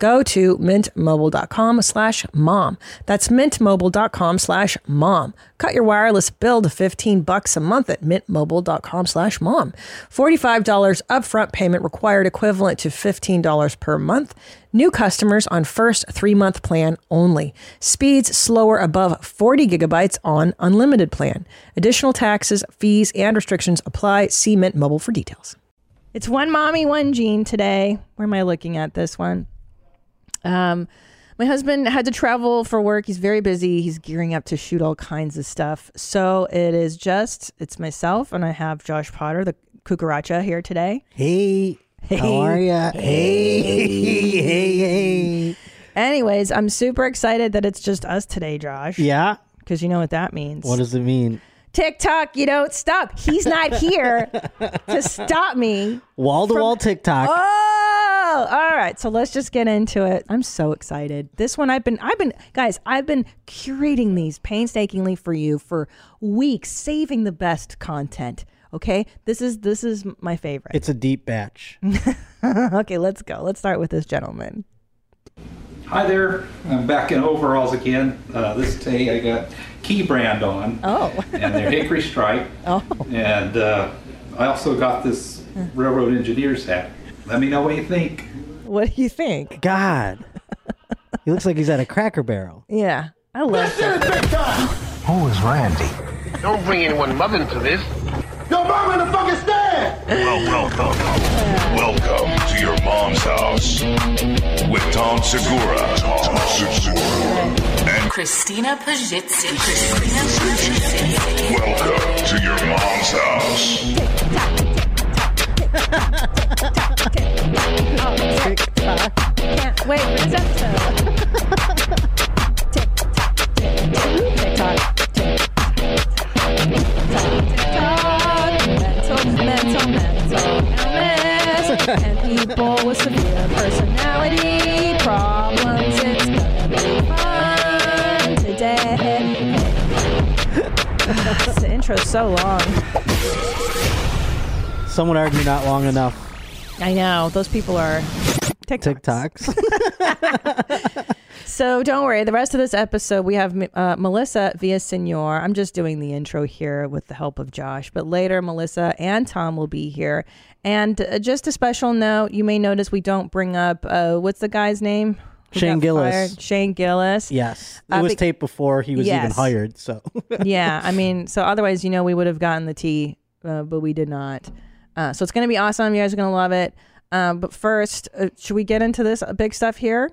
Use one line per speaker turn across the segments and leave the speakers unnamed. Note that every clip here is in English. go to mintmobile.com slash mom. That's mintmobile.com slash mom. Cut your wireless bill to 15 bucks a month at mintmobile.com slash mom. $45 upfront payment required equivalent to $15 per month. New customers on first three month plan only. Speeds slower above 40 gigabytes on unlimited plan. Additional taxes, fees, and restrictions apply. See Mint Mobile for details. It's one mommy, one Jean today. Where am I looking at this one? Um, my husband had to travel for work. He's very busy. He's gearing up to shoot all kinds of stuff. So it is just it's myself and I have Josh Potter, the cucaracha, here today.
Hey, how are ya? Hey, hey, hey.
Anyways, I'm super excited that it's just us today, Josh.
Yeah.
Because you know what that means.
What does it mean?
TikTok, you don't stop. He's not here to stop me.
Wall to wall TikTok.
Oh, all right. So let's just get into it. I'm so excited. This one I've been I've been guys, I've been curating these painstakingly for you for weeks, saving the best content. Okay? This is this is my favorite.
It's a deep batch.
okay, let's go. Let's start with this gentleman.
Hi there. I'm back in overalls again. Uh, this day I got Key Brand on.
Oh.
and their Hickory Stripe.
Oh.
And uh, I also got this Railroad Engineer's hat. Let me know what you think.
What do you think?
God. he looks like he's at a cracker barrel.
Yeah. I love that.
Who is Randy?
Don't bring anyone mother into this.
Yo, mom in the fucking stand!
Well, welcome. Welcome to your mom's house with Tom Segura. Tom Segura. And
Christina Pajitsin. Christina Pajitsin.
welcome to your mom's house.
Can't wait for this episode. TikTok, TikTok, TikTok, TikTok, mental, mental, mental illness, and people with severe personality problems. It's gonna be fun today. this intro's so long.
Someone argued not long enough.
I know those people are TikToks.
TikToks.
So don't worry. The rest of this episode, we have uh, Melissa via Senor. I'm just doing the intro here with the help of Josh, but later Melissa and Tom will be here. And uh, just a special note, you may notice we don't bring up uh, what's the guy's name? Who
Shane
got
Gillis.
fired? Shane Gillis.
yes. It
Uh,
was
bec-
taped before he was even
Yes.
hired, so
yeah, I mean, so otherwise, you know, we would have gotten the tea, uh, but we did not. Uh, so it's going to be awesome. You guys are going to love it. Um, but first, uh, should we get into this uh, big stuff here?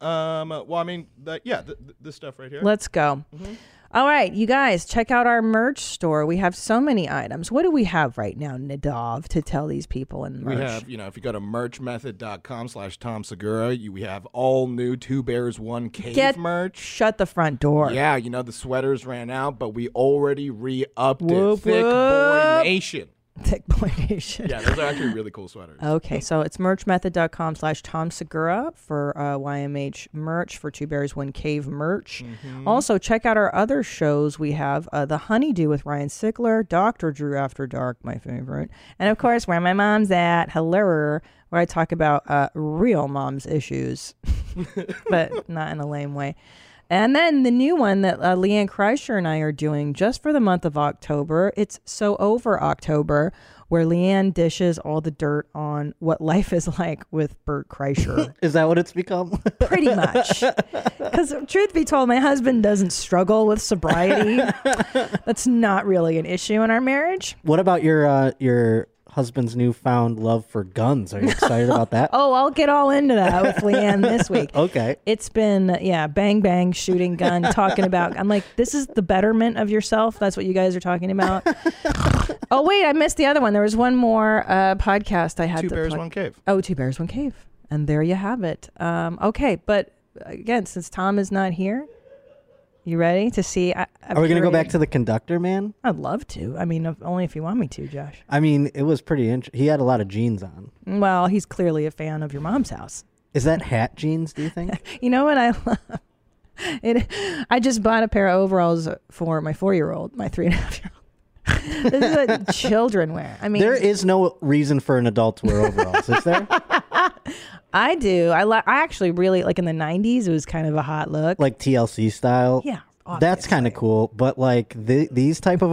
Um, well, I mean, that, yeah, th- th- this stuff right here.
Let's go.
Mm-hmm.
All right, you guys, check out our merch store. We have so many items. What do we have right now, Nadav, to tell these people in merch?
We have, you know, if you go to merchmethod.com slash Tom Segura, you, we have all new Two Bears, One Cave
Get
merch.
Shut the front door.
Yeah, you know, the sweaters ran out, but we already re upped it.
Whoop,
Thick
whoop.
Boy Nation.
Thick Boy Nation.
Yeah, those are actually really cool sweaters.
Okay, so it's merchmethod.com slash Tom Segura for uh, YMH merch, for Two Bears, One Cave merch.
Mm-hmm.
Also, check out our other shows. We have uh, The Honeydew with Ryan Sickler, Dr. Drew After Dark, my favorite, and of course, Where My Mom's At, Hello, where I talk about uh, real mom's issues, but not in a lame way. And then the new one that uh, Leanne Kreischer and I are doing just for the month of October. It's So Over October, where Leanne dishes all the dirt on what life is like with Bert Kreischer.
is that what it's become?
Pretty much. Because truth be told, my husband doesn't struggle with sobriety. That's not really an issue in our marriage.
what about your uh your husband's newfound love for guns. Are you excited about that?
Oh, I'll get all into that with Leanne this week.
Okay.
It's been, yeah, bang, bang, shooting gun, talking about. I'm like, this is the betterment of yourself. That's what you guys are talking about. oh, wait, I missed the other one. There was one more uh, podcast I had
Two
to
bears,
plug.
one cave.
Oh, Two Bears, One Cave. And there you have it. Um, okay, but again, since Tom is not here, you ready to see? I,
Are we going to go back to the conductor man?
I'd love to. I mean, if, only if you want me to, Josh.
I mean, it was pretty interesting. He had a lot of jeans on.
Well, he's clearly a fan of your mom's house.
Is that hat jeans, do you think?
You know what I love? It, I just bought a pair of overalls for my four year old, my three and a half year old. this is what children wear. I mean,
there is no reason for an adult to wear overalls, is there?
I do. I li- I actually really like in the '90s. It was kind of a hot look.
Like TLC style.
Yeah,
That's kind of cool, but like th- these type of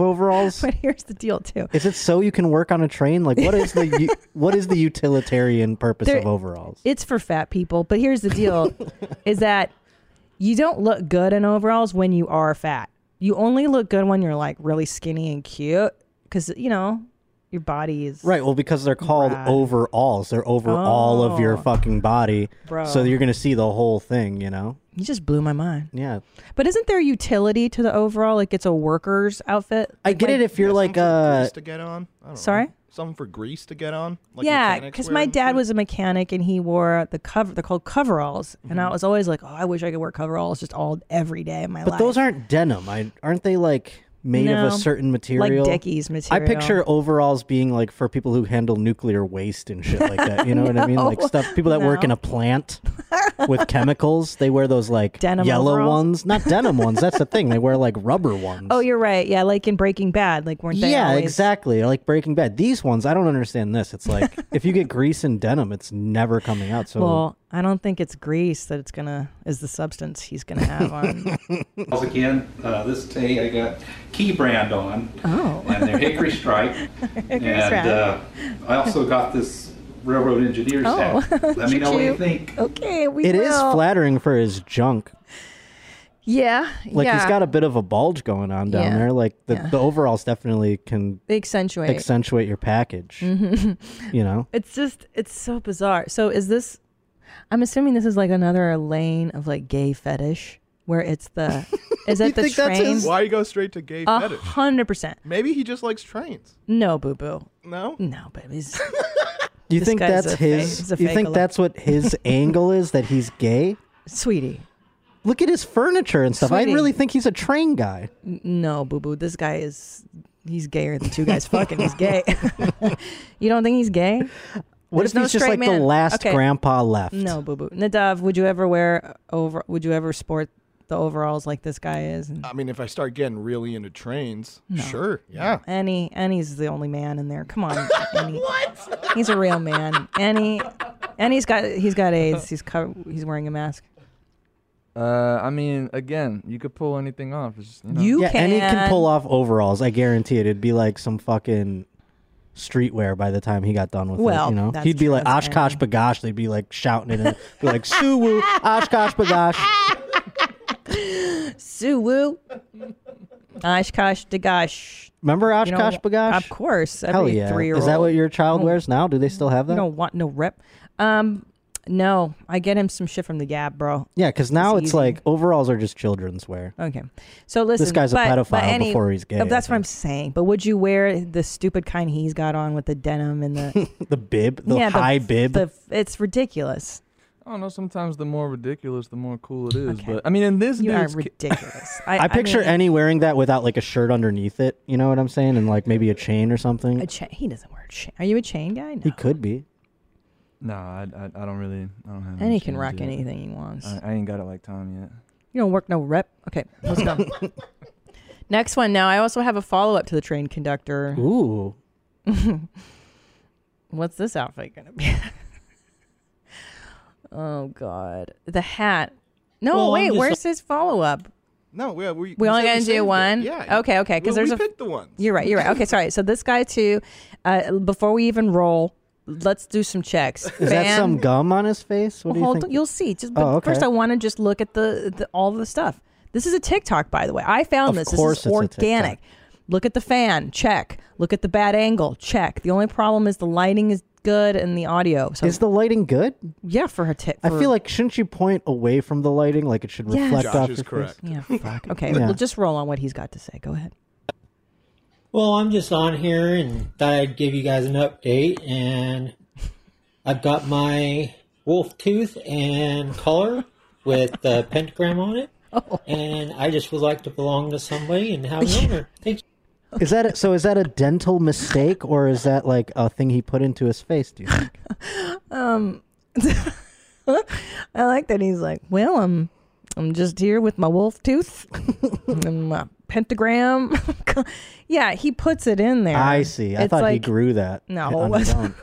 overalls,
But here's the deal, too.
is it so you can work on a train? Like what is the u- what is the utilitarian purpose
There-
of overalls?
It's for fat people. But here's the deal: is that you don't look good in overalls when you are fat. You only look good when you're like really skinny and cute, because you know your body is
Right. Well, because they're called
Right.
overalls. They're over all of your
Oh.
fucking body.
Bro.
So you're going to see the whole thing, you know?
You just blew my mind.
Yeah.
But isn't there utility to the overall? Like it's a worker's outfit.
I get it if you're like, uh,
grease to get on. I don't
Sorry?
Know. Something for grease to get on. Like
yeah,
mechanics
because
wear
my
and
dad
shit.
was a mechanic and he wore the cover. They're called coveralls, and I was always like, oh, I wish I could wear coveralls just all every day of my
Mm-hmm. but
life.
those aren't denim. I, aren't they like made
No.
of a certain material?
Dickies material.
I picture overalls being like for people who handle nuclear waste and shit like that. You know what I mean? Like
No.
stuff, people that work in
No.
a plant with chemicals, they wear those like
Denim
yellow
overalls?
ones. Not denim ones. That's the thing. They wear like rubber ones.
Oh, you're right. Yeah, like in Breaking Bad, like weren't they?
yeah,
always-
exactly. Or like Breaking Bad. These ones, I don't understand this. It's like if you get grease and denim, it's never coming out. So
Well, I don't think it's grease that it's gonna is the substance he's gonna have on.
Once again, uh, this day I got Key Brand on.
Oh.
And their Hickory Stripe. and
stripe.
Uh, I also got this railroad engineer's
Oh,
hat. Let me know what you
cute.
think.
okay, we
it
will.
is flattering for his junk.
Yeah,
Like
yeah.
he's got a bit of a bulge going on down
Yeah.
there. Like the,
Yeah.
the overalls definitely can
they accentuate.
accentuate your package.
Mm-hmm.
You know?
It's just it's so bizarre. So is this I'm assuming this is like another lane of like gay fetish where it's the is that the
think that's
train?
his-
Why you go straight to gay
A
fetish?
hundred percent.
Maybe he just likes trains.
No boo boo.
No.
No, babies.
Do you
This
think
guy's
that's
a fake-
his
he's a
you
fake
think
alum.
that's what his angle is that he's gay?
Sweetie.
Look at his furniture and stuff.
Sweetie.
I really think he's a train guy.
No, boo boo. This guy is he's gayer than two guys fucking he's gay. you don't think he's gay?
What
There's
if
no
he's just
straight
like
man.
the last
Okay.
grandpa left?
No, boo boo. Nadav, would you ever wear over would you ever sport the overalls like this guy is? And
I mean, if I start getting really into trains, sure, yeah.
Annie, Annie's the only man in there. Come on, Annie. what? He's a real man. Annie, Annie's got he's got AIDS. He's co- he's wearing a mask.
Uh, I mean, again, you could pull anything off. It's just, you know.
You
Uh-huh. yeah,
can.
and he can pull off overalls. I guarantee it. It'd be like some fucking streetwear by the time he got done with
Well,
it. You know,
that's
he'd be
true,
like
that's
Oshkosh Bagosh. They'd be like shouting it, and be like Suwu Oshkosh Bagosh.
Suwu, Oshkosh Dagosh.
Remember
You
Oshkosh
know,
Bagosh?
Of course,
Hell
every
yeah!
three year
Is that what your child wears now? Do they still have
You
that?
don't want no rep. Um, no, I get him some shit from the Gap, bro.
Yeah, because now
It's
it's,
easy.
like overalls are just children's wear.
Okay, so listen,
guy's a
but-
pedophile
but Annie-
before he's gay,
uh,
I
That's what I'm
think.
saying. But would you wear the stupid kind he's got on with the denim and the
The bib, the
yeah,
high bib.
The, it's ridiculous.
I don't know. Sometimes the more ridiculous, the more cool it is.
Okay.
But I mean, in this
You are
dude's ca-
ridiculous.
I picture
mean,
any wearing that without like a shirt underneath it. You know what I'm saying? And like maybe a chain or something.
a chain. He doesn't wear a chain. Are you a chain guy? No.
He could be.
no, I, I, I don't really, I don't have.
and
any
he can
change
rock
yet.
anything he wants.
I, I ain't got it like Tom yet.
You don't work no rep. Okay, let's go. Next one. Now, I also have a follow up to the train conductor.
Ooh.
What's this outfit gonna be? oh God, the hat. No,
Well, I'm
wait.
just-
Where's his follow up?
No, we we,
We only
said
gonna do
saved it.
one?
Yeah.
Okay, okay, 'cause
Well,
there's
we
a-
picked the ones.
You're right. You're right. Okay, sorry. So this guy too. Uh, before we even roll, let's do some checks.
Is that
Fan-
some gum on his face? What do you
Hold
think?
on, you'll see. Just but
Oh, okay.
first, I want to just look at the, the all the stuff. This is a TikTok, by the way. I found
Of
this.
course
this is
it's a
organic. Look at the fan, check. Look at the bad angle, check. The only problem is the lighting is good and the audio. So
Is the lighting good?
Yeah, for her tip.
I feel like shouldn't you point away from the lighting, like it should
Yes.
reflect
Josh
off
is
your
correct.
face?
Yeah, fuck. Okay,
Yeah.
we'll just roll on what he's got to say. Go ahead.
Well, I'm just on here and thought I'd give you guys an update. And I've got my wolf tooth and collar with the pentagram on it.
Oh.
And I just would like to belong to somebody and have an owner. Thank you.
Is that a- so? Is that a dental mistake, or is that like a thing he put into his face? Do you think?
Um, I like that he's like, well, I'm, I'm just here with my wolf tooth and my pentagram. yeah, he puts it in there.
I see. I
It's
thought he
like-
grew that.
No,
on
it was.
his own.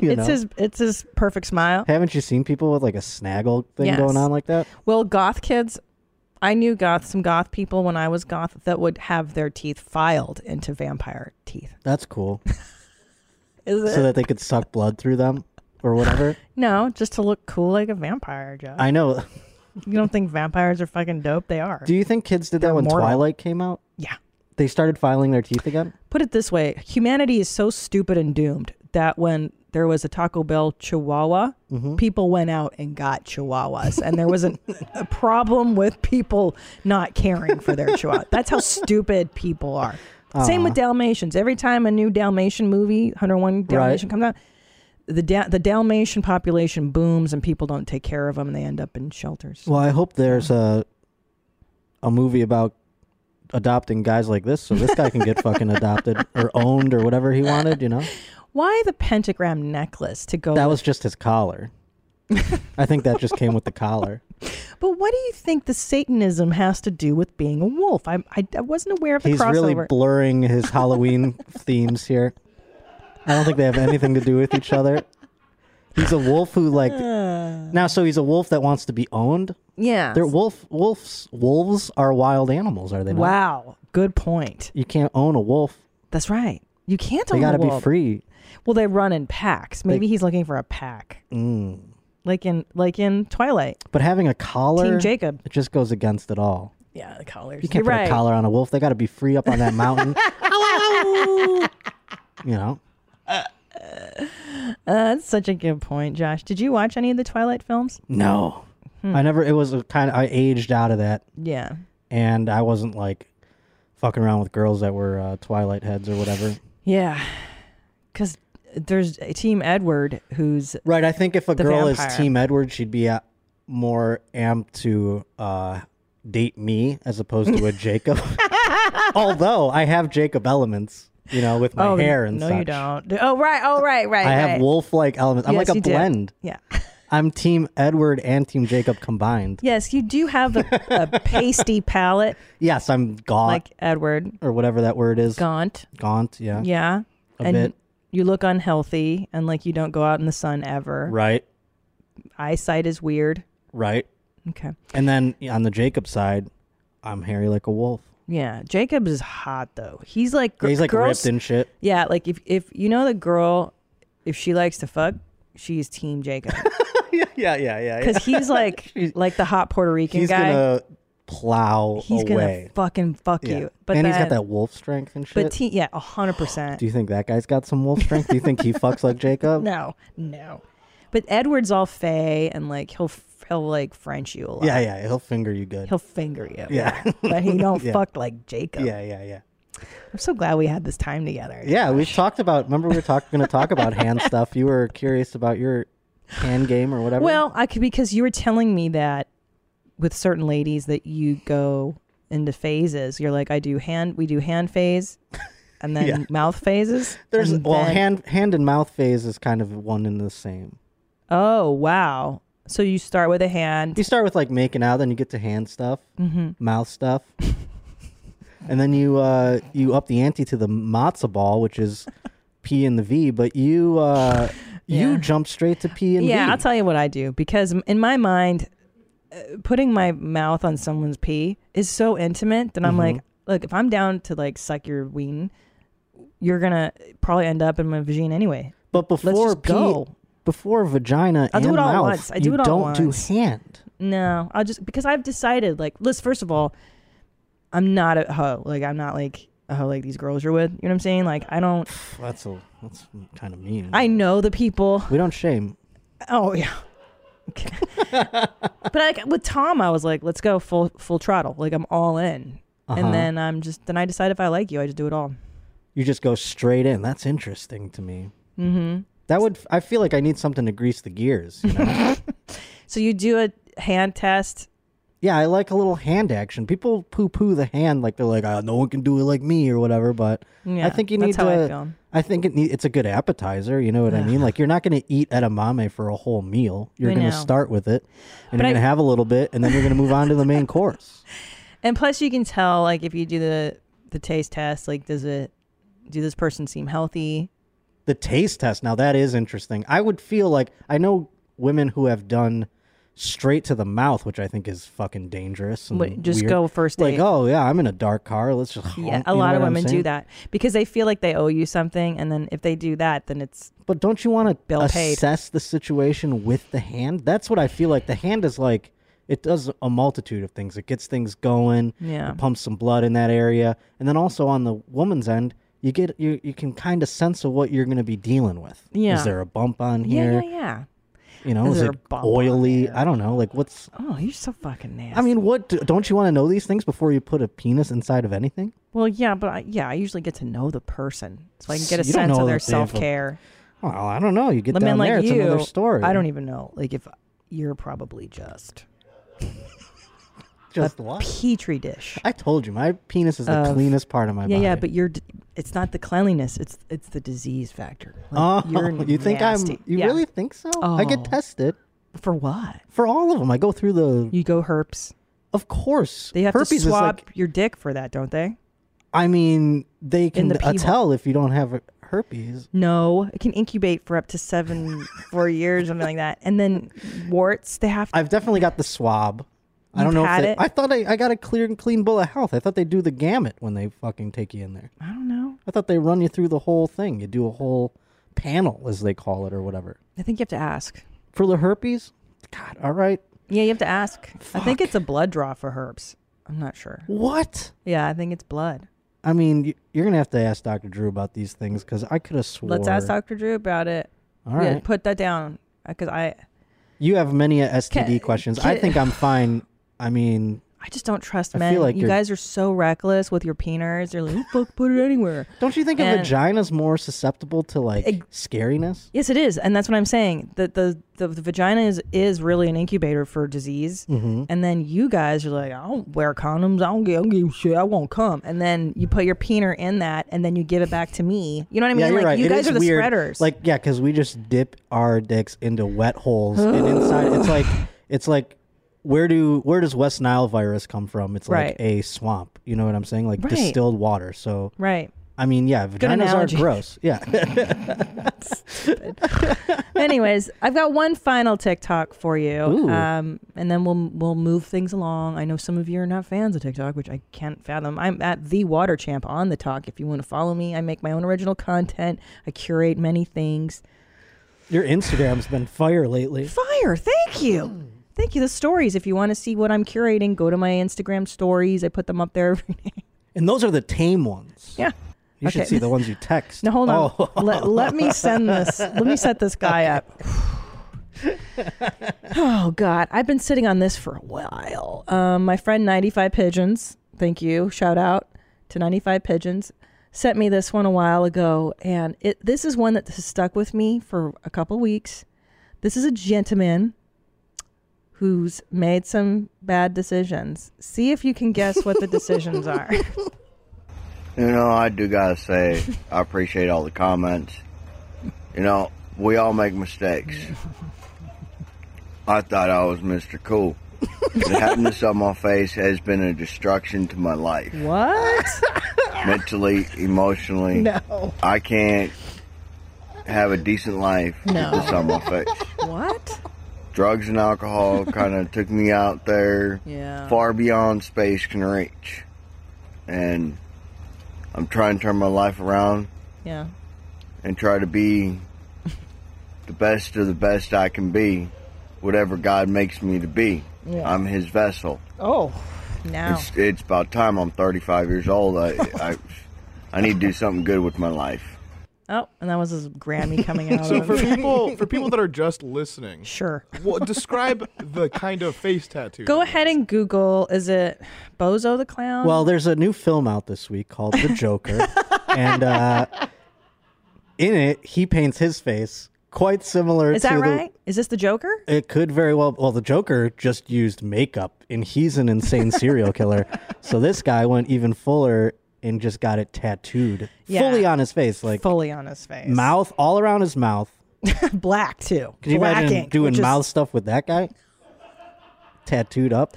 You
it's
know?
his, it's his perfect smile.
Haven't you seen people with like a snaggle thing
Yes.
going on like that?
Well, goth kids, I knew goth, some goth people when I was goth that would have their teeth filed into vampire teeth.
That's cool.
Is it?
so that they could suck blood through them or whatever.
no, just to look cool like a vampire, Joe.
I know.
You don't think vampires are fucking dope? They are.
Do you think kids did that when
mortal.
Twilight came out?
Yeah.
They started filing their teeth again?
Put it this way humanity is so stupid and doomed that when there was a Taco Bell Chihuahua,
Mm-hmm.
Mhm.
people went out and got Chihuahuas. And there was an, a problem with people not caring for their Chihuahua. That's how stupid people are. Same with
Aw.
Dalmatians. Every time a new Dalmatian movie, 101 Dalmatian,
Right.
comes out, the, da- the Dalmatian population booms and people don't take care of them and they end up in shelters.
Well, I hope there's a a movie about adopting guys like this so this guy can get fucking adopted or owned or whatever he wanted, you know?
Why the pentagram necklace to go
That was just his collar. I think that just came with the collar.
But what do you think the Satanism has to do with being a wolf? I, I, I wasn't aware of the
He's
crossover.
really blurring his Halloween themes here. I don't think they have anything to do with each other. He's a wolf who like
Uh.
now. So he's a wolf that wants to be owned.
Yes.
they're wolf. Wolves. Wolves are wild animals, are they? Not?
Wow, good point.
You can't own a wolf.
That's right. You can't.
They
own a
gotta be
wolf.
free.
Well, they run in packs. Maybe he's looking for a pack,
Mm.
like in like in Twilight.
But having a collar,
Jacob.
it just goes against it all.
Yeah, the collars.
You can't put
You're right.
a collar on a wolf. They got to be free up on that mountain. you know.
Uh, that's such a good point, Josh. Did you watch any of the Twilight films?
No,
Hmm.
I never. It was a kind of. I aged out of that.
Yeah.
and I wasn't like fucking around with girls that were uh, Twilight heads or whatever.
Yeah, because there's Team Edward, who's
right. I think if a
the
girl is
vampire.
Team Edward, she'd be uh, more amped to uh, date me as opposed to a Jacob. Although I have Jacob elements, you know, with my
oh,
hair and
no,
such.
you don't. Oh right, oh right, right.
I have
right.
wolf-like elements. I'm
Yes,
like a
you do.
blend.
Yeah.
I'm Team Edward and Team Jacob combined.
Yes, you do have a, a pasty palate,
Yes, I'm gaunt
like Edward.
or whatever that word is.
Gaunt.
Gaunt. Yeah.
Yeah.
uh, A
and
bit.
you look unhealthy and like you don't go out in the sun ever.
Right.
Eyesight is weird.
Right.
Okay.
And then yeah, on the Jacob side, I'm hairy like a wolf.
Yeah. Jacob is hot though. He's like
Yeah, he's like
girls,
ripped and shit.
Yeah, like if if you know the girl if she likes to fuck, she's team Jacob.
yeah, yeah, yeah, yeah.
Cuz he's like like the hot Puerto Rican
He's
guy.
gonna plow
he's
away.
gonna fucking fuck
Yeah.
you. But
and
then,
he's got that wolf strength and shit.
But te- yeah, 100%.
Do you think that guy's got some wolf strength? Do you think he fucks like Jacob?
No, no. But Edward's all fey and like he'll he'll like French you a lot.
Yeah, yeah. He'll finger you good.
He'll finger you.
Yeah.
but he don't
Yeah.
fuck like Jacob.
Yeah, yeah, yeah.
I'm so glad we had this time together.
Yeah, we talked about. Remember, we were talk, going to talk about hand stuff. You were curious about your hand game or whatever.
Well, I could because you were telling me that with certain ladies that you go into phases. You're like, I do hand we do hand phase and then
Yeah.
mouth phases.
there's
and
well,
then-
hand hand and mouth phase is kind of one and the same.
Oh wow. So you start with a hand.
You start with like making out, then you get to hand stuff,
Mhm.
mouth stuff, and then you uh, you up the ante to the matzo ball, which is P and the V. But you uh, you jump straight to P and
yeah,
V.
I'll tell you what I do because m- in my mind, uh, putting my mouth on someone's pee is so intimate that I'm
Mhm.
like, look, if I'm down to like suck your ween, you're gonna probably end up in my vagina anyway.
but before
let's just
P,
go.
before vagina
I'll
and
do it all at
mouth,
once. I do
you
it all
don't
at
do
once.
hand.
No, I'll just because I've decided like, let's first of all, I'm not a hoe. Like I'm not like a hoe like these girls you're with. You know what I'm saying? Like I don't.
That's a that's kind of mean.
I know the people.
We don't shame.
Oh yeah. Okay. but like with Tom, I was like, let's go full full throttle. Like I'm all in,
Uh-huh.
and then I'm just then I decide if I like you, I just do it all.
You just go straight in. That's interesting to me.
Mm-hmm.
That would I feel like I need something to grease the gears. You know?
So you do a hand test.
yeah, I like a little hand action. People poo poo the hand like they're like, oh, no one can do it like me or whatever. But
Yeah,
I think you
that's
need
how I
to.
feel.
I think it need, it's a good appetizer. You know what I mean? Like you're not going to eat edamame for a whole meal. You're
I
going to
know.
start with it,
But
and you're going
I-
to have a little bit, and then you're going to move on to the main course.
And plus, you can tell like if you do the the taste test, like does it do this person seem healthy?
The taste test. Now that is interesting. I would feel like I know women who have done straight to the mouth, which I think is fucking dangerous. and
Wait, just
Mm, weird.
go first
Like,
date.
oh yeah, I'm in a dark car. Let's just
Yeah,
honk,"
a
you know
lot of
what I'm
women do
saying?
that because they feel like they owe you something, and then if they do that, then it's
But don't you want to
bill paid.
assess the situation with the hand. That's what I feel like. The hand is like it does a multitude of things. It gets things going.
Yeah.
It pumps some blood in that area, and then also on the woman's end, you get you you can kind of sense of what you're going to be dealing with.
Yeah.
Is there a bump on
Yeah,
here?
yeah, yeah.
You know,
Is
is,
there a
it
bump on
oily? I don't know. Like what's?
Oh, you're so fucking nasty.
I mean, what do- don't you want to know these things before you put a penis inside of anything?
Well, yeah, but I, yeah, I usually get to know the person, so I can get a
You don't
sense
know
of their
that they have a-
self care.
Well, Oh, I don't know. You get
I mean,
down
like
there, it's
you,
another story.
I don't even know. Like if you're probably just
Just
a
what?
petri dish.
I told you, my penis is the
of-
cleanest part of my
yeah,
body.
Yeah, but you're. d- It's not the cleanliness. It's it's the disease factor.
oh, you think I'm?
nasty.
You
Yeah.
really think so? I
Oh.
get tested
for what?
for all of them. I go through the.
You go herpes.
Of course,
They have
herpes
to
is
swab
like.
your dick for that, don't they?
I mean, they can
the
uh,
pee hole.
tell if you don't have herpes.
No, it can incubate for up to seven, four years, something like that, and then warts. They have to.
I've definitely got the swab. I don't
You've
know. If
had
they,
it?
I thought I, I got a clear and clean bill of health. I thought they do the gamut when they fucking take you in there.
I don't know.
I thought they run you through the whole thing. You do a whole panel, as they call it, or whatever.
I think you have to ask.
For the herpes, God, all right.
Yeah, you have to ask. I think it's a blood draw for herpes. I'm not sure.
What?
Yeah, I think it's blood.
I mean, y- you're gonna have to ask Dr. Drew about these things because I could have swore.
Let's ask Dr. Drew about it.
All
Yeah,
right.
put that down because I
You have many uh, STD questions. I
ca-
think I'm fine. I mean,
I just don't trust
I
men.
feel like
you
you're-
guys are so reckless with your penises. You're like, "Who fuck, put it anywhere.
don't you think a
And-
vagina's more susceptible to like
Eg-
scariness?
Yes, it is, and that's what I'm saying. That the, the the vagina is is really an incubator for disease.
Mhm.
And then you guys are like, I don't wear condoms. I don't give, I don't give a shit. I won't come. And then you put your peener in that, and then you give it back to me. You know what I mean?
yeah, you're
like
right.
you
It
guys
is
are the
weird.
spreaders.
Like, yeah, because we just dip our dicks into wet holes and inside. It's like it's like where do where does West Nile virus come from? It's like
Right.
a swamp. You know what I'm saying? Like
Right.
distilled water. So
right.
I mean, yeah, vaginas are
analogy.
gross. Yeah.
Anyways, I've got one final TikTok for you,
Ooh.
um, and then we'll we'll move things along. I know some of you are not fans of TikTok, which I can't fathom. I'm at the Water Champ on the talk. If you want to follow me, I make my own original content. I curate many things.
Your Instagram's been fire lately.
Fire! Thank you, thank you. The stories. If you want to see what I'm curating, go to my Instagram stories. I put them up there every day.
And those are the tame ones.
Yeah.
You should
Okay.
see the ones you text.
No, hold on.
Oh.
Let, let me send this. Let me set this guy up. oh God, I've been sitting on this for a while. Um, my friend ninety five pigeons. Thank you. Shout out to ninety five pigeons. Sent me this one a while ago, and it this is one that has stuck with me for a couple weeks. This is a gentleman who's made some bad decisions. See if you can guess what the decisions are.
You know, I do gotta say, I appreciate all the comments. You know, we all make mistakes. I thought I was Mr. Cool. The happiness on my face has been a destruction to my life.
What?
Mentally, emotionally.
No.
I can't have a decent life
No.
with this on my face.
What?
Drugs and alcohol kind of took me out there
Yeah.
far beyond space can reach. And I'm trying to turn my life around
Yeah.
and try to be the best of the best I can be, whatever God makes me to be.
Yeah.
I'm His vessel.
Oh. Now.
It's, it's about time I'm 35 years old. I, I, I need to do something good with my life.
Oh, and that was his Grammy coming out.
so
of
for
it.
people for people that are just listening,
sure.
Well, describe the kind of face tattoo.
Go ahead and Google. Is it Bozo the Clown?
Well, there's a new film out this week called The Joker, and uh, in it he paints his face quite similar.
is that
to the-
right? Is this the Joker?
It could very well. Well, the Joker just used makeup, and he's an insane serial killer. So this guy went even fuller and just got it tattooed
Yeah.
fully on his face, like
Fully on his face.
mouth all around his mouth.
Black too.
Could you
Black
imagine
ink,
doing
which is-
mouth stuff with that guy? Tattooed up.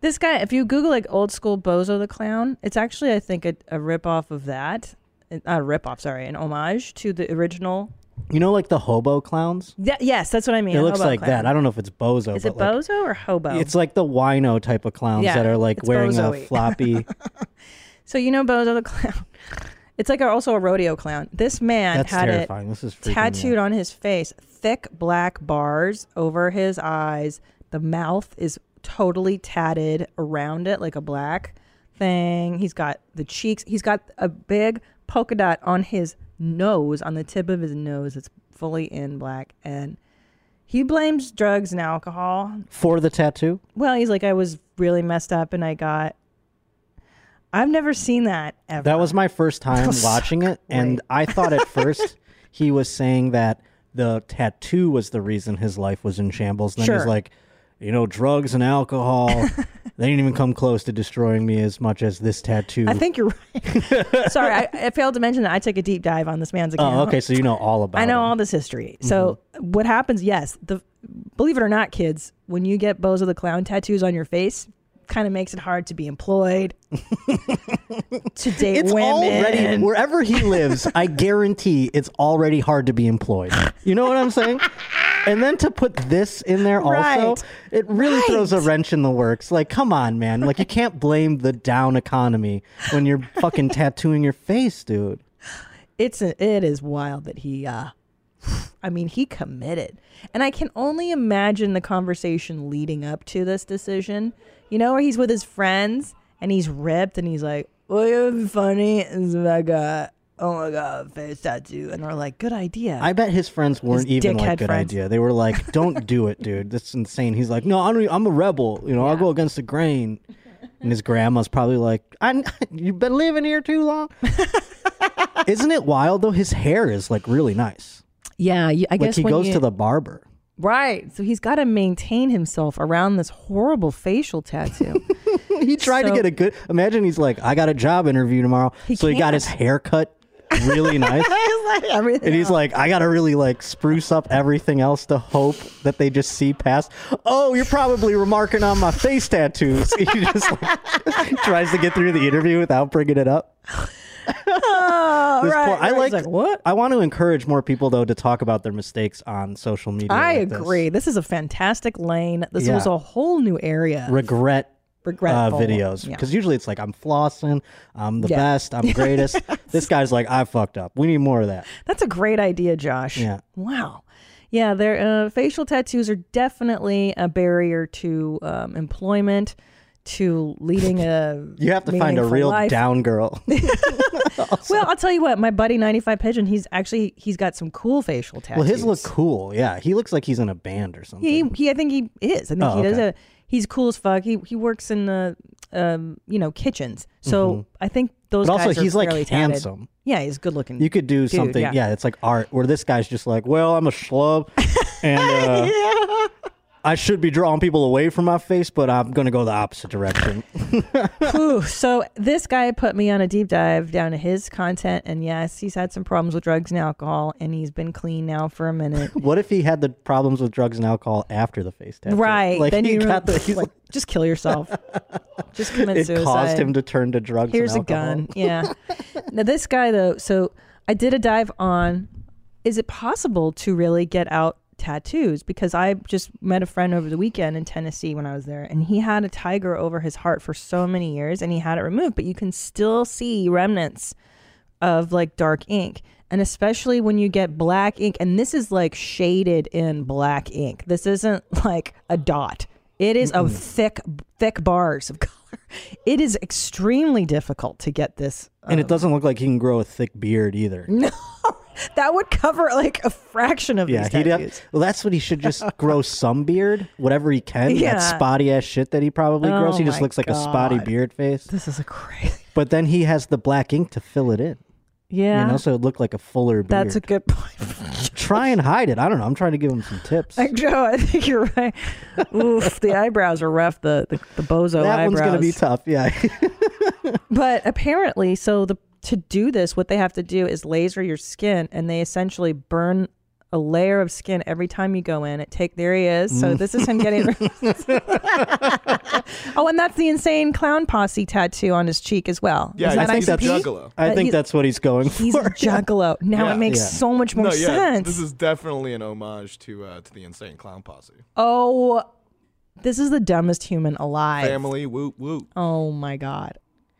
This guy, if you Google like old school Bozo the Clown, it's actually I think a, a rip off of that. Not a rip off, sorry, an homage to the original.
You know, like the hobo clowns.
Yeah, yes, that's what I mean.
it looks
hobo
like
clown.
that. I don't know if it's bozo.
Is
but
it
like,
Bozo or hobo?
It's like the wino type of clowns
Yeah,
that are like
it's
wearing
bozo-y.
a floppy.
So you know Bozo the clown. It's like a, also a rodeo clown. This man
That's
had
terrifying.
it
This is freaking me out.
tattooed on his face, thick black bars over his eyes. The mouth is totally tatted around it like a black thing. He's got the cheeks. He's got a big polka dot on his nose, on the tip of his nose. It's fully in black and he blames drugs and alcohol.
for the tattoo.
Well, he's like I was really messed up and I got I've never seen that ever.
That was my first time
was so
watching it, and I thought at first he was saying that the tattoo was the reason his life was in shambles. And then
Sure.
he's like, you know, drugs and alcohol. they didn't even come close to destroying me as much as this tattoo.
I think you're right. Sorry, I, I failed to mention that I took a deep dive on this man's account.
Oh, okay. So you know all about.
I know
It.
all this history.
Mm-hmm.
So what happens? Yes, the believe it or not, kids, when you get Bozo the Clown tattoos on your face, kind of makes it hard to be employed, to date
It's
women.
already wherever he lives. I guarantee it's already hard to be employed. You know what I'm saying? And then to put this in there
Right.
also, it really throws a wrench in the works. Like, come on, man! Like, you can't blame the down economy when you're fucking tattooing your face, dude.
it's a, it is wild that he uh I mean he committed. And I can only imagine the conversation leading up to this decision. You know where he's with his friends and he's ripped and he's like, "Well, it would be funny is if I got oh my god, face tattoo." And we're like, "Good idea."
I bet his friends weren't even
dickhead
like good
friends.
idea. They were like, "Don't do it, dude. That's insane." He's like, "No, I don't, I'm a rebel. You know, I'll go against the grain." And his grandma's probably like, I, "You've been living here too long." Isn't it wild though? His hair is like really nice.
yeah, you, I
like
guess
he
when
goes
you-
to the barber.
Right. So he's got to maintain himself around this horrible facial tattoo.
he tried to get a good. Imagine he's like, "I got a job interview tomorrow," so he got his hair cut really nice.
everything
And he's like, I gotta really like spruce up everything else to hope that they just see past. Oh, you're probably remarking on my face tattoos. He just like, tries to get through the interview without bringing it up.
oh,
This
right,
poor- I
right.
like,
He's what?
I want to encourage more people though to talk about their mistakes on social media.
I
like this.
agree. This. is a fantastic lane. This
Yeah.
was a whole new area.
Regret. Uh,
Regretful.
videos
Yeah.
because usually it's like I'm flossing, I'm the
Yeah.
best, I'm greatest. This guy's like I fucked up. We need more of that.
That's a great idea, Josh.
Yeah.
Wow. Yeah, their uh, facial tattoos are definitely a barrier to um, employment, to leading a
You have to find a
meaningful
real
life.
down girl.
Well, I'll tell you what, my buddy ninety five pigeon, he's actually he's got some cool facial tattoos.
Well, his look cool. Yeah, he looks like he's in a band or something.
Yeah, he, he I think he is. I think
Oh,
he does
okay.
a he's cool as fuck. He he works in the um, you know, kitchens. So
Mhm.
I think those
But
guys
also,
are
he's, like,
fairly tatted.
handsome.
Yeah, he's good looking.
You could do
dude,
something. Yeah. it's like art where this guy's just like, well, I'm a schlub, and uh, I should be drawing people away from my face, but I'm gonna go the opposite direction.
Whew. Oh, so this guy put me on a deep dive down to his content and yes, he's had some problems with drugs and alcohol and he's been clean now for a minute.
what if he had the problems with drugs and alcohol after the face tattoo?
right.
Like
then
he
you
got the. he's
like,
like-
just kill yourself. just commit
it
suicide.
caused him to turn to drugs. and
Here's a
alcohol.
gun. Yeah. now this guy though, so I did a dive on is it possible to really get out tattoos because I just met a friend over the weekend in Tennessee when I was there and he had a tiger over his heart for so many years and he had it removed, but you can still see remnants of like dark ink. And especially when you get black ink, and this is like shaded in black ink. This isn't like a dot. It is of thick, thick bars of color. It is extremely difficult to get this.
and it doesn't look like he can grow a thick beard either.
No, that would cover like a fraction of
Yeah,
these
he'd have,
tattoos.
well, that's what he should just grow some beard, whatever he can.
Yeah.
That spotty ass shit that he probably
Oh
grows. He
my
just looks like a spotty
God.
beard face.
This is a crazy.
But then he has the black ink to fill it in.
Yeah.
You know, so it looked like a fuller beard.
That's a good point.
Try and hide it. I don't know. I'm trying to give him some tips.
Like, Joe, I think you're right. Oof, the eyebrows are rough. The the, the bozo
that
eyebrows.
one's gonna be tough. Yeah.
But apparently, so the to do this, what they have to do is laser your skin, and they essentially burn a layer of skin every time you go in. It take there he is. So
Mm.
this is him getting. oh, and that's the insane clown posse tattoo on his cheek as well.
Yeah,
is that
I think
ICP?
that's I
Uh,
think
he's-
that's what he's going for.
He's a juggalo. Now
Yeah.
it makes
Yeah.
so much more
No, yeah,
sense.
This is definitely an homage to uh, to the insane clown posse.
oh, this is the dumbest human alive.
Family, whoop whoop.
Oh my god.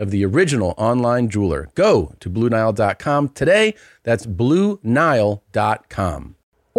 of the original online jeweler. Go to BlueNile.com today. That's BlueNile.com.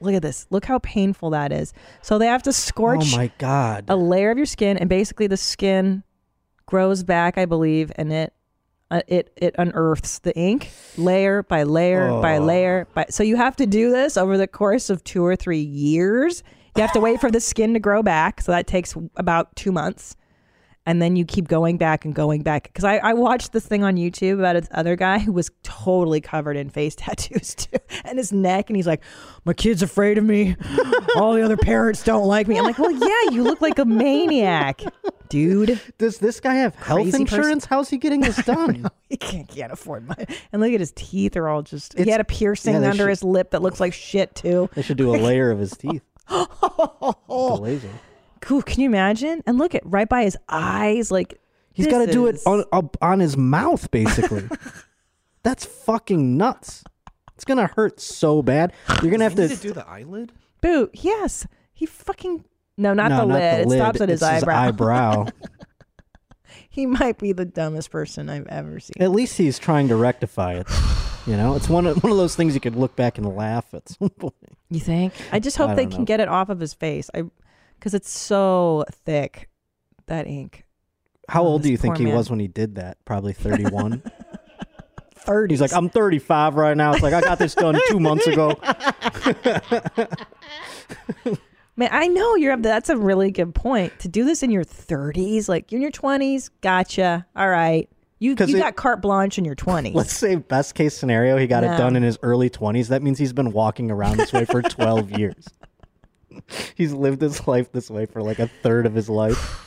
Look at this. Look how painful that is. So they have to scorch
Oh my God.
a layer of your skin and basically the skin grows back, I believe, and it uh, it it unearths the ink layer by layer by
Oh.
layer by so you have to do this over the course of 2 or 3 years. You have to wait for the skin to grow back, so that takes about 2 months. And then you keep going back and going back. Because I, I watched this thing on YouTube about this other guy who was totally covered in face tattoos too, and his neck. And he's like, My kid's afraid of me. All the other parents don't like me. I'm like, Well, yeah, you look like a maniac, dude.
Does this guy have health insurance? How's he getting this done?
he can't, can't afford money. And look at his teeth; they're all just. he
It's-
had a piercing
yeah, they
under
should-
his lip that looks like shit too.
They should do a layer of his teeth.
Oh,
The laser.
cool. Can you imagine? And look at right by his eyes, like
He's
this
got to do it
is-
on up on his mouth, basically. That's fucking nuts. It's gonna hurt so bad. You're gonna have
Does he
to.
need to do the eyelid.
Boot. Yes, he fucking no, not,
No,
the, lid. It stops at his
It's
eyebrow.
eyebrow.
he might be the dumbest person I've ever seen.
at least he's trying to rectify it. You know, it's one of, one of those things you could look back and laugh at some point.
You think? I just hope
I
they
don't
can
know.
get it off of his face. I, because it's so thick, that ink.
How
Oh,
old
this
do you think
poor
he
man.
was when he did that? Probably 31.
30.
He's like, I'm 35 right now. It's like, I got this done two months ago.
Man, I know you're up. That's a really good point. To do this in your 30s, like you're in your 20s, gotcha. All right, you you
'Cause it-
got carte blanche in your 20s.
Let's say, best case scenario, he got
No.
it done in his early 20s. That means he's been walking around this way for 12 years. He's lived his life this way for like a third of his life.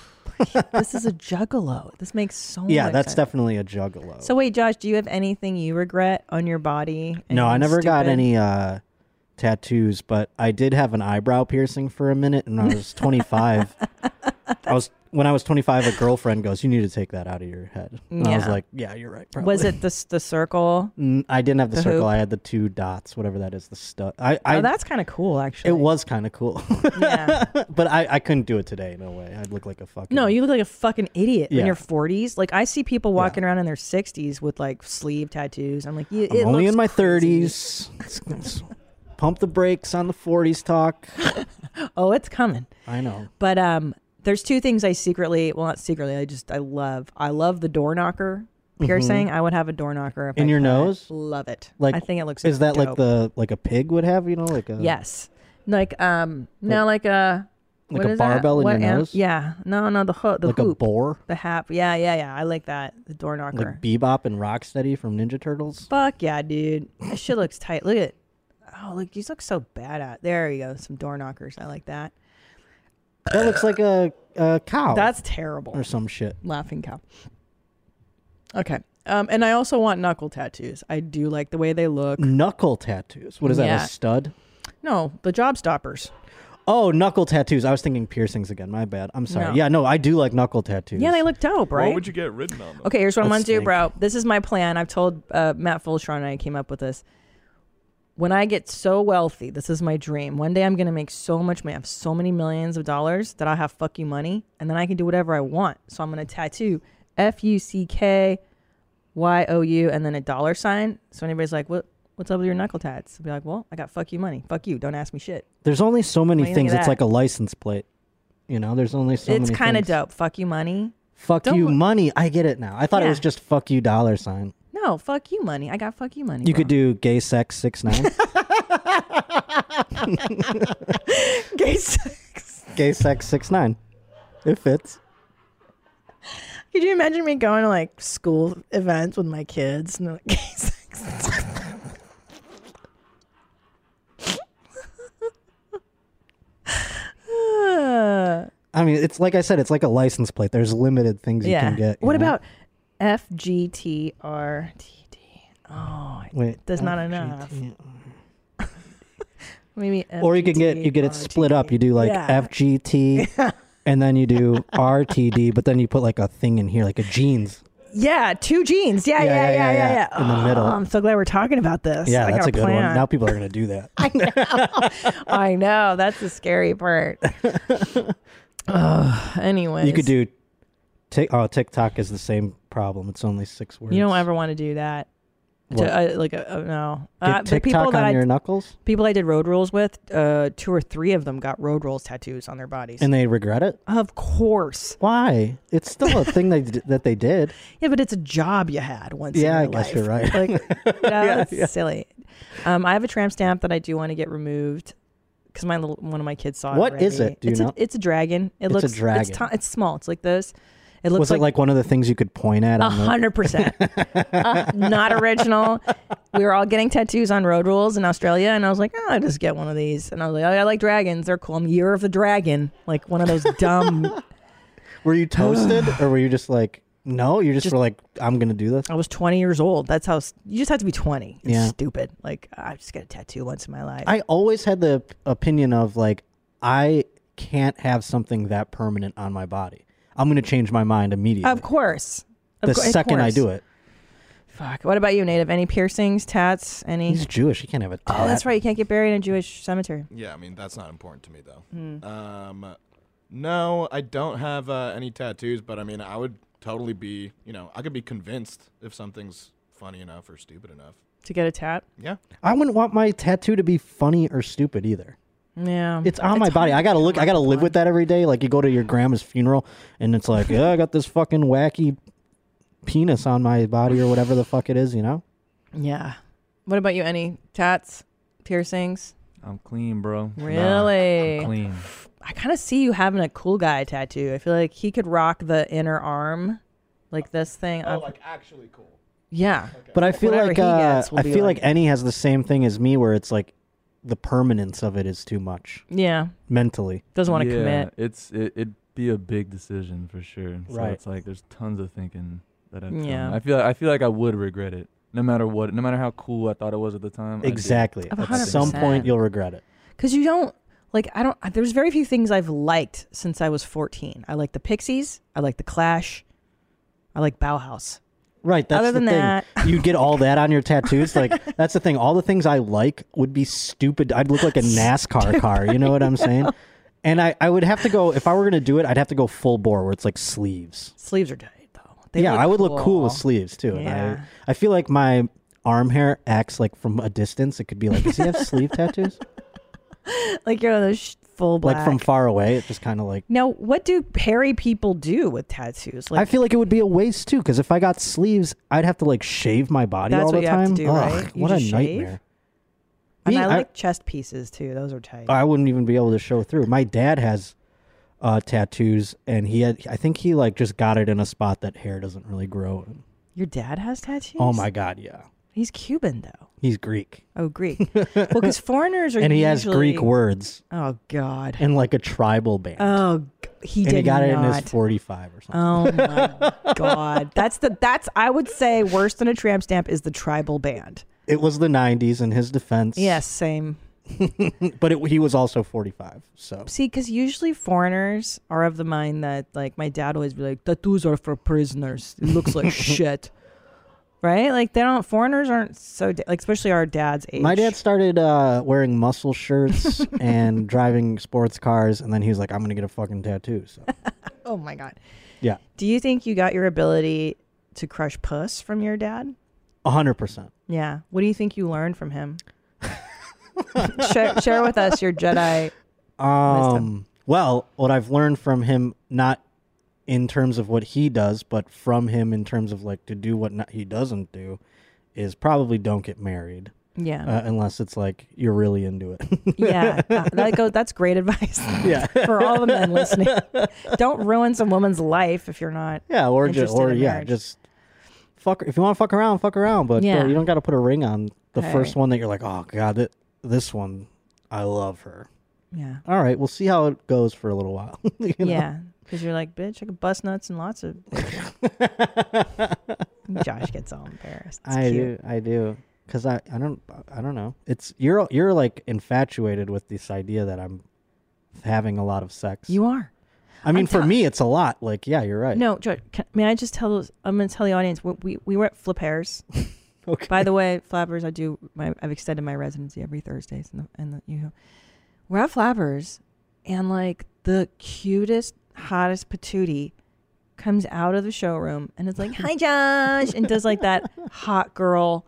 this is a juggalo. This makes so
yeah,
much
that's
sense.
definitely a juggalo.
So wait, Josh, do you have anything you regret on your body?
No, I
Anything
never got
stupid?
any uh, tattoos, but I did have an eyebrow piercing for a minute, and I was 25. I was when I was 25, a girlfriend goes, "You need to take that out of your head." And I was like, "Yeah, you're right." Probably.
Was it the s- the circle?
Mm, I didn't have the, circle.
hoop?
I had the two dots, whatever that is. The stuff. I, I
oh, that's kind of cool, actually.
It was kind of cool. but I, I couldn't do it today. No way. I'd look like a fucking.
No, you look like a fucking idiot in
Yeah.
your 40s. Like I see people walking around in their 60s with like sleeve tattoos. I'm like, yeah,
I'm
it
only
looks
in my 30s. Let's- let's Pump the brakes on the 40s talk.
oh, it's coming.
I know.
But um, there's two things I secretly, well, not secretly, I just I love. I love the door knocker piercing.
Mhm.
I would have a door knocker if
In
I
your
could.
nose?
Love it.
Like
I think it looks.
Is that like
dope.
the like a pig would have? You know, like a
Yes. Like um, no, like a
Like
what
a
is that?
barbell in
What
your
am-
nose?
Yeah. No, no, the hook, the
like a
hoop,
boar,
the hap. Yeah, yeah, yeah. I like that. The door knocker.
like Bebop and Rocksteady from Ninja Turtles.
Fuck yeah, dude. That shit looks tight. Look at Oh, look, you look so bad at. There you go. Some door knockers. I like that.
That looks like a, a cow.
That's terrible.
Or some shit.
Laughing cow. Okay. Um, and I also want knuckle tattoos. I do like the way they look.
Mm. Knuckle tattoos. What is that?
Yeah.
A stud?
No, the job stoppers.
Oh, knuckle tattoos. I was thinking piercings again. My bad. I'm sorry.
No.
Yeah, no, I do like knuckle tattoos.
Yeah, they look dope, right?
What would you get written on them?
Okay, here's what I'm gonna
Let's
do,
think.
bro. This is my plan. I've told uh, Matt Fulshron and I came up with this. When I get so wealthy, this is my dream. One day I'm gonna make so much money, I have so many millions of dollars that I'll have fuck you money, and then I can do whatever I want. So I'm gonna tattoo F U C K Y O U and then a dollar sign. So anybody's like, "What? What's up with your knuckle tats?" I'll be like, "Well, I got fuck you money. Fuck you. Don't ask me shit."
There's only so many
Well, you
things.
look at
It's
that.
like a license plate. You know, there's only so
it's
many
kind of
things.
dope. Fuck you money.
Fuck
Don't
you
look-
money. I get it now. I thought it
Yeah.
was just fuck you dollar sign.
No, fuck you money. I got fuck you money.
You
bro.
could do gay sex six nine.
gay sex.
gay sex six nine. It fits.
Could you imagine me going to like school events with my kids and they're like, gay sex? Uh,
I mean, it's like I said, it's like a license plate. There's limited things you
yeah.
can get. you
what
know?
about F G T R T D? Oh,
Wait,
there's not enough. Maybe
Or you can get you get it split up. You do like
Yeah.
FGT, and then you do RTD, but then you put like a thing in here, like a jeans.
Yeah, two jeans. Yeah, yeah, yeah, yeah, yeah.
in the middle.
Oh, I'm so glad we're talking about this.
yeah,
I
that's
got
a good
plan.
one. Now people are gonna do that.
I know. That's the scary part. Ugh, anyways.
You could do. Tik oh, TikTok is the same problem. It's only six words.
You don't ever want to do that. To,
What?
uh, like, uh, uh, no.
Get
Uh, the people
TikTok
that
on
I,
your knuckles?
People I did road rolls with, uh, two or three of them got road rolls tattoos on their bodies.
and they regret it.
of course.
Why? It's still a thing they d- that they did.
Yeah, but it's a job you had once.
Yeah, I
in your
guess
life.
you're right.
Like, you know,
Yeah,
that's
yeah.
silly. Um, I have a tramp stamp that I do want to get removed because my little one of my kids saw it.
What is
already.
it? Do you
it's
know?
A, it's a dragon. It
It's a
looks
dragon.
It's, ti- it's small. It's like this. It looks
Was it like one of the things you could point at?
A
on the-
hundred percent. Uh, Not original. We were all getting tattoos on road rules in Australia, and I was like, oh, I just get one of these. And I was like, oh, I like dragons. They're cool. I'm Year of the Dragon, like one of those dumb.
Were you toasted, or were you just like, no? You just,
Just-
were like, I'm gonna do this.
I was 20 years old. That's how s- you just have to be 20. It's
Yeah.
stupid. Like I just got a tattoo once in my life.
I always had the p- opinion of like, I can't have something that permanent on my body. I'm gonna change my mind immediately.
of course. Of
the
cour- of
second I
course.
do it,
Fuck. What about you, Native? Any piercings, tats, any?
he's Jewish. He can't have a tat.
Oh, that's right. You can't get buried in a Jewish cemetery.
Yeah, I mean that's not important to me though.
Hmm.
Um, no, I don't have uh, any tattoos, but I mean I would totally be, you know, I could be convinced if something's funny enough or stupid enough.
To get a tat?
Yeah.
I wouldn't want my tattoo to be funny or stupid either.
Yeah.
It's on my body. I gotta look. I gotta live with that every day. Like you go to your grandma's funeral, and it's like, yeah, I got this fucking wacky penis on my body or whatever the fuck it is. You know?
Yeah. What about you? Any tats, piercings?
I'm clean, bro. Nah,
Really?
I'm clean.
I kind of see you having a cool guy tattoo. I feel like he could rock the inner arm, like this thing. Oh, like
actually cool.
Yeah.
But I feel
Whatever
like
he
uh,
gets will
I
be
feel like Annie has the same thing as me, where it's like the permanence of it is too much
yeah,
mentally.
doesn't want to
Yeah,
commit.
It's it, it be a big decision for sure. So
Right.
it's like there's tons of thinking that I've done.
Yeah.
I feel I feel like I would regret it. No matter what, no matter how cool I thought it was at the time. I do.
Exactly. At some point, you'll regret it.
Because you don't like I don't. There's very few things I've liked since I was 14. I like the Pixies. I like the Clash. I like Bauhaus.
Right. That's
Other than
the thing.
that,
you get all that on your tattoos. Like that's the thing. All the things I like would be stupid. I'd look like a NASCAR car. You know what I'm saying? And I, I would have to go if I were gonna do it. I'd have to go full bore where it's like sleeves.
sleeves are tight though. They
yeah,
look
I would look cool with
cool.
sleeves too. and
Yeah.
I, I feel like my arm hair acts like from a distance. It could be like, does he have sleeve tattoos?
like you're those sh- full black.
Like from far away, it just kind of like.
now, what do hairy people do with tattoos? Like
I feel like it would be a waste too, because if I got sleeves, I'd have to like shave my body
That's
all the
what you have
time.
to do,
Ugh,
right? You
What a
just shave?
nightmare.
and
Me-
I
I-
like chest pieces too. Those are tight.
I wouldn't even be able to show through. My dad has uh, tattoos, and he had. I think he like just got it in a spot that hair doesn't really grow. in.
Your dad has tattoos.
Oh my god, yeah,
He's Cuban though.
he's Greek,
Oh, Greek. well, because foreigners are
and he has Greek
usually-
words.
Oh God,
and like a tribal band.
Oh, g- he
and
did
he got it in his
not.
forty-five or something.
Oh my god, that's the that's I would say worse than a tramp stamp is the tribal band.
It was the '90s in his defense.
Yes, same.
but it, he was also forty-five. So
See, because usually foreigners are of the mind that like my dad always be like tattoos are for prisoners. It looks like shit, right? Like they don't foreigners aren't so da- like especially our dad's age.
My dad started uh, wearing muscle shirts and driving sports cars, and then he was like, "I'm gonna get a fucking tattoo." So,
Oh my god,
yeah,
do you think you got your ability to crush puss from your dad?
hundred percent.
Yeah. What do you think you learned from him? share, share with us your Jedi.
Um, well, what I've learned from him, not in terms of what he does, but from him in terms of like to do what not, he doesn't do, is probably don't get married.
Yeah.
uh, unless it's like you're really into it.
Yeah, uh, that go, that's great advice.
Yeah.
for all the men listening, don't ruin some woman's life if you're not.
yeah, or just
interested
or
in
yeah,
marriage.
just fuck. If you want to fuck around, fuck around, but uh,
Yeah.
you don't got to put a ring on the
All
first
right.
one that you're like, oh god, th- this one, I love her.
yeah,
All right, we'll see how it goes for a little while. you know?
yeah, because you're like, bitch, I could bust nuts and lots of. Josh gets all embarrassed. It's
I
cute.
do, I do, because I, I don't, I don't know. It's you're, you're like infatuated with this idea that I'm having a lot of sex. You
are.
I mean, for me, it's a lot. Like, yeah, you're right.
No, Josh, can, may I just tell? those- I'm going to tell the audience we we, we were at Flippers.
okay.
By the way, Flappers, I do. My, I've extended my residency every Thursdays in the in the you. know. We're at Flappers, and like the cutest, hottest patootie comes out of the showroom and is like, "Hi, Josh," and does like that hot girl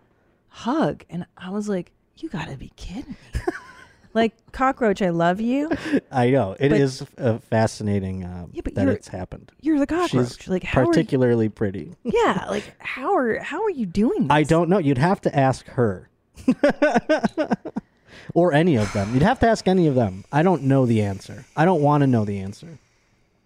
hug, and I was like, "You gotta be kidding me!" like cockroach, I love you.
I know it
But-
is uh, fascinating uh,
but
that
you're-
it's happened.
you're the cockroach.
She's
Like, how are you-
particularly pretty.
Yeah, like how are how are you doing?
I don't know. You'd have to ask her. or any of them. You'd have to ask any of them. I don't know the answer. I don't want to know the answer.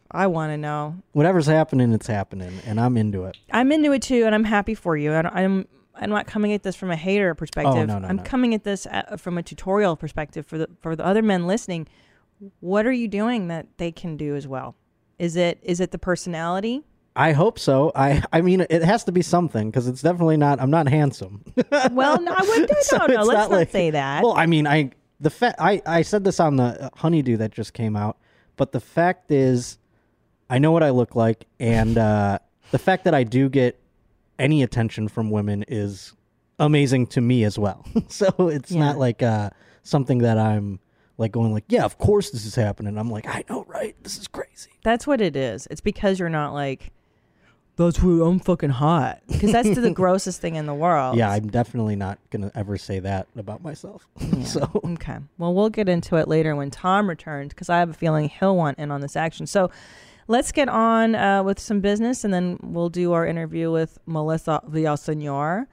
I want to know.
Whatever's happening, it's happening, and I'm into it.
I'm into it too, and I'm happy for you. And I'm I'm not coming at this from a hater perspective.
Oh, no, no,
I'm
no.
coming at this uh from a tutorial perspective for the for the other men listening. What are you doing that they can do as well? Is it is it the personality?
I hope so. I I mean, it has to be something because it's definitely not. I'm not handsome.
well, no, I wouldn't. No,
So
no,
it's
no, let's not,
like-
say that.
Well, I mean, I the fa- I I said this on the uh, honeydew that just came out, but the fact is, I know what I look like, and uh, the fact that I do get any attention from women is amazing to me as well. so it's not like uh, something that I'm like going like, yeah, of course this is happening. I'm like, I know, right? This is crazy.
That's what it is. It's because you're not like. That's who I'm fucking hot. Because that's the grossest thing in the world.
Yeah, I'm definitely not gonna ever say that about myself. so
okay. Well, we'll get into it later when Tom returns because I have a feeling he'll want in on this action. So let's get on uh, with some business and then we'll do our interview with Melissa Villasenor.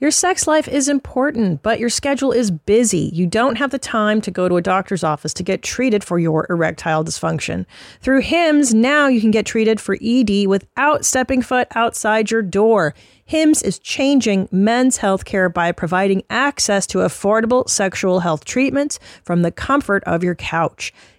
Your sex life is important, but your schedule is busy. You don't have the time to go to a doctor's office to get treated for your erectile dysfunction. E Through HIMS, now you can get treated for ED without stepping foot outside your door. HIMSS is changing men's health care by providing access to affordable sexual health treatments from the comfort of your couch.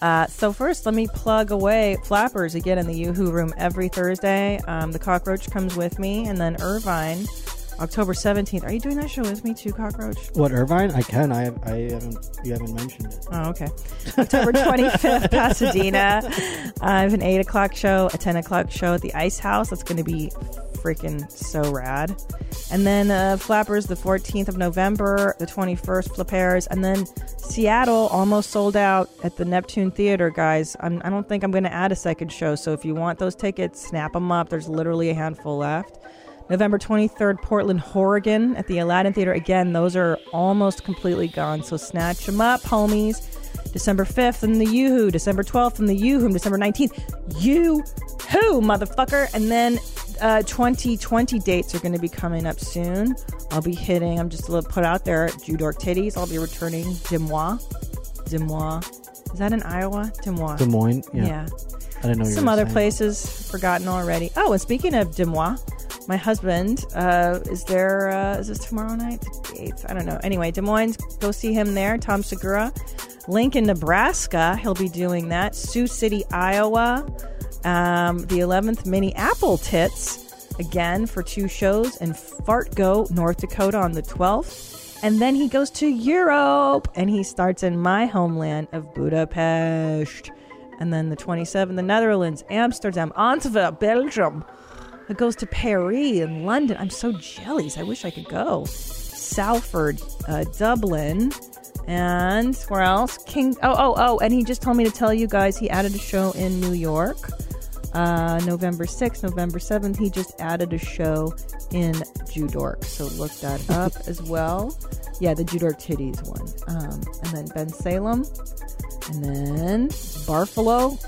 Uh, so first, let me plug away Flappers again in the YooHoo room every Thursday. Um, the Cockroach comes with me, and then Irvine, October seventeenth. Are you doing that show with me too, Cockroach?
What Irvine? I can. I I haven't. You haven't mentioned it.
Oh, okay. October twenty fifth, Pasadena. I have an eight o'clock show, a ten o'clock show at the Ice House. That's going to be freaking so rad. And then uh, Flappers the 14th of November, the 21st Flappers, and then Seattle almost sold out at the Neptune Theater, guys. I'm, I don't think I'm going to add a second show, so if you want those tickets, snap them up. There's literally a handful left. November 23rd, Portland, Oregon, at the Aladdin Theater. Again, those are almost completely gone, so snatch them up, homies. December 5th in the Yoo-Hoo, December 12th in the Yoo-Hoo, December 19th, Yoo-Hoo, motherfucker. And then uh, 2020 dates are going to be coming up soon. I'll be hitting, I'm just a little put out there, Judork Titties. I'll be returning Des Moines. Des Moines. Is that in Iowa? Des Moines.
Des Moines. Yeah. I didn't know. you
Some
were
other
saying.
places forgotten already. Oh, and speaking of Des Moines, my husband uh, is there. Uh, is this tomorrow night? The 8th? I don't know. Anyway, Des Moines, go see him there. Tom Segura. Lincoln, Nebraska, he'll be doing that. Sioux City, Iowa. Um, the 11th, Minneapolis Tits, again for two shows. And Fartgo, North Dakota on the 12th. And then he goes to Europe and he starts in my homeland of Budapest. And then the 27th, the Netherlands, Amsterdam, Antwerp, Belgium. It goes to Paris and London. I'm so jealous. I wish I could go. Salford, uh, Dublin, and where else? King. Oh, oh, oh. And he just told me to tell you guys he added a show in New York. Uh, November 6th, November 7th, he just added a show in Judork. So look that up as well. Yeah, the Judork Titties one. Um, and then Ben Salem. And then Barfalo,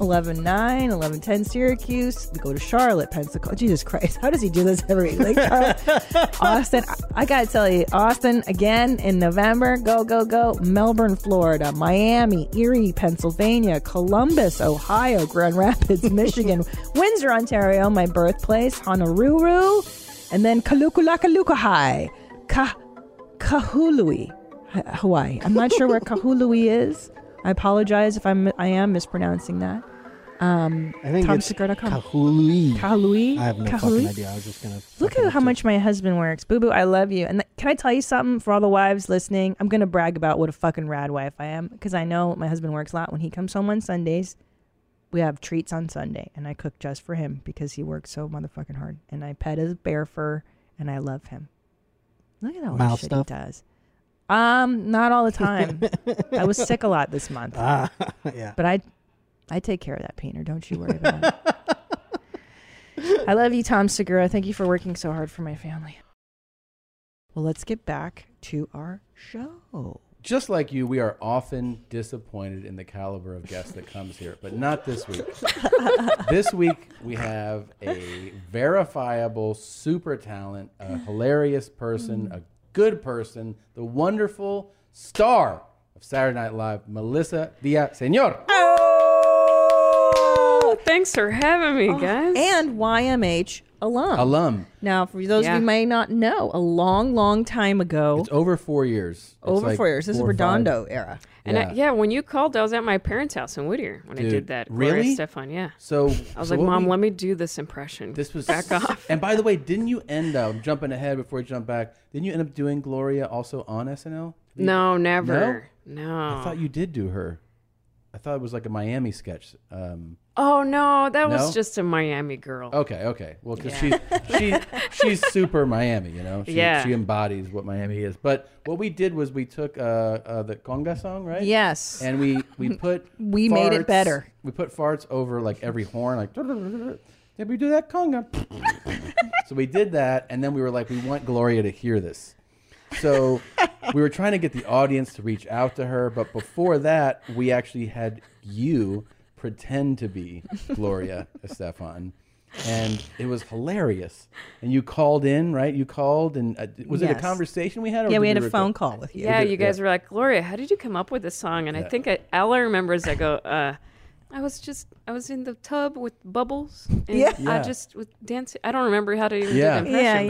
11 9, 11 10 Syracuse. We go to Charlotte, Pensacola. Jesus Christ, how does he do this every week? Like Charlotte, Austin. I, I got to tell you, Austin again in November. Go, go, go. Melbourne, Florida, Miami, Erie, Pennsylvania, Columbus, Ohio, Grand Rapids, Michigan, Windsor, Ontario, my birthplace, Honolulu, and then Kalukulakalukai, Ka- Kahului, H- Hawaii. I'm not sure where Kahului is. I apologize if I'm I am mispronouncing that. Um,
I think it's Kahului.
Kahului.
I have no
Kahului?
fucking idea. I was just gonna.
Look at how much my husband works. Boo boo, I love you. And th- can I tell you something for all the wives listening? I'm going to brag about what a fucking rad wife I am because I know my husband works a lot. When he comes home on Sundays, we have treats on Sunday and I cook just for him because he works so motherfucking hard. And I pet his bear fur and I love him. Look at all
Mouth
the shit
stuff?
he does. Um, not all the time. I was sick a lot this month.
Ah, yeah.
But I I take care of that painter. Don't you worry about it. I love you, Tom Segura. Thank you for working so hard for my family. Well, let's get back to our show.
Just like you, we are often disappointed in the caliber of guest that comes here, but not this week. this week, we have a verifiable super talent, a hilarious person, a good person, the wonderful star of
Saturday Night Live, Melissa Villaseñor.
Thanks for having me, guys.
And YMH alum.
Alum.
Now, for those
Yeah.
of you who may not know, a long, long time ago. It's
over four years. It's
over
like
four years. This
four or
is Redondo
five.
era.
And yeah. I, yeah, when you called, I was at my parents' house in Whittier when I
Dude,
did that.
really?
Gloria Stefan, yeah.
So
I was
so
like,
what
Mom,
we-
let me do this impression.
This was
back off.
And by the way, didn't you end up jumping ahead before you jump back? Didn't you end up doing Gloria also on SNL?
No, never.
No?
No.
I thought you did do her. I thought it was like a Miami sketch. Um,
Oh no, that
No?
was just a Miami girl.
okay, okay. Well, because she's she she's super Miami, you know. She,
Yeah.
She embodies what Miami is. But what we did was we took uh, uh, the conga song, right?
Yes.
And we we put
We made it
farts-
better.
We put farts over like every horn, like. Did we do that conga? so we did that, and then we were like, we want Gloria to hear this. So we were trying to get the audience to reach out to her, but before that, we actually had you pretend to be Gloria Estefan. And it was hilarious. And you called in, right? You called, and uh, was it a
Yes.
conversation we had? Or
Yeah,
did
we had a
record-
phone call with you.
Yeah, you guys were like, Gloria, how did you come up with this song? And I
Yeah.
think I, all I remember is I go, uh, I was just, I was in the tub with bubbles. And
Yeah.
I
Yeah.
just was dancing. I don't remember how to even
yeah.
do the impression.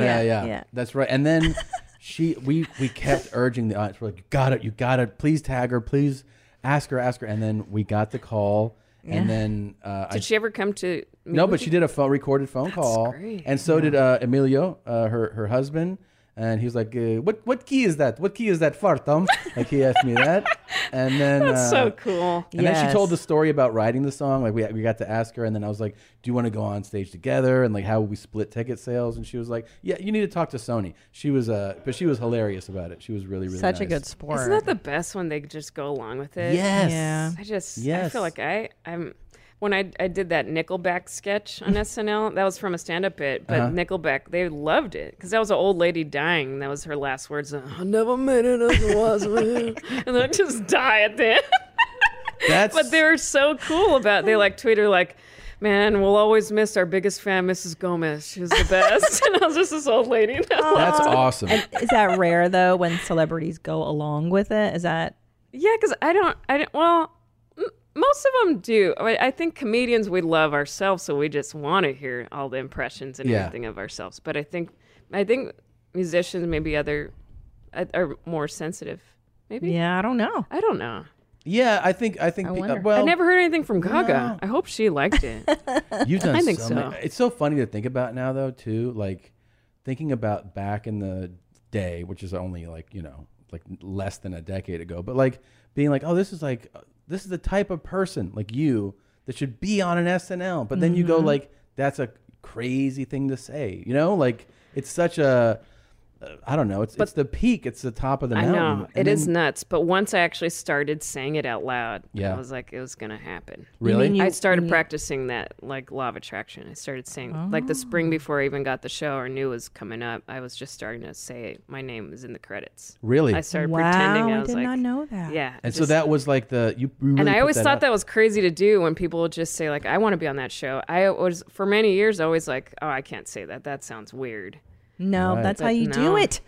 yeah, That's right. And then she, we, we kept urging the audience. We're like, you got it, you got it. Please tag her. Please ask her, ask her. And then we got the call.
Yeah.
And then uh,
Did
I,
she ever come to meet
no,
with
but she
you?
did a phone, recorded phone call,
great.
and so did uh, Emilio, uh, her her husband, and he was like, uh, "What what key is that? What key is that fart, Tom?" Like he asked me that, and then
That's so
uh,
cool.
And then she told the story about writing the song. Like we we got to ask her, and then I was like, "Do you want to go on stage together?" And like how we split ticket sales, and she was like, "Yeah, you need to talk to Sony." She was uh, but she was hilarious about it. She was really really nice.
Isn't that the best when they just go along with it?
Yes. Yeah.
I just I
Yes.
feel like I I'm when I, I did that Nickelback sketch on SNL, that was from a stand-up bit, but
Uh-huh.
Nickelback they loved it because that was an old lady dying. and That was her last words. uh, I never meant it as it was, man," and then just die at the end.
That's-
But they were so cool about. They like Twitter like. Man, we'll always miss our biggest fan, Mrs. Gomez. She was the best. and I was just this old lady.
That's awesome.
And is that rare though when celebrities go along with it? Is that
Yeah, because I don't, I don't. Well, m- most of them do. I, I think comedians we love ourselves, so we just want to hear all the impressions and
Yeah.
everything of ourselves. But I think, I think musicians maybe other I- are more sensitive. Maybe.
Yeah, I don't know.
I don't know.
Yeah, I think I think pe- uh, well,
I never heard anything from Gaga. I hope she liked it.
You've done
I think
so,
so.
many- It's so funny to think about now, though, too. Like thinking about back in the day, which is only like you know, like less than a decade ago. But like being like, oh, this is like uh, this is the type of person like you that should be on an SNL. But then you go
Mm-hmm.
Mhm.
like, that's a crazy thing to say. You know, like it's such a uh, I don't know. It's it's the peak. It's the top of the
I
mountain.
know it is
And then-
nuts, but once I actually started saying it out loud,
Yeah.
I was like, it was gonna happen.
You Really? mean you-
I started
you-
practicing that like law of attraction. I started saying like the
Oh.
spring before I even got the show or knew it was coming up. I was just starting to say my name is in the credits.
Really?
I started
Wow,
pretending.
I
was
did
like,
not know that.
Yeah,
And so
just-
that was like the you. you Really
and I
put
always
that
thought
out.
that was crazy to do when people would just say like, "I want to be on that show." I was for many years always like, "Oh, I can't say that. That sounds weird."
no?
Right.
That's how
But
you
no.
do it.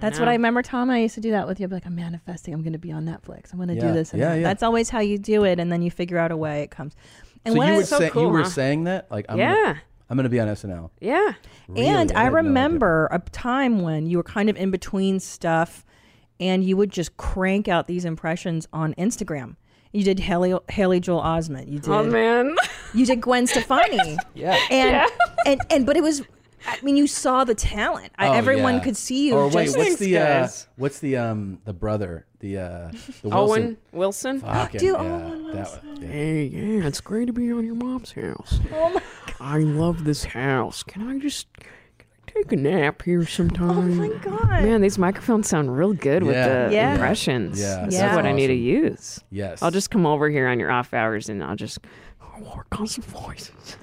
That's what
No.
I remember, Tom. I used to do that with you. I'd be like, I'm manifesting. I'm going to be on Netflix. I'm going to
Yeah,
do this. And
yeah,
that.
yeah.
That's always how you do it, and then you figure out a way it comes. And
so
what
you
I-
were say- you were saying that like I'm
Yeah.
gonna, I'm gonna be on SNL.
Yeah.
Really?
and
I
I
had no idea.
remember a time when you were kind of in between stuff and you would just crank out these impressions on Instagram. You did Haley, Haley Joel Osment. You did
Oh, man.
You did Gwen Stefani.
yeah.
And,
Yeah.
and and but it was I mean you saw the talent. I,
Oh,
everyone
yeah.
could see you.
Or wait,
just-
what's the uh, what's the um the brother the uh the
Owen
Wilson?
Wilson.
Fucking,
Dude,
yeah,
Owen
that one, yeah.
Hey, yeah, it's great to be on your mom's house.
Oh my
god. I love this house. Can I just can I take a nap here sometime? Oh my
Um,
god.
Man, these microphones sound real good
Yeah.
with the
Yeah.
impressions.
Yeah,
This
that's
is what I need to
awesome.
use.
Yes.
I'll just come over here on your off hours and I'll just.
work on some voices.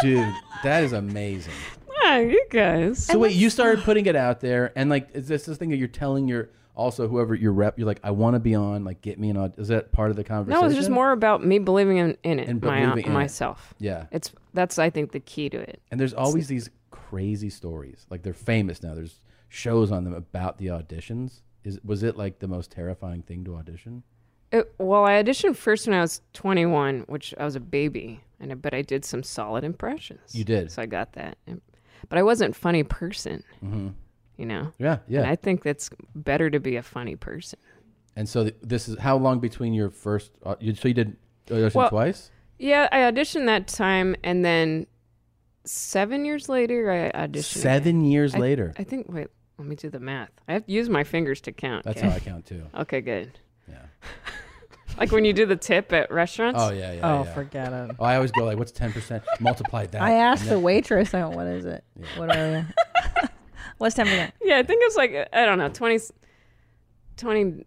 dude, that is amazing.
Ah, you guys.
So wait, you started putting it out there, and like, is this this thing that you're telling your also whoever your rep? You're like, I want to be on. Like, get me an. aud- Is that part of the conversation?
No, it's just more about me believing in, in it,
And
my,
believing in it.
myself.
Yeah.
It's that's I think the key to it.
And there's always these crazy stories. Like they're famous now. There's shows on them about the auditions. Is was it like the most terrifying thing to audition?
It, Uh, well, I auditioned first when I was 21, which I was a baby, and I, but I did some solid impressions.
You did.
so I got that. And- But I wasn't a funny person, you know.
Mm-hmm. Yeah, yeah.
And I think that's better to be a funny person.
And so th- this is how long between your first? Uh, you, so you did audition
Well-
twice.
Yeah, I auditioned that time, and then seven years later, I auditioned.
Seven
again.
years
I-
later.
I think. Wait, let me do the math. I have to use my fingers to count.
That's
okay?
how I count, too.
Okay, good. Yeah. like when you do the tip at restaurants.
Oh yeah, yeah. yeah. Oh, I always go like, what's ten percent? Multiply that.
I asked
and
the
that-
waitress, I went, what is it? What are you? What's 10%?
Yeah, I think it was like uh, I don't know, 20, 20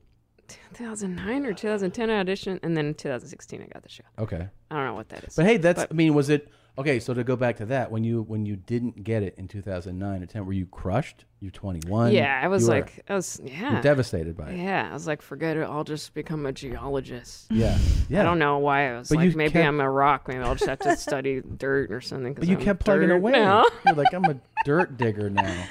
2009 or 2010 I auditioned, and then in 2016 I got the show.
Okay.
I don't know what that is.
But hey, that's. I mean, was it okay? So to go back to that, when you when you didn't get it in two thousand nine or ten, were you crushed? You're twenty one.
yeah, I was like, I was yeah,
You're devastated by it.
Yeah, I was like, forget it. I'll just become a geologist.
Yeah, yeah.
I don't know why I was
But you
like, maybe
kept-
I'm a rock. Maybe I'll just have to study dirt or something. 'cause
But you
I'm
kept plugging
dirt
away.
now.
You're like, I'm a dirt digger now.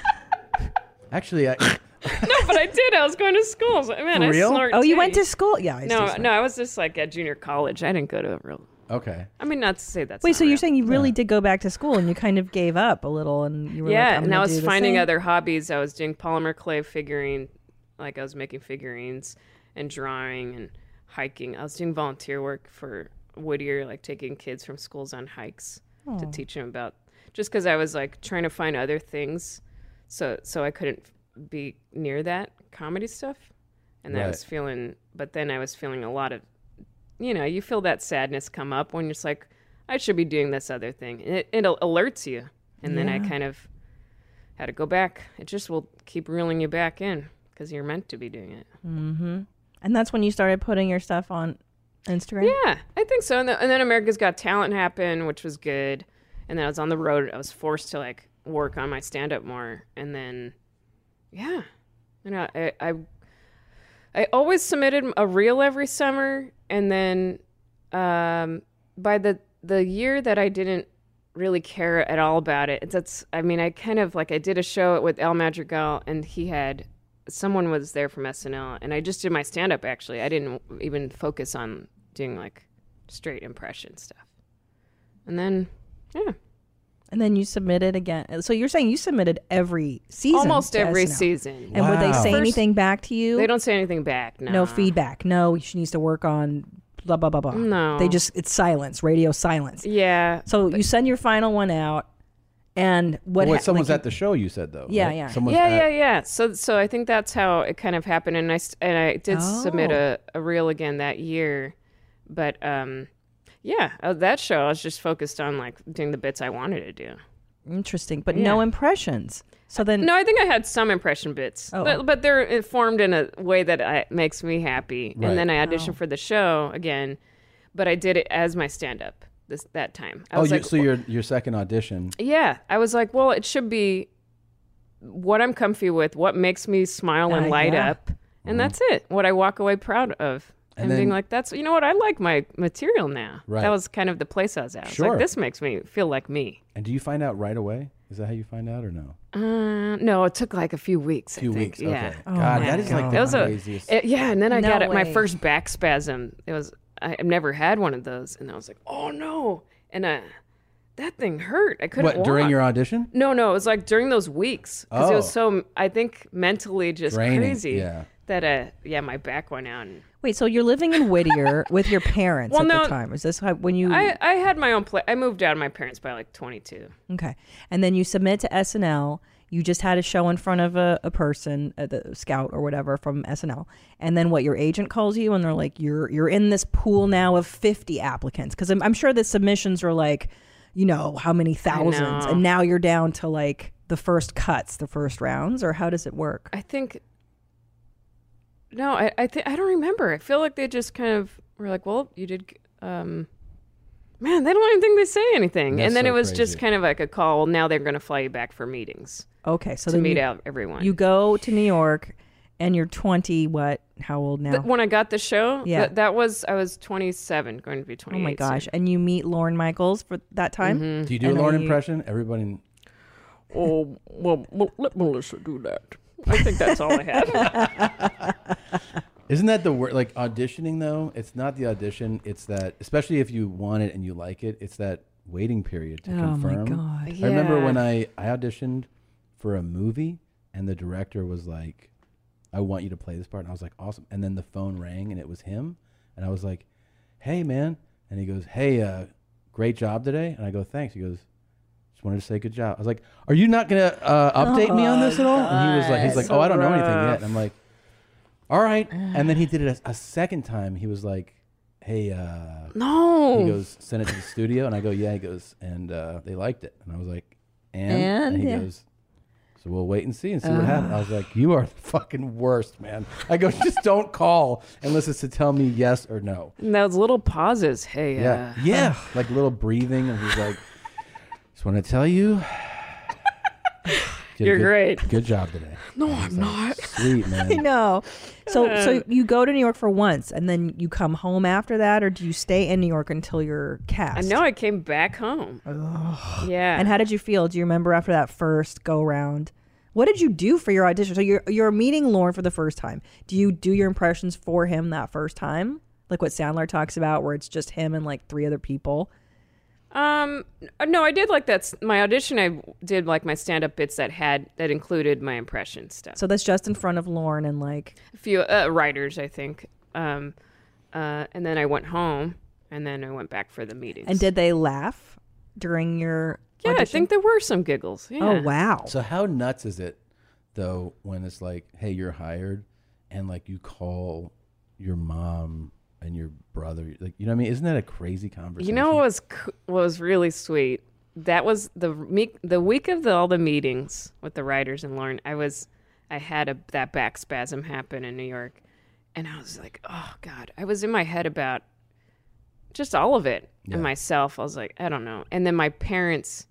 Actually, I.
no, but I did. I was going to school. So, man,
For real?
I snort.
Oh, you went
too.
to school? Yeah. I used to
No,
snort.
no, I was just like at junior college. I didn't go to a real.
Okay.
I mean, not to say that's
Wait,
not
so you're saying you
real.
really did go back to school and you kind of gave up a little and you were
yeah,
like, I'm
and I
gonna
was
do this
finding
thing?
other hobbies. I was doing polymer clay figuring, like I was making figurines and drawing and hiking. I was doing volunteer work for Whittier, like taking kids from schools on hikes to
Aw.
teach them about. Just because I was like trying to find other things, so so I couldn't be near that comedy stuff, and I
Right.
was feeling. But then I was feeling a lot of, you know, you feel that sadness come up when you're just like, I should be doing this other thing. And it, it alerts you, and then I
Yeah.
kind of had to go back. It just will keep reeling you back in because you're meant to be doing it.
Mm-hmm. And that's when you started putting your stuff on Instagram?
Yeah, I think so. And, the, and then America's Got Talent happened, which was good. And then I was on the road. I was forced to like work on my stand up more. And then, yeah, you know, I, I I always submitted a reel every summer, and then um, by the the year that I didn't really care at all about it, that's I mean, I kind of like I did a show with El Madrigal, and he had someone was there from SNL, and I just did my stand up. Actually, I didn't even focus on doing like straight impression stuff, and then yeah,
And then you submitted again. So you're saying you submitted every season?
almost
to
every
SNL.
season.
And would they say
First-
anything back to you?
They don't say anything back. No,
No feedback. No, she needs to work on blah blah blah blah.
No.
they just it's silence, radio silence.
Yeah.
So you send your final one out, and what?
well,
hap-
someone's
like,
at the show. You said though.
Yeah,
right?
yeah.
Someone's
yeah,
at,
yeah, yeah. So, so I think that's how it kind of happened, and I s- and I did submit a, a reel again that year, but um, yeah, uh, that show I was just focused on like doing the bits I wanted to do.
Interesting, but no
Yeah.
impressions. So then,
No, I think I had some impression bits,
Mm. Oh.
but, but they're informed in a way that I, makes me happy.
Right.
And then I auditioned
Oh.
for the show again, but I did it as my stand up this that time. I
Oh,
was
you,
like,
so your your second audition.
Yeah, I was like, well, it should be what I'm comfy with, what makes me smile and
Uh,
light
yeah.
up, and
Mm-hmm.
that's it. What I walk away proud of,
And
and,
then-
being like, that's you know what I like my material now.
Right.
That was kind of the place I was at. I was
Sure.
like, this makes me feel like me.
And do you find out right away? Is that how you find out or no?
Uh, no, it took like a few weeks. I
Few
think.
weeks, okay.
Yeah.
Oh God, my that is, like, God. the
That was a-
craziest-
it- yeah, and then I
No
got it. My
way.
first back spasm. It was I- I've never had one of those, and I was like, oh no, and uh, that thing hurt. I couldn't.
What during
walk.
your audition?
No, no, it was like during those weeks because it
Oh.
was so I think mentally just
Draining,
crazy
yeah.
that uh yeah my back went out. And
wait, so you're living in Whittier with your parents
Well,
at
no,
the time. Is this how, when you?
I I had my own place. I moved out of my parents by like 22.
Okay. And then you submit to SNL. You just had a show in front of a, a person, uh, the scout or whatever from SNL. And then what your agent calls you and they're like, you're you're in this pool now of 50 applicants. Because I'm, I'm sure the submissions are like, you know, how many thousands.
know.
And now you're down to like the first cuts, the first rounds. Or how does it work?
I think no, I I think I don't remember. I feel like they just kind of were like, well, you did. g- Um, man, they don't even think they say anything.
That's
and then
so
it was
crazy.
just kind of like a call. Well, now they're going to fly you back for meetings.
Okay. So
to
then
meet
you,
out everyone.
You go to New York and you're 20, what? How old now?
Th- when I got the show,
Yeah.
that- that was I was 27, going to be 28.
oh my
soon.
gosh. And you meet Lauren Michaels for that time?
Mm-hmm.
Do you do
And
a
are
Lauren
you-
impression? Everybody.
Oh, well, well, let Melissa do that. I think that's all I have.
Isn't that the word? Like auditioning, though, it's not the audition. It's that, especially if you want it and you like it, it's that waiting period to
Oh, my
confirm.
God.
I remember
Yeah.
when I I auditioned for a movie and the director was like, "I want you to play this part," and I was like, "Awesome!" And then the phone rang and it was him, and I was like, "Hey, man!" And he goes, "Hey, uh, great job today," and I go, "Thanks." He goes. Just wanted to say good job. I was like, "Are you not gonna uh, update me on
Oh,
this at all?" And he was like, "He's
God.
like,
So
oh, I don't know anything yet."
rough.
And I'm like, all right. And then he did it a, a second time. He was like, hey, uh,
Oh.
No.
He goes, send it to the studio. And I go, yeah. He goes, and uh, they liked it. And I was like, and?
And,
he
yeah. Uh.
goes, so we'll wait and see and see what
Ugh.
happens. I was like, you are the fucking worst, man. I go, just don't call unless it's to tell me yes or no.
And those little pauses. Hey,
Yeah.
uh,
Yeah. like little breathing. And he's like, just want to tell you. did a
You're
good-
great.
Good job today.
No, I'm not.
Sweet, man.
I know. So,
Uh.
so you go to New York for once, and then you come home after that, or do you stay in New York until you're
I
cast?
know I came back home. Yeah.
And how did you feel? Do you remember after that first go round? What did you do for your audition? So you're you're meeting Lauren for the first time. Do you do your impressions for him that first time, like what Sandler talks about, where it's just him and like three other people?
Um, no, I did like that. s- My audition, I did like my stand up bits that had, that included my impression stuff.
So that's just in front of Lauren and like
a few uh, writers, I think. Um, uh, and then I went home, and then I went back for the meetings.
And did they laugh during your?
Yeah, I
audition? Oh,
think there were some giggles. yeah.
So how nuts is it though when it's like, hey, you're hired and like you call your mom and your brother like you know what I mean? Isn't that a crazy conversation?
You know what was co- what was really sweet? That was the meek the week of the, all the meetings with the writers and Lauren. I was I had a that back spasm happen in New York, and I was like, oh god, I was in my head about just all of it
Yeah.
and myself. I was like, I don't know. And then my parents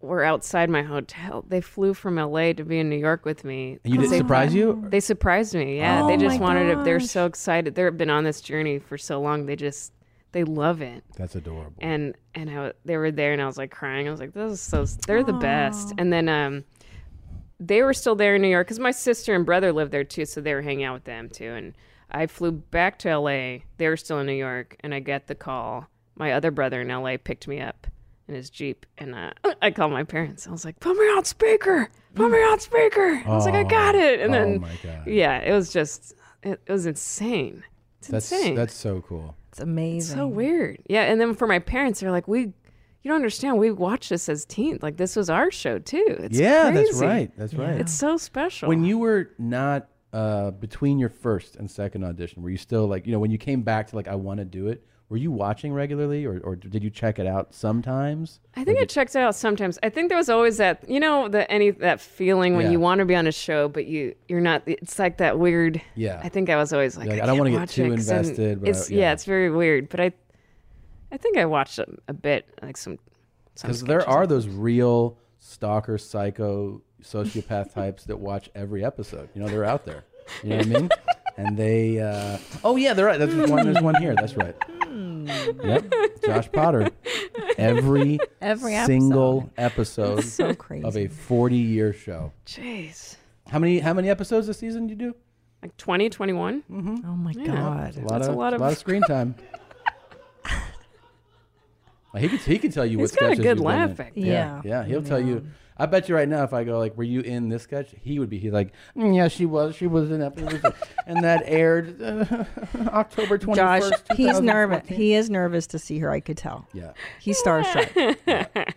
were outside my hotel. They flew from LA to be in New York with me.
And you didn't
They-
surprise you?
They surprised me. Yeah,
Oh
they just
my
wanted it. They're so excited. They've been on this journey for so long. They just they love it
That's adorable.
and and I, w- they were there and i was like crying i was like this is so they're the best and then um they were still there in new york because my sister and brother lived there too so they were hanging out with them too and i flew back to la they were still in new york and i get the call my other brother in la picked me up in his jeep and uh, i called my parents i was like put me on speaker put me on speaker i was like
Oh.
i got it and
Oh
then
my God.
yeah it was just it, it was insane it's
That's
insane
that's so cool.
It's amazing.
so weird. Yeah, and then for my parents, they're like, "We, you don't understand. We watched this as teens. Like this was our show too. It's
yeah, that's
crazy.
right. That's right.
It's so special.
When you were not uh between your first and second audition, were you still like, you know, when you came back to like I want to do it, were you watching regularly or, or did you check it out sometimes?
I think I checked it out sometimes. I think there was always that, you know, that any that feeling when
Yeah.
you want to be on a show, but you you're not. It's like that weird.
Yeah.
I think I was always like,
You're like,
I,
I don't
want
wanna
to
get too invested, but I-
it's
yeah.
yeah. it's very weird. But I, I think I watched a, a bit, like some. some
because there
sketches.
are those real stalker, psycho, sociopath types that watch every episode. You know, they're out there. You know what I mean? And they, uh, oh yeah, they're right. That's one. There's one here. That's right.
Hmm.
Yep, Josh Potter. Every
Every
single episode
It's so
of
crazy.
a 40 year show.
Jeez,
How many? How many episodes this season did you do?
like 20, 21? Mm-hmm.
Oh my
That's A lot, of, lot of screen time. Well, he could he can tell you
He's
what
got a
sketches
good
you've been
laugh
in.
back
Yeah,
there.
yeah, he'll tell you. I um, bet you right now, if I go like, "Were you in this sketch?" He would be. He's like, "Mm, "Yeah, she was. She was in episode, and that aired uh, October twenty
Josh,
first.
he's nervous. He is nervous to see her. I could tell.
Yeah.
he's starstruck.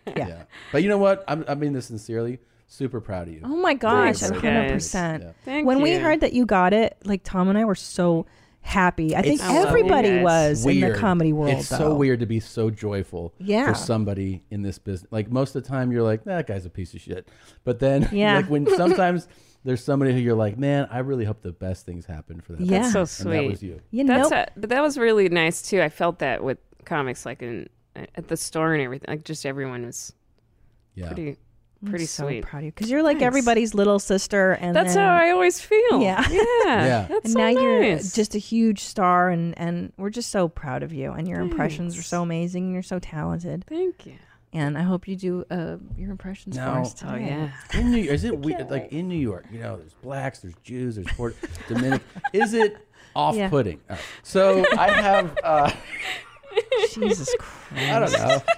Yeah. but you know what? I'm, I mean this sincerely. Super proud of you.
Oh my gosh,
Super
one
proud of you.
hundred percent.
Yeah.
When we
you.
heard that you got it, like Tom and I were so happy. I think
It's so
everybody
nice.
was in
Weird.
the comedy world.
It's
though.
so weird to be so joyful
Yeah.
for somebody in this business. Like most of the time, you're like, that guy's a piece of shit. But then,
Yeah.
like when sometimes there's somebody who you're like, man, I really hope the best things happen for them.
That's so
And
sweet.
that was you.
That's a- but that was really nice too. I felt that with comics, like in at the store and everything. Like just everyone was
Yeah.
pretty,
I'm
pretty
so
sweet.
proud of you because you're like
Thanks.
everybody's little sister, and
That's
then-
how I always feel.
Yeah,
yeah.
yeah.
That's
and
so
now you're
nice.
just a huge star, and and we're just so proud of you. And your impressions are
Thanks.
so amazing. And you're so talented.
Thank you.
and I hope you do uh, your impressions for
Now,
us today.
in New York, is it weird? Like in New York, you know, there's blacks, there's Jews, there's Puerto Dominican. Is it off-putting? All right. So I have. Uh,
Jesus
I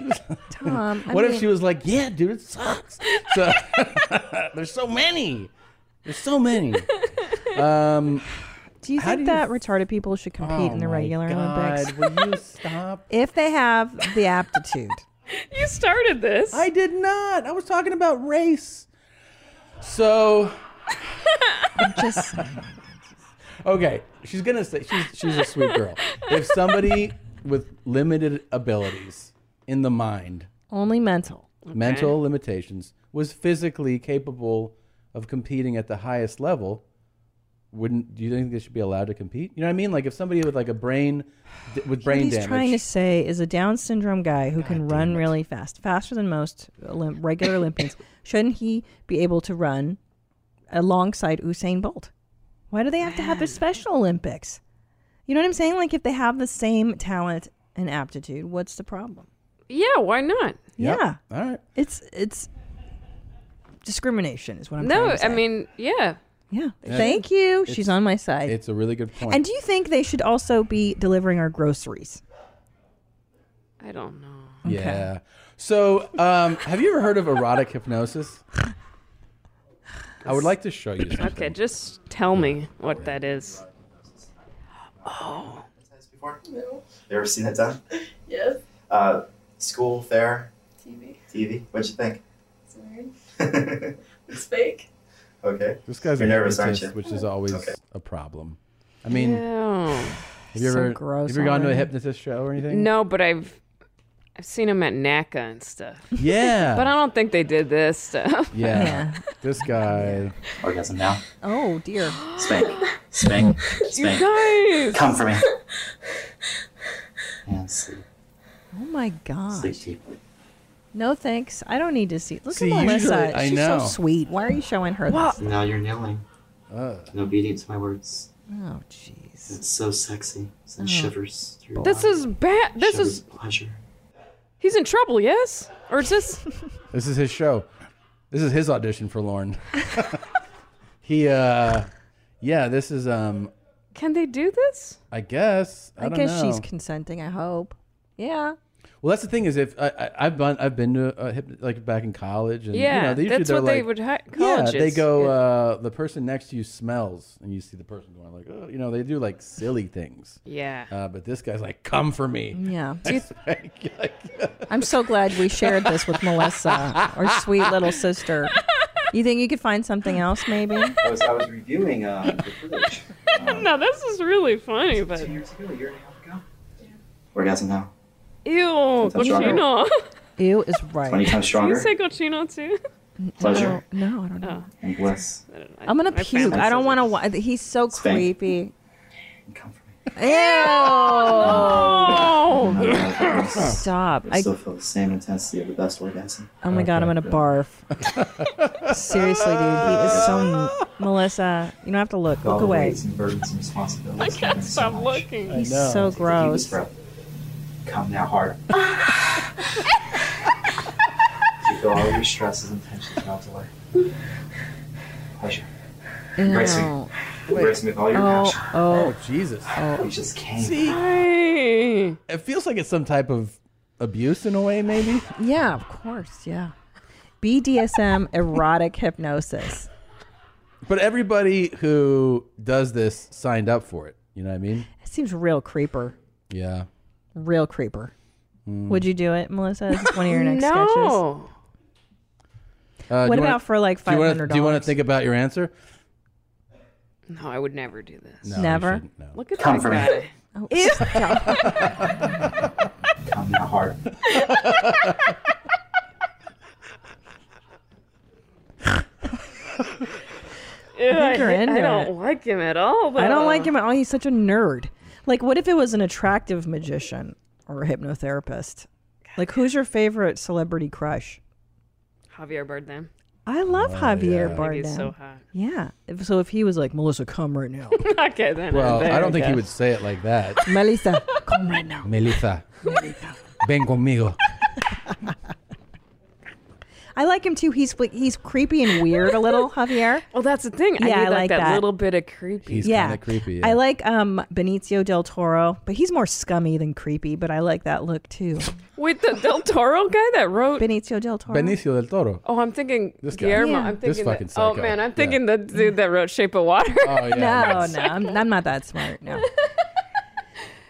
don't know.
Tom, I
what if
mean-
she was like, "Yeah, dude, it sucks." So, there's so many. There's so many. Um,
Do you
how
think
do you
that retarded people should compete
Oh
in the
my
regular Olympics?
God, will you stop?
if they have the aptitude.
You started this.
I did not. I was talking about race. So
I'm just
okay, she's gonna say she's she's a sweet girl. If somebody with limited abilities in the mind,
Only mental.
mental limitations, was physically capable of competing at the highest level, wouldn't do you think they should be allowed to compete? You know what I mean? Like if somebody with like a brain d- with brain
What he's
damage,
trying to say is a Down syndrome guy who can run really fast, faster than most Olymp- regular Olympians. Shouldn't he be able to run alongside Usain Bolt? Why do they have to have the Special Olympics? You know what I'm saying? Like if they have the same talent and aptitude, what's the problem?
Yeah, why not?
Yeah.
All right.
It's it's discrimination is what I'm trying
no,
to
I
say.
mean, yeah.
Yeah.
Yeah.
Thank you.
It's-
She's on my side.
it's a really good point.
And do you think they should also be delivering our groceries?
I don't know.
Yeah. So, um, have you ever heard of erotic hypnosis? I would like to show you something.
Okay, just tell me what that is. Oh.
before? No. You ever seen it done?
Yes.
Uh, school, fair,
TV.
TV. What'd you think?
It's weird. it's fake.
Okay.
This guy's
You're
an
nervous, aren't
hypnotist,
you?
which is always a problem. I mean,
Ew.
have you
So
ever
gross
have you ever gone to a
already.
hypnotist show or anything?
Oh. No, but I've I've seen them at NACA and stuff.
Yeah.
but I don't think they did this stuff.
Yeah. This guy.
Orgasm now.
Oh dear.
Spank. Spank. Spank.
You guys.
Come for me. And sleep.
Oh my god.
Sleep deep.
No thanks. I don't need to see. Look
See,
at
usually-
Melissa.
I
She's
know.
so sweet. Why are you showing her this?
Now you're kneeling. In obedience to my words.
Oh, jeez.
It's so sexy. Send
Oh.
shivers through your
This
body.
is bad. This
Shivers
is
of pleasure.
he's in trouble. Yes, or is this?
This is his show. This is his audition for Lauren. he, uh, yeah, this is, um,
Can they do this?
I guess. I,
I,
don't
guess
know.
she's consenting. I hope. Yeah.
Well, that's the thing is if I, I, I've been I've been to uh, hyp- like back in college and
Yeah,
you know, usually
that's
they're
what they
like-
would hi-
Yeah, they
colleges,
go
yeah.
uh, the person next to you smells and you see the person going like oh you know they do like silly things.
Yeah.
Uh, but this guy's like come for me.
Yeah.
Do you-
I'm so glad we shared this with Melissa, our sweet little sister. You think you could find something else, maybe?
I was, I was reviewing um, the footage.
uh,
no, this is really funny, but
Orgasm now.
ew, cochino.
Ew is right.
20 times stronger.
You say cochino too?
Pleasure.
Oh, No, I don't know.
And bliss.
I'm gonna
My
puke.
family
I don't want to. Wa- he's so
Spank.
creepy. Come for me.
Oh.
Another
Ew!
orgasm.
Stop!
I
I,
still feel the same intensity of the best orgasm.
oh my god, I'm gonna barf. Seriously, dude, he is so Melissa. You don't have to look. Look
Oh,
All the
away.
weights and burdens and responsibilities.
I can't stop looking.
He's so
Take the deepest
gross.
breath. Come now hard. you feel all your stresses and tensions melt away. Pleasure. Embrace me.
Ew.
Embrace me with all your
Oh,
passion.
oh Jesus!
You just came.
See,
it feels like it's some type of abuse in a way, maybe.
Yeah, of course. Yeah. BDSM erotic hypnosis.
But everybody who does this signed up for it. You know what I mean?
It seems real creeper.
Yeah.
Real creeper.
Mm.
Would you do it, Melissa? Is this one of your next sketches?
no.
Uh, do
What
you wanna-
about for, like,
do you wanna- Do you want
$500?
to think about your answer?
No, I would never do this.
No, you
Never?
shouldn't, no.
Look at
Come
that
for me.
guy.
Oh, ew.
Come now hard.
Ew,
I think you're
hate-
into
I don't
it.
like him at all. But
I don't like him at all. He's such a nerd. Like, what if it was an attractive magician or a hypnotherapist? Like, who's your favorite celebrity crush?
Javier Bardem.
I love
Oh,
Javier
I
Bardem.
think he's so hot.
Yeah. If- so if he was like, Melissa, come right now.
okay, then.
Well,
there
I don't
we
think he
go.
would say it like that.
Melissa, come right now.
Melissa, ven conmigo.
I like him too. He's like, he's creepy and weird a little, Javier.
Well, that's the thing. I
Yeah,
need,
I
like,
like
that,
that.
little bit of creepy.
He's Yeah. kinda
creepy.
I like um Benicio del Toro, but he's more scummy than creepy. But I like that look too.
Wait, the Del Toro guy that wrote
Benicio del Toro.
Benicio del Toro.
Oh, I'm thinking
This guy.
Guillermo.
Yeah.
I'm
This
thinking.
fucking
that, oh
psycho.
man, I'm
Yeah.
thinking the dude that wrote Shape of Water.
Oh
no, no, I'm, I'm not that smart. No.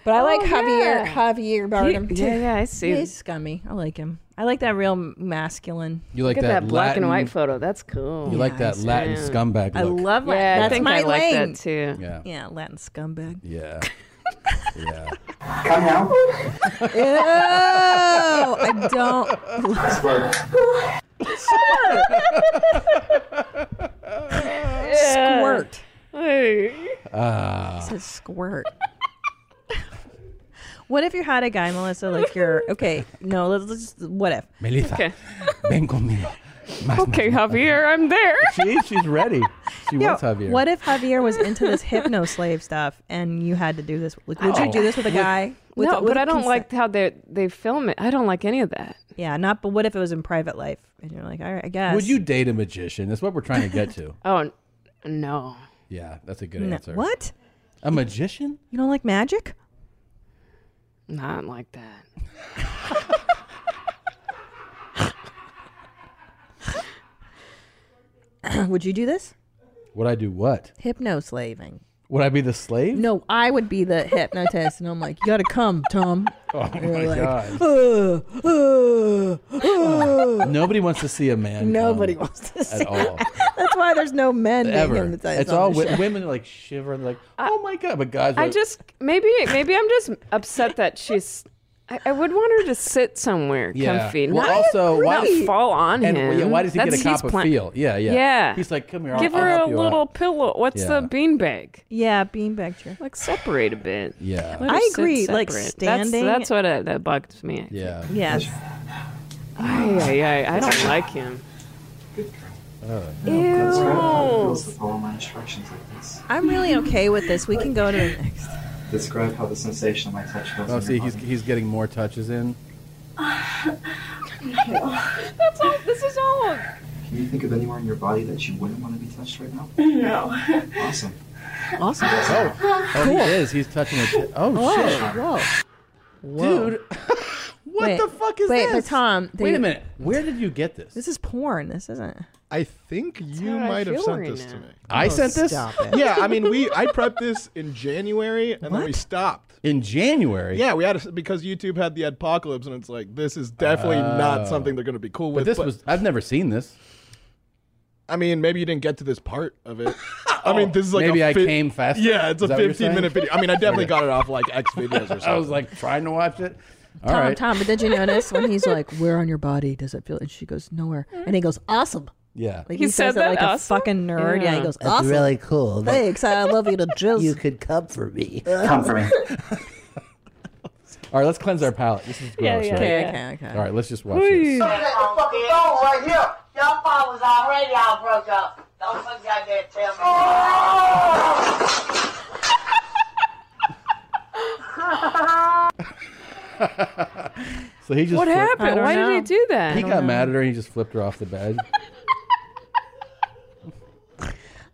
But I like
Oh,
Javier
yeah.
Javier Bardem
He-
too.
yeah, yeah, I see.
He's scummy. I like him. I like that real masculine.
You like Look at that that black and Latin- white
photo. That's cool.
You like that Latin scumbag
I
look.
love Latin.
Yeah, I
That's
think
my
I like that
lane.
too.
Yeah.
Yeah, Latin scumbag.
Yeah. yeah.
Come now. Ew, Oh, I don't. Squirt.
Ah.
It says squirt. what if you had a guy, Melissa, like you're okay? No, let's, let's just what if?
Melissa, Okay. ven conmigo.
okay, Javier, I'm there.
See, she's ready. She
Yo,
wants Javier.
What if Javier was into this hypno slave stuff and you had to do this? Like, would
Oh.
you do this with a guy? With,
no,
with
but I don't
consent?
like how they they film it. I don't like any of that.
Yeah, not. But what if it was in private life and you're like, all right, I guess.
Would you date a magician? That's what we're trying to get to.
Oh n- no.
Yeah, that's a good
No.
answer.
What?
A magician?
You don't like magic?
Not like that.
would you do this?
Would I do what?
Hypno slaving.
Would I be the slave?
No, I would be the hypnotist, and I'm like, you gotta come, Tom.
Oh
And
my
you're like,
God.
"Uh, uh, uh."
Nobody wants to see a man.
Nobody
come
wants to
Um, at
see.
all.
That's why there's no men being
Ever.
hypnotized
It's
on
all
the
wi-
show.
women are like shivering, like, oh my God. But guys, are
I
like,
just maybe maybe I'm just upset that she's. I, I would want her to sit somewhere
Yeah.
comfy.
Well,
not,
also, why-
not fall on
and,
him.
well, yeah, why does he
That's-
get a
he's
cop of
plan-
feel? Yeah, yeah.
Yeah.
He's like, come here. I'll-
Give
I'll
her
help
a
you
little
out.
pillow. What's
Yeah.
the beanbag?
Yeah, beanbag chair.
Like separate a bit.
Yeah.
Let her
I
sit
agree, like,
separate.
standing-
That's, that's what uh that bugs me.
Yeah.
Yes.
Ay, ay, ay, I don't like him.
Oh,
Ew.
follow my instructions like this.
I'm really okay with this. We can go to the next.
Describe how the sensation of my touch feels.
Oh,
on
see,
your
he's,
body.
he's getting more touches in.
That's all. This is all.
Can you think of anywhere in your body that you wouldn't want to be touched right now?
No.
Awesome.
Awesome.
Oh, oh
Cool.
he is. He's touching a. T- oh, shit.
Whoa. Whoa.
Dude, what
Wait,
the fuck is
wait,
this?
but Tom, they-
wait a minute. Where did you get this?
This is porn. This isn't.
I think you
how I
might have
feel
sent
right
this to
now.
me.
I sent this.
Yeah, I mean, we I prepped this in January and then we stopped.
in January.
Yeah, we had a, because YouTube had the apocalypse, and it's like this is definitely
Oh.
not something they're going to be cool
But
with.
this was. I've never seen this.
I mean, maybe you didn't get to this part of it. I mean, this is like
Maybe
I
I came faster?
Yeah, it's
Is
a
that what you're
15 minute
saying?
video. I mean, I definitely
Okay.
got it off like X videos or something.
I was like trying to watch it. All
Tom,
right.
Tom, but did you notice when he's like, "Where on your body does it feel?" and she goes, "Nowhere," and he goes, "Awesome."
Yeah.
Like
He
Mm-hmm. he, says
said
it like
that,
a
"Awesome"?
fucking nerd. Yeah, he
Yeah.
goes,
That's
"Awesome."
really cool. That-
Thanks, I love you to jizz.
You
could come for me.
Come for me. All right, let's cleanse our palate. This is gross.
Yeah, yeah,
right?
Okay, yeah. okay, okay.
All right, let's just watch
Hey,
this.
that's a fucking phone right here. Y'all fathers already all broke up. Don't fuck y'all get tell me.
So he just
What
flipped-
happened? Why did he do that?
He got mad at her. and He just flipped her off the bed.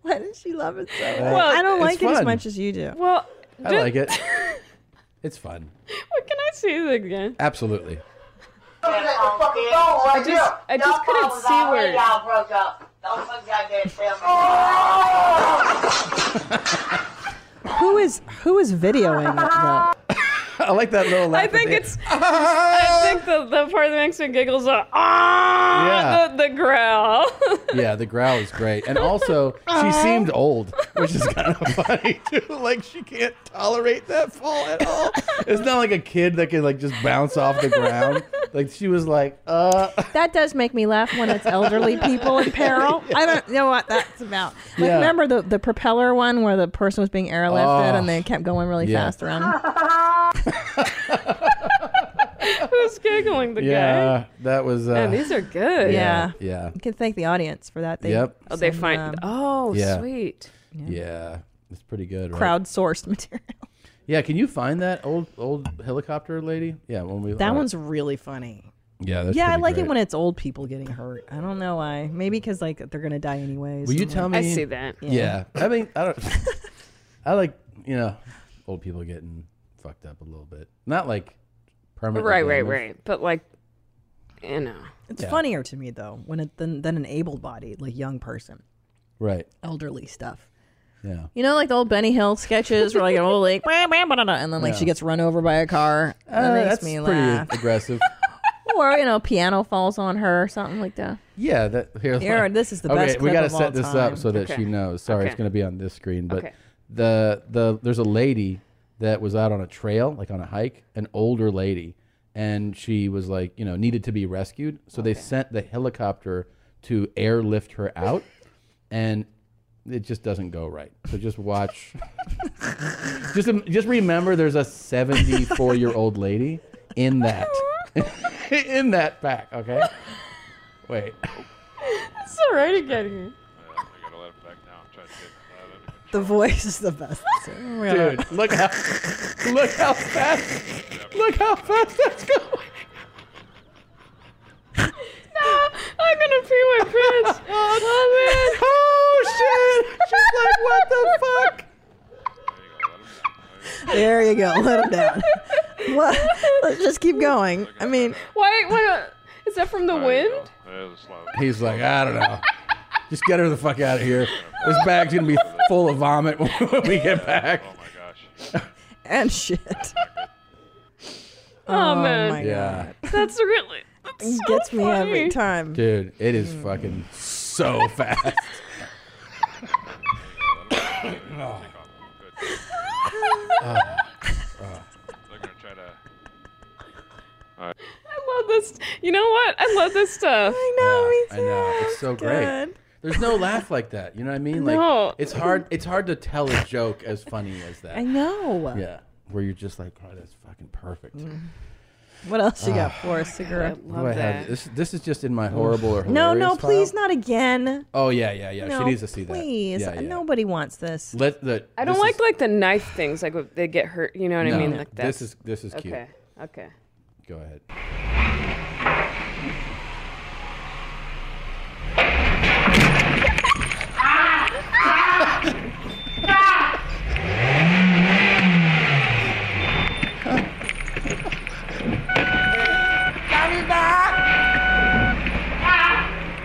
Why does she love it so?
Uh,
much? I don't
it's
like it as
fun.
much as you do.
Well,
I like it. It's fun.
What can I see this again?
Absolutely.
That's a fucking phone
I
right here.
just, I just
Y'all
couldn't
fathers
see
already
where.
all broke up. Don't fuck y'all get tell me.
Who is who is videoing it
I like that little.
I think it's. I think the, the part that makes me giggle is the ah, the, the growl.
Yeah, the growl is great, and also she seemed old, which is kind of funny too. Like she can't tolerate that fall at all. It's not like a kid that can like just bounce off the ground. Like she was like, uh,
though? That does make me laugh when it's elderly people in peril. I don't know what that's about. Like,
Yeah.
remember the the propeller one where the person was being airlifted
Oh.
and they kept going really
Yeah.
fast around. him?
Who's giggling? The guy.
yeah, that was. Uh,
Man, these are good.
Yeah,
Yeah.
yeah,
You can thank the audience for that. They
Yep.
Oh, they
send,
find.
um,
oh,
Yeah.
sweet.
yeah, It's pretty good. Right?
crowdsourced material.
Yeah, can you find that old old helicopter lady? Yeah, when we
That one's really funny.
Yeah, that's
yeah, I
pretty
like
great.
it when it's old people getting hurt. I don't know why. Maybe because like they're gonna die anyways.
Will you
I'm
tell me?
like-
Yeah. I mean, I don't. I like you know, old people getting fucked up a little bit. Not like permanent.
Right, right, right. But like, you know,
It's
Yeah.
funnier to me though when it than, than an able-bodied like young person,
Right.
elderly stuff.
Yeah.
You know, like the old Benny Hill sketches where like an old like "Wah, wah, bah, da, da," and then like
Yeah.
she gets run over by a car.
Uh,
That makes
that's
me
pretty
laugh.
aggressive.
or you know, piano falls on her or something like that.
Yeah, that here.
Here, this is the
okay,
best
we
clip
gotta
of all
set this
time.
up so that
Okay.
she knows. Sorry,
Okay.
it's gonna be on this screen, but
Okay.
the the there's a lady that was out on a trail, like on a hike, an older lady, and she was like, you know, needed to be rescued. So they sent the helicopter to airlift her out, and it just doesn't go right. So just watch. just just remember, there's a 74 year old lady in that in that pack. Okay, wait.
it's all right again. Here.
The voice is the best. Oh my God.
Dude, look how look how fast look how fast that's going.
I'm gonna pee my pants. Oh, man.
Oh shit! She's like, what the fuck?
There you go. Let him down. What? Let's just keep going. I mean,
Why? Why? Is that from the wind?
He's like, I don't know. Just get her the fuck out of here. This bag's gonna be full of vomit when we get back. Oh my gosh.
and shit.
Oh, man.
my
Yeah.
That's really. That's so
gets me every
funny.
time.
Dude, it is fucking so fast. Oh. Oh. Oh.
I love this. You know what? I love this stuff.
I
know.
I know. It's so
God.
great. There's no laugh like that. You know what I mean? Like
No.
it's hard it's hard to tell a joke as funny as that.
I know.
Yeah. Where you're just like, oh, that's fucking perfect.
What else you got
Ah.
for us, Segura?
What do I have? This this is just in my horrible or
No, no,
hilarious
please
pile.
not again.
Oh yeah, yeah, yeah.
No,
she needs to see that.
Please,
Yeah, yeah.
nobody wants this.
Let the
I don't like like the knife things. Like if they get hurt. You know what
No,
I mean? Like that.
this is- this is cute.
okay. Okay.
Go ahead.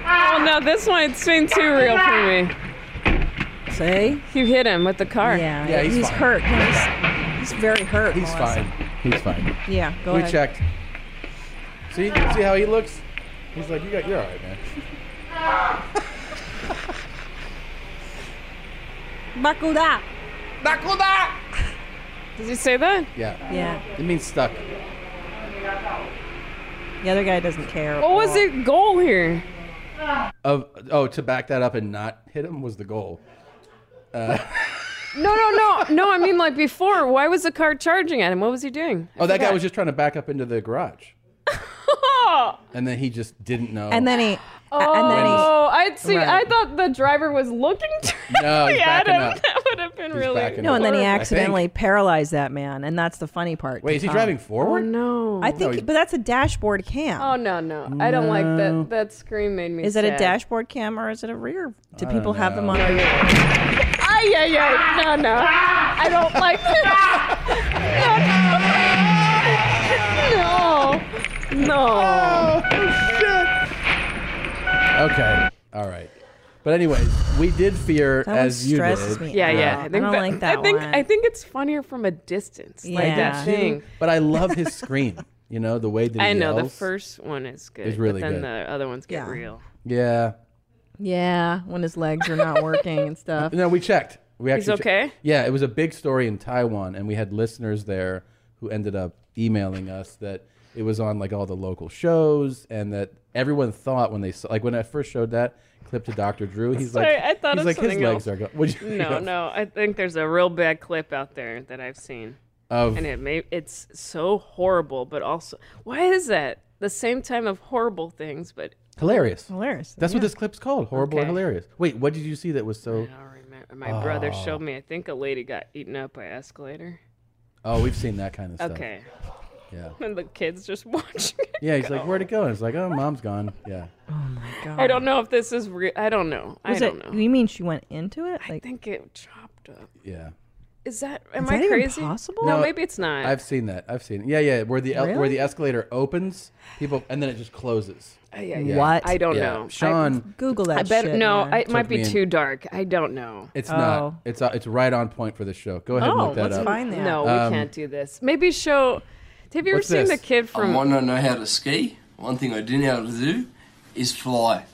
Oh no, this one it's been too real for me.
See?
You hit him with the car.
Yeah, Yeah, he's he's fine. hurt. He's, very hurt.
He's fine. He's fine.
Yeah, go
we
ahead.
checked. See, see how he looks? He's like, you got, you're all right, man.
Bakuda.
Bakuda. Does he say that?
Yeah.
Yeah.
It means stuck.
The other guy doesn't care.
What was
Or-
the goal here?
Of oh, to back that up and not hit him was the goal. Uh,
No, no, no, no. I mean, like before. Why was the car charging at him? What was he doing? I
oh, that guy
forgot.
was just trying to back up into the garage, and then he just didn't know.
And then he.
Oh,
then he-
I see.
Right.
I thought the driver was looking
no,
directly
he's
at
backing
him.
up.
That would have been
He's
really.
backing
No, and then he
I think.
accidentally paralyzed that man, and that's the funny part.
Wait,
to
is he
come.
driving forward? Oh,
no.
I
No,
think,
he-
but that's a dashboard cam.
Oh no, no, I don't like
No.
that. That scream made me.
Is it a
sad.
dashboard cam or is it a rear? Do
I
people
don't
have them
know.
on? their-
Ay, ay, ay. No, no. I don't like that. no. No.
Okay, all right. But anyways, we did fear
That one
as you
stresses
did.
me Yeah, yeah. out. I think I don't that- like I think I think it's funnier from a distance. Like that thing.
But I love his scream. You know the way that he
I know the
yells
first one is good.
Is really
but then
good.
the other ones get real.
yeah.
Yeah, when his legs are not working and stuff.
No, we checked. We
He's
actually
okay?
Yeah, it was a big story in Taiwan, and we had listeners there who ended up emailing us that it was on like all the local shows, and that everyone thought when they saw, like when I first showed that clip to Doctor Drew, he's
Sorry,
like,
I thought
he's
of
like his
something
legs
else.
are going. Would you?
No, no. I think there's a real bad clip out there that I've seen.
Of-
and it may it's so horrible, but also why is that? The same time of horrible things, but
Hilarious.
Hilarious.
That's what this clip's called. Horrible
Okay.
and hilarious. Wait, what did you see that was so?
my brother
Oh.
showed me I think a lady got eaten up by escalator.
Oh, we've seen that kind of stuff.
Okay.
Yeah.
And the kids just watching. it
Yeah, he's
go.
like, where'd it go? And it's like, oh, mom's gone. Yeah.
I don't know if this is real. I don't know. I
Was
don't
it-
know.
You mean she went into it?
I think it chopped up.
Yeah.
Is that? Am
Is
I
that even
crazy?
possible?
No, maybe it's not.
I've seen that. I've seen it. Yeah, yeah. Where the el- where
Really?
the escalator opens, people, and then it just closes.
Ay, ay, ay. I don't know. Oh, I-
Sean,
Google
I
that
bet
shit,
no.
man.
I, it might
Took
be
me in-
too dark. I don't know.
it's not. It's uh, it's right on point for the show. Go ahead and
Oh,
look that
let's
up.
find that. No, we
Um,
can't do this. Maybe show. Have you ever
What's
seen
this?
the kid from?
I want to know how to ski. One thing I do know how to do is fly.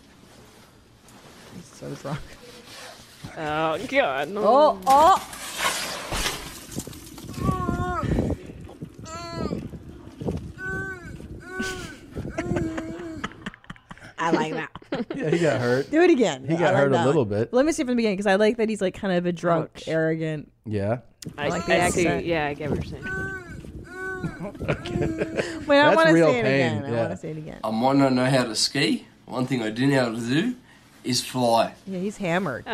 So does Rock.
Oh God! No.
Oh, oh.
I like that.
Yeah, he got hurt.
Do it again.
He
I
got
like
hurt a
that
little
one.
bit.
Let me see from the beginning because I like that he's like kind of a drunk, arrogant.
Yeah.
I, like the
I see.
accent.
Yeah, I get what you're saying.
Wait, I
That's
want to
real
say it
pain,
again. I
yeah.
want to say it again.
I want to know how to ski. One thing I do know how to do is fly.
Yeah, he's hammered.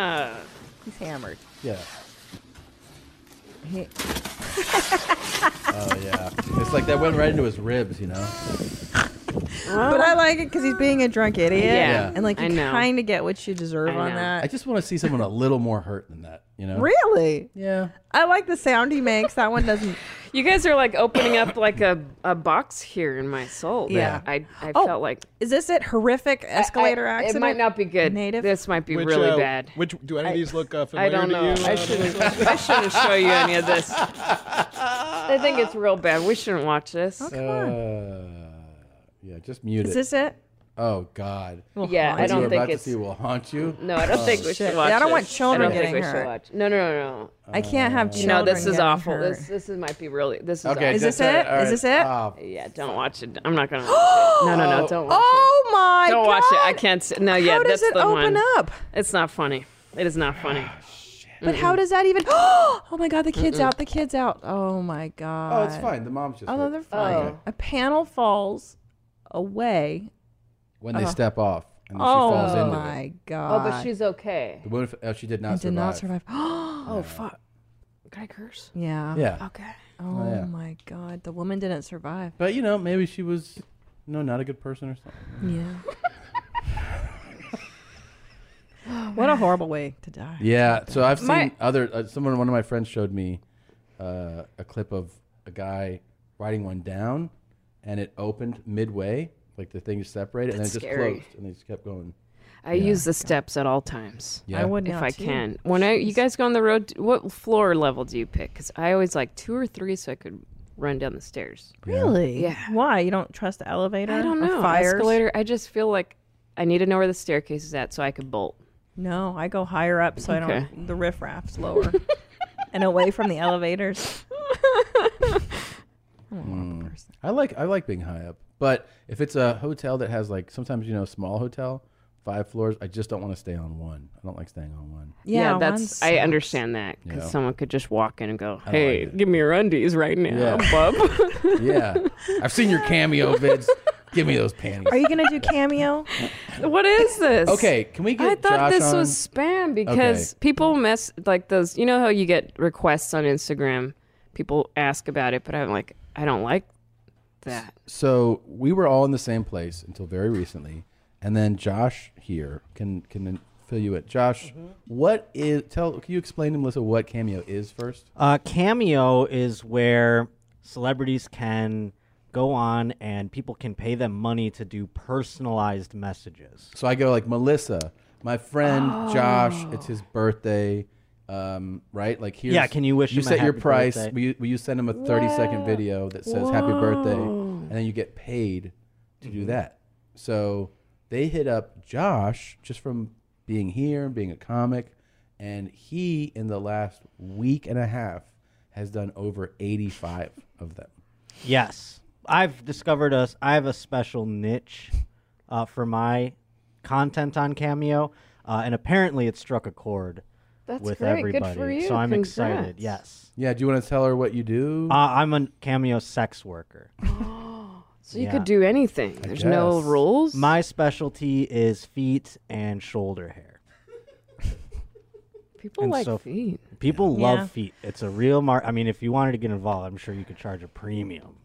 he's hammered.
Yeah.
He-
Oh yeah. It's like that went right into his ribs, you know.
but I like it because he's being a drunk idiot.
Yeah,
and like
I
you
know.
kind of get what you deserve on that.
I just want to see someone a little more hurt than that, you know.
Really?
Yeah.
I like the sound he makes. That one doesn't.
You guys are like opening up like a, a box here in my soul. that
Yeah.
I, I
Oh,
felt like
Is this it? Horrific escalator
I-
accident.
It might not be good.
Native.
This might be
Which,
really
uh,
bad.
Oh, Which do any
I-
of these look uh,
I
familiar
don't
to
know.
you,
I
uh,
shouldn't. I shouldn't show you any of this. I think it's real bad. We shouldn't watch this.
Uh, yeah, just mute
Is
it.
this it?
Oh God.
Will Yeah, haunt
What
I
you
don't
were
think
about
it's-
to see will haunt you.
No, I don't
Oh,
think we
shit.
should watch.
Yeah, I don't
this.
want children
I don't
getting
think we should
hurt.
watch. No, no, no, no.
I can't have
No, this
children
is
getting
awful.
hurt.
This this is might be really. This is.
Okay,
awful.
Is this that's it. it? All Is this right. it?
Ah,
Oh,
yeah, don't watch it. I'm not gonna. watch it. No, no, no, don't watch
Oh my
it. Don't watch it. I
God.
can't. s- No, yeah,
How does
that's
it
the
open
one.
up?
It's not funny. It is not funny.
But how does that even? Oh my God! The kid's
Mm-mm.
out. The kid's out. Oh my God.
Oh, it's fine. The mom's just
Oh,
hurt.
no, they're fine.
Okay.
A panel falls away.
When they
Oh.
step off and then
oh
she falls into
my
it.
God.
Oh, but she's okay.
The woman, oh, she did not
And did
survive.
not survive.
oh fuck. Can I curse?
Yeah.
Yeah.
Okay.
Oh,
Oh, yeah.
my God! The woman didn't survive.
But you know, maybe she was, no, not a good person or something.
Yeah. what a horrible way to die.
Yeah. So I've seen
My-
other uh, someone. One of my friends showed me uh, a clip of a guy writing one down, and it opened midway, like the thing is separated,
That's
and it
scary.
just closed, and they just kept going.
I use the steps at all times.
Yeah. I would
if
not,
I
too.
can. When I you guys go on the road, what floor level do you pick? Because I always like two or three, so I could run down the stairs.
Really?
Yeah.
Why you don't trust the elevator?
I don't
or
know.
Fires?
Escalator. I just feel like I need to know where the staircase is at, so I could bolt.
No, I go higher up so I
Okay.
don't. The riffraff's lower and away from the elevators.
Mm. I like I like being high up, but if it's a hotel that has like sometimes you know small hotel, five floors, I just don't want to stay on one. I don't like staying on one.
Yeah,
Yeah,
that's.
one
I
sucks.
understand that because
Yeah.
someone could just walk in and go,
I don't
"Hey, give me your undies right now,
Yeah.
bub."
yeah, I've seen your cameo vids. Give me those panties.
Are you gonna do cameo?
what is this?
Okay, can we get
I thought
Josh
this
on?
was spam because people mess like those. You know how you get requests on Instagram? People ask about it, but I'm like, I don't like that.
So we were all in the same place until very recently, and then Josh here can can then fill you in. Josh,
Mm-hmm.
what is tell? Can you explain to Melissa what cameo is first?
Uh, Cameo is where celebrities can go on and people can pay them money to do personalized messages.
So I go like Melissa, my friend Josh.
Oh.
It's his birthday. Um, right, like here's
Yeah, can you wish
you
him a
set your
happy
price?
birthday?
Will you, will you send him a thirty second
Wow.
video that says "Happy birthday,"
Whoa.
and then you get paid to do
Mhm.
that. So they hit up Josh just from being here and being a comic, and he in the last week and a half has done over eighty five of them.
Yes, I've discovered a. I have a special niche uh, for my content on Cameo, uh, and apparently it struck a chord
That's
with
great. Good
everybody.
for you.
So I'm excited.
Congrats.
Yes,
Yeah, do you want to tell her what you do?
uh, I'm a Cameo sex worker.
So you could do anything. There's no rule. rules.
My specialty is feet and shoulder hair.
People
And
like
so
feet.
People
Yeah.
love feet. It's a real mar. I mean, if you wanted to get involved, I'm sure you could charge a premium.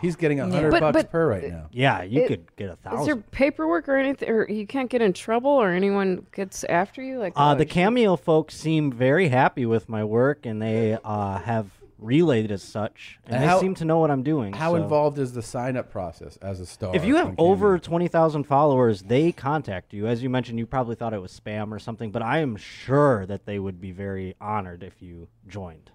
He's getting a
Yeah.
hundred
But-
bucks
but-
per right now.
Yeah,
you It- could
get a
Is there paperwork or anything, or you can't get in trouble, or anyone gets after you? Like,
Uh,
oh,
the cameo folks seem very happy with my work, and they uh, have relayed as such, and,
And
they
how-
seem to know what I'm doing.
How
so-
involved is the sign up process as a star?
If you
on
have
Cameo?
over 20,000 followers, they contact you. As you mentioned, you probably thought it was spam or something, but I am sure that they would be very honored if you joined.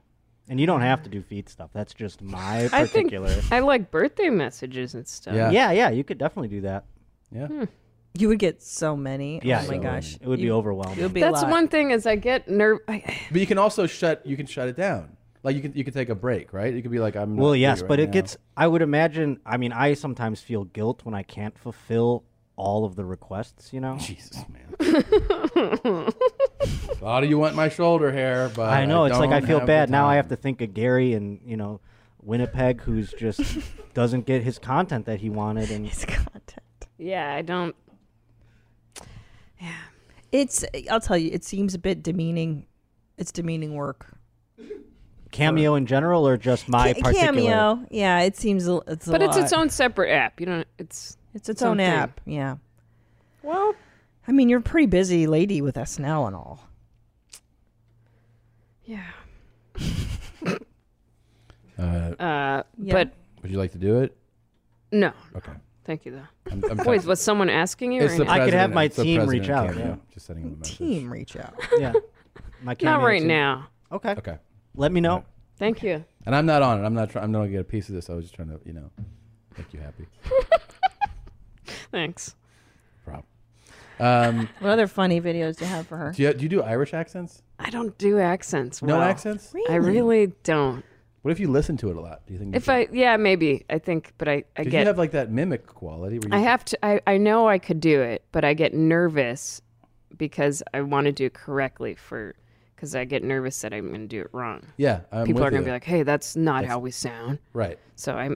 And you don't have to do feed stuff. That's just my
I think
particular.
I like birthday messages and stuff.
yeah. yeah, You could definitely do that.
Yeah.
You would get so many.
Yeah,
oh my
so
gosh.
it would be
You-
overwhelming.
It would be
That's
a lot.
one thing is I get nerve. I,
But you can also shut. You can shut it down. Like you can. You can take a break, right? You could be like, I'm. not
Well,
free
yes,
right
but it
now.
gets. I would imagine. I mean, I sometimes feel guilt when I can't fulfill all of the requests. You know.
Jesus, man. A lot of you want my shoulder hair, but
I know. it's like I
don't
feel
have the
bad now. I
time.
have to think of Gary and you know Winnipeg, who's just doesn't get his content that he wanted. And
yeah, I don't.
It's. I'll tell you. It seems a bit demeaning. It's demeaning work.
cameo in general, or just my
Ca-
particular.
cameo. Yeah, it seems. a- It's a
but it's its
lot.
own separate app. You don't. It's
It's its own
thing.
app. Yeah.
Well,
I mean, you're a pretty busy lady with SNL and all.
yeah.
Uh,
Uh, but
would you like to do it?
no.
Okay.
Thank you though.
I'm- I'm
Wait,
texting.
was someone asking you?
It's
or
the
anything?
I could have
president-
my
it's the
team reach
president
out.
cameo.
Yeah.
Just sending them a message.
Team reach out.
Yeah. My
Not
cameo
right
team.
now.
Okay.
Okay.
Let me know.
Thank you.
And I'm not on it. I'm not. Try- I'm not gonna get a piece of this. I was just trying to, you know, make you happy.
Thanks.
Problem. Um,
What other funny videos do you have for her?
do you do you do Irish accents?
I don't do accents.
No
well.
accents?
I
Really?
really don't.
What if you listen to it a lot? Do you think you
If I yeah maybe I think but I I
Because
get
you have like that mimic quality. Where you
I have to. I, I know I could do it, but I get nervous because I want to do it correctly for because I get nervous that I'm going to do it wrong.
Yeah, I'm
people
with
are going
you.
to be like, "Hey, that's not
That's-
how we sound."
Right.
So I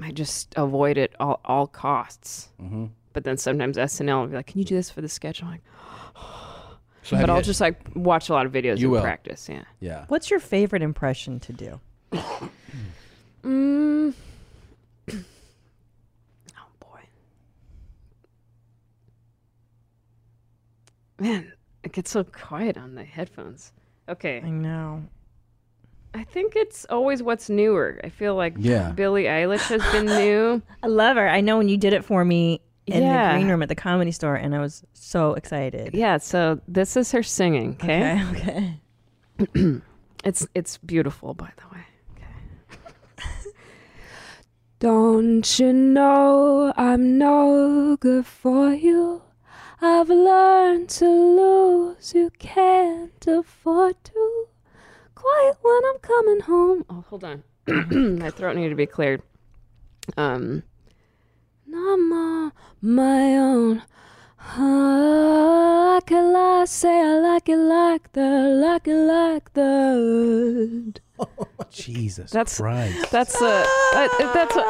I just avoid it all all costs.
Mhm.
But then sometimes SNL will be like, "Can you do this for the sketch?" I'm like,
So have
but
you-
I'll just like watch a lot of videos
You
and
will.
practice. Yeah.
Yeah.
What's your favorite impression to do?
Mm. Oh boy. Man, it gets so quiet on the headphones. Okay. I
know.
I think it's always what's newer. I feel like
Yeah.
Billie Eilish has been new.
I love her. I know when you did it for me in
Yeah.
the green room at the comedy store, and I was so excited.
Yeah, so this is her singing, okay?
Okay. okay.
It's it's beautiful by the way.
Don't you know I'm no good for you? I've learned to lose, you can't afford to. Quiet when I'm coming home.
Oh, hold on. My throat needed to be cleared. Um
And I'm on my own. Ah, I can lie, say I like it like that, like it like that.
Jesus
that's
Christ.
that's a that's a,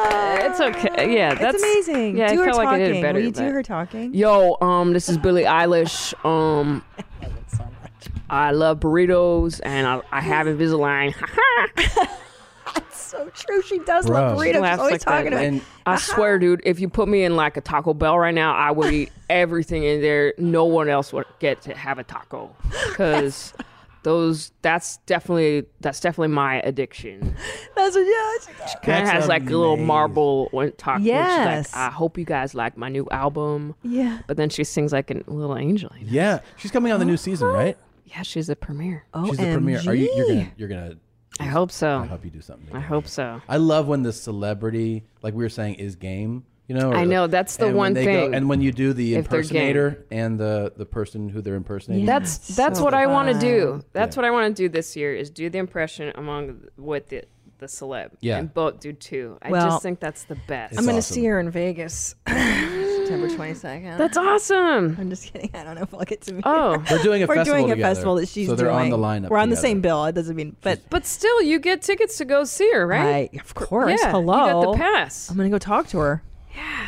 it's okay. Yeah, that's
amazing.
Yeah,
Do
I
her
felt like I
talking.
did better.
Will you do
but-
her talking?
Yo, um, this is Billie Eilish. Um, I love burritos and I, I have Invisalign.
That's so true. She does love
Oh, She
burritos. She's
laughs
always
like that.
talking about.
And
Uh-huh.
I swear, dude, if you put me in like a Taco Bell right now, I would eat everything in there. No one else would get to have a taco because those. That's definitely that's definitely my addiction.
That's what, yeah. She
Kind of has like a little marble when talk. when she's
Yes.
like, I hope you guys like my new album.
Yeah.
But then she sings like a little angel. you know?
Yeah, she's coming on the new season, right?
Yeah, she's the premiere.
She's the premiere. Are you? You're gonna. You're gonna.
I hope so.
Oh. I hope you do something.
I hope so.
I love when the celebrity, like we were saying, is game. You know. or-
I know, that's the
and when
one
they go-
thing.
and when you do the
If they're game.
impersonator and the the person who they're impersonating,
That's that's what I want to do. That's what I want to do this year is do the impression among with the the celeb.
Yeah.
and both do two. I
Well,
just think that's the best.
I'm going to see her in Vegas September 22nd.
That's awesome.
I'm just kidding. I don't know if I'll get to meet her.
Oh.
They're doing a
We're
festival
doing a
together,
festival that she's
so they're on
doing.
the lineup
We're on the
together.
same bill. It doesn't mean, but
But still, you get tickets to go see her, right?
I- of course.
Yeah,
Hello.
You got the pass.
I'm going to go talk to her. Yeah.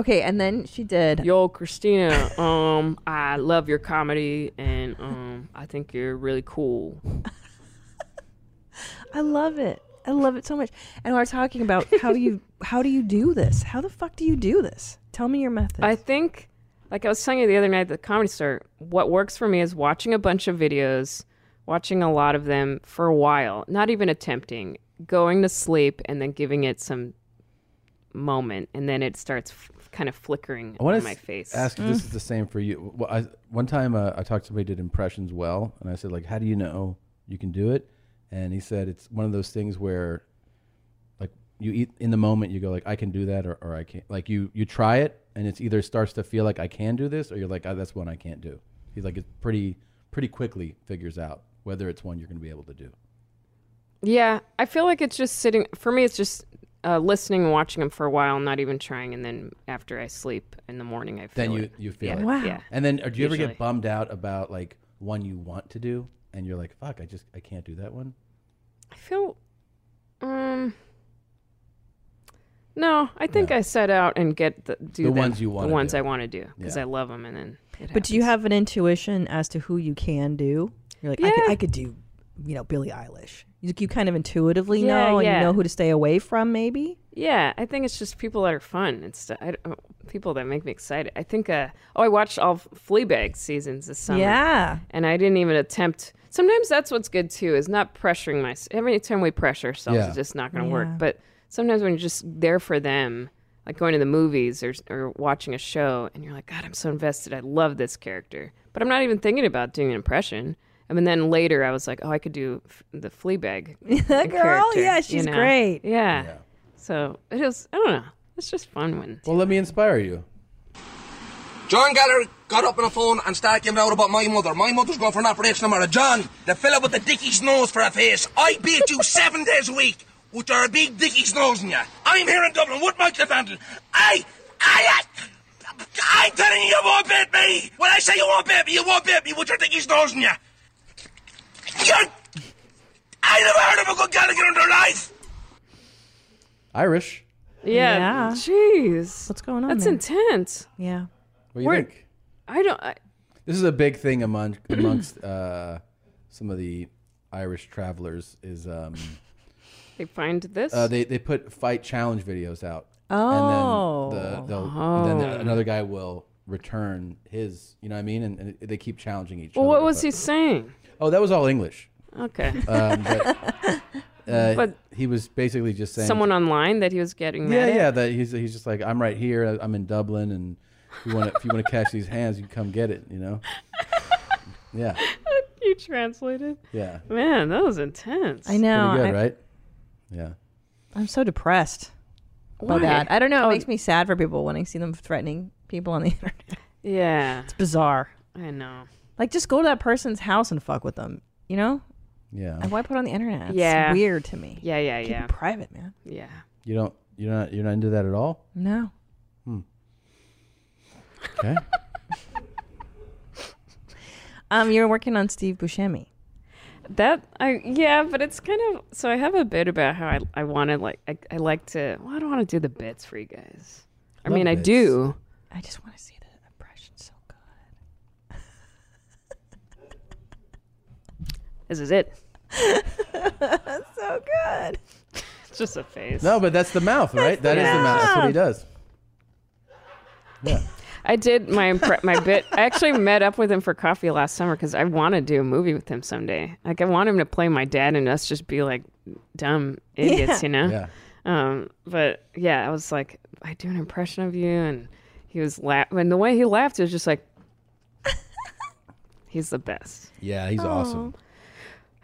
Okay, and then she did.
Yo, Christina. Um, I love your comedy, and um, I think you're really cool.
I love it. I love it so much. And we're talking about how you how do you do this? How the fuck do you do this? Tell me your method.
I think, like I was telling you the other night at the comedy store, what works for me is watching a bunch of videos, watching a lot of them for a while, not even attempting, going to sleep, and then giving it some moment, and then it starts f- kind of flickering
I want
in
to
my face.
ask if this is the same for you. Well, I, one time uh, I talked to somebody who did impressions well, and I said like, "How do you know you can do it?" And he said it's one of those things where, like, you eat in the moment, you go like, "I can do that," or, or "I can't." Like you you try it, and it's either starts to feel like I can do this, or you're like, oh, "That's one I can't do." He's like, "It's pretty pretty quickly figures out whether it's one you're going to be able to do."
Yeah, I feel like it's just sitting. For me, it's just uh, listening and watching them for a while, not even trying, and then after I sleep in the morning, I feel
then you
it.
you feel
yeah.
it.
Yeah.
And then, or do you ever
Usually.
get bummed out about like one you want to do, and you're like, "Fuck, I just I can't do that one."
I feel. Um. No, I think I set out and get the do
The
them,
ones you wanna
the ones
do.
I want to do because
Yeah.
I love them, and then. It
But do you have an intuition as to who you can do? You're like, I, could,
Yeah.
I could do, you know, Billie Eilish. You, you kind of intuitively
Yeah,
know, and
yeah.
you know who to stay away from, maybe.
Yeah, I think it's just people that are fun and stuff. I don't- people that make me excited. I think. Uh, oh, I watched all Fleabag seasons this summer.
Yeah.
and I didn't even attempt. Sometimes that's what's good too is not pressuring my. Every time we pressure ourselves,
Yeah.
it's just not going to
Yeah.
work. But sometimes when you're just there for them, like going to the movies or or watching a show, and you're like, God, I'm so invested. I love this character, but I'm not even thinking about doing an impression. And then later, I was like, "Oh, I could do f- the Fleabag
That girl,
character,
yeah,
you
she's
know?
great.
Yeah. So it is. I don't know. It's just fun when.
Well, let me inspire you.
John Gallagher got up on the phone and started giving out about my mother. My mother's going for an operation on her. John, the fella with the dickie's nose for a face. I beat you seven days a week with your big dickie's nose in you. I'm here in Dublin with Mike Defendant. I, I, I, I'm telling you, you won't beat me. When I say you won't beat me, you won't beat me with your dickie's nose in you. You're, I never heard of a good Gallagher in their life.
Irish.
Yeah.
Yeah.
Jeez.
What's going on?
That's
there?
intense.
Yeah.
What do you
We're-
think?
I don't. I,
This is a big thing among amongst uh, some of the Irish travelers. Is um,
they find this.
uh, they they put fight challenge videos out. And then,
Oh.
the, they'll- and then
Oh.
another guy will return his. You know what I mean? And, and they keep challenging each
well,
other.
what was
but-
he saying?
Oh, that was all English.
Okay.
Um, but, uh,
But
he was basically just saying
Someone online that he was getting.
Yeah,
mad
yeah.
At?
That he's he's just like I'm right here. I'm in Dublin, and if you want if you want to catch these hands, you can come get it. You know. Yeah.
You translated.
Yeah.
Man, that was intense.
I know.
Pretty good,
I-
right? Yeah.
I'm so depressed
Why?
about that. I don't know. It makes me sad for people when I see them threatening people on the internet.
Yeah.
It's bizarre.
I know.
Like, just go to that person's house and fuck with them. You know?
Yeah.
And why put it on the internet? It's
Yeah.
weird to me.
Yeah, yeah,
Keep
yeah.
It private, man.
Yeah.
You don't. You're not. You're not into that at all.
No.
Hmm. Okay.
Um, you're working on Steve Buscemi.
That I yeah, but it's kind of so. I have a bit about how I I want to like I, I like to. Well, I don't want to do the bits for you guys. I
Love
mean, I
bits.
do.
I just want to see the impression so good.
This is it.
That's so good.
It's just a face.
No, but that's the mouth, right?
the
That is the mouth. That's what he
mouth.
does.
I did my impre- my bit. I actually met up with him for coffee last summer because I want to do a movie with him someday. Like I want him to play my dad and us just be like dumb idiots,
Yeah.
you know.
Yeah.
Um, but yeah, I was like, I do an impression of you, and he was laugh. And the way he laughed it was just like, he's the best.
Yeah, he's awesome.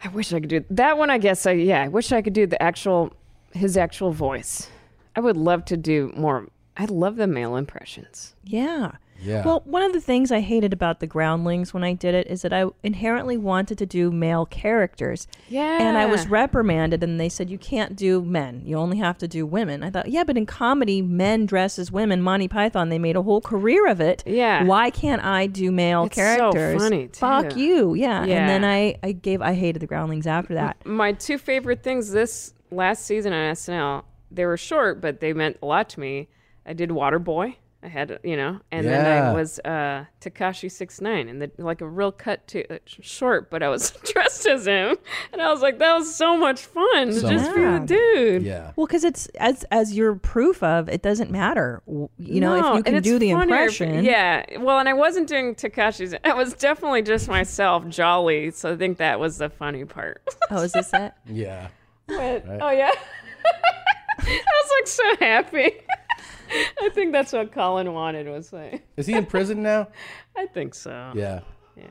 I wish I could do that one. I guess I yeah. I wish I could do the actual his actual voice. I would love to do more. I love the male impressions.
Yeah.
Yeah.
Well, one of the things I hated about the Groundlings when I did it is that I inherently wanted to do male characters.
Yeah.
And I was reprimanded, and they said, You can't do men. You only have to do women. I thought, Yeah, but in comedy, men dress as women. Monty Python, they made a whole career of it.
Yeah.
Why can't I do male
It's so
characters?
funny, too.
Fuck you. Yeah.
Yeah.
And then I, I gave, I hated the Groundlings after that.
My two favorite things this last season on SNL, they were short, but they meant a lot to me. I did Waterboy I had, you know, and then
Yeah.
I was uh, Takashi six nine, and the, like a real cut to uh, sh- short, but I was dressed as him, and I was like, that was so much fun to
So
just
much
be the
fun.
dude.
Yeah.
Well, because it's as as your proof of it doesn't matter. w- You know, if
No,
you
and
can
it's
do the
funnier if-
impression.
yeah. Well, and I wasn't doing Takashi's. I was definitely just myself, jolly. So I think that was the funny part.
Oh, is this it?
Yeah.
Wait,
Right.
Oh yeah. I was like so happy. I think that's what Colin wanted was like.
Is he in prison now?
I think so.
Yeah.
Yeah.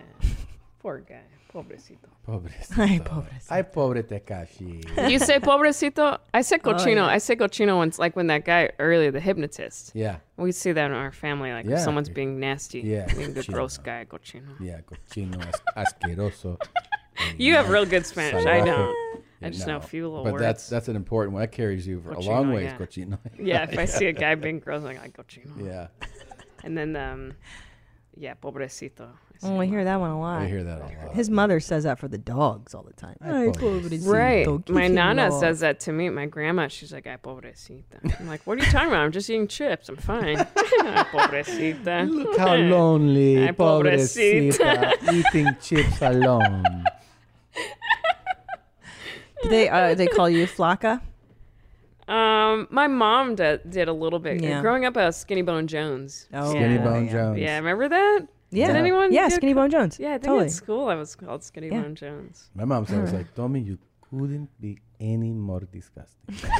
Poor guy. Pobrecito.
Pobrecito.
Ay,
pobrecito. Ay, pobre Tekashi.
You say pobrecito? I say
Oh,
cochino.
yeah.
I say cochino once, like when that guy earlier, the hypnotist.
Yeah.
We see that in our family, like
Yeah.
if someone's being nasty.
Yeah,
Being the
cochino.
gross guy, cochino.
Yeah, cochino, as- asqueroso.
You have real good Spanish. I
Salvaje.
don't. I
Yeah,
just
no.
know a few little
but
words.
that's that's an important one. That carries you for a long
Cochino,
ways,
yeah.
cochino.
yeah, if I see a guy being gross, I'm like, cochino.
Yeah.
And then, um, yeah, pobrecito.
Oh, I hear that one a lot.
I hear that a lot.
His mother says that for the dogs all the time. Ay, pobrecito.
Right. My
qué
nana
dolor.
says that to me. My grandma, she's like, ay, pobrecita. I'm like, what are you talking about? I'm just eating chips. I'm fine. ay, pobrecita.
Look how lonely,
Ay, pobrecita.
pobrecita, eating chips alone.
Do they uh, they call you Flaca.
Um, my mom did, did a little bit.
Yeah.
Growing up, I was Skinny Bone Jones.
Oh, Skinny Bone
yeah.
Jones.
Yeah, remember that?
Yeah.
Did anyone?
Yeah,
do-
Skinny Bone Jones.
Yeah, I think
Totally.
at school I was called Skinny
Yeah.
Bone Jones.
My mom's always
Alright.
like, Tommy, you couldn't be any more disgusting.
Yeah,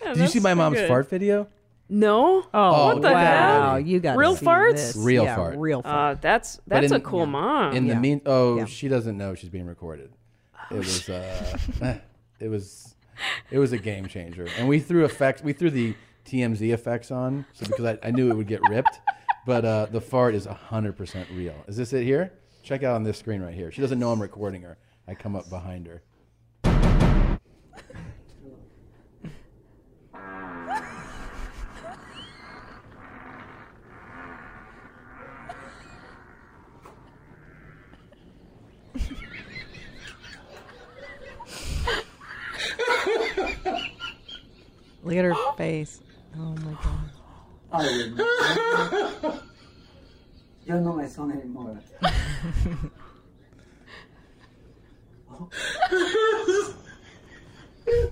Did you see
that's
my
so
mom's
good.
fart video?
No.
Oh,
what the
wow.
hell?
You gotta
real
see
farts.
this. Real Yeah, fart. real
Oh.
Uh,
fart.
that's
But
that's
in-
a cool
yeah.
mom.
In the mean, oh, she doesn't know she's being recorded. It was, uh, it was, it was a game changer. And we threw effects. We threw the TMZ effects on, so because I, I knew it would get ripped. But uh, the fart is hundred percent real. Is this it here? Check out on this screen right here. She doesn't know I'm recording her. I come up behind her.
Look at her face. Oh my god.
Yo no my son anymore.
that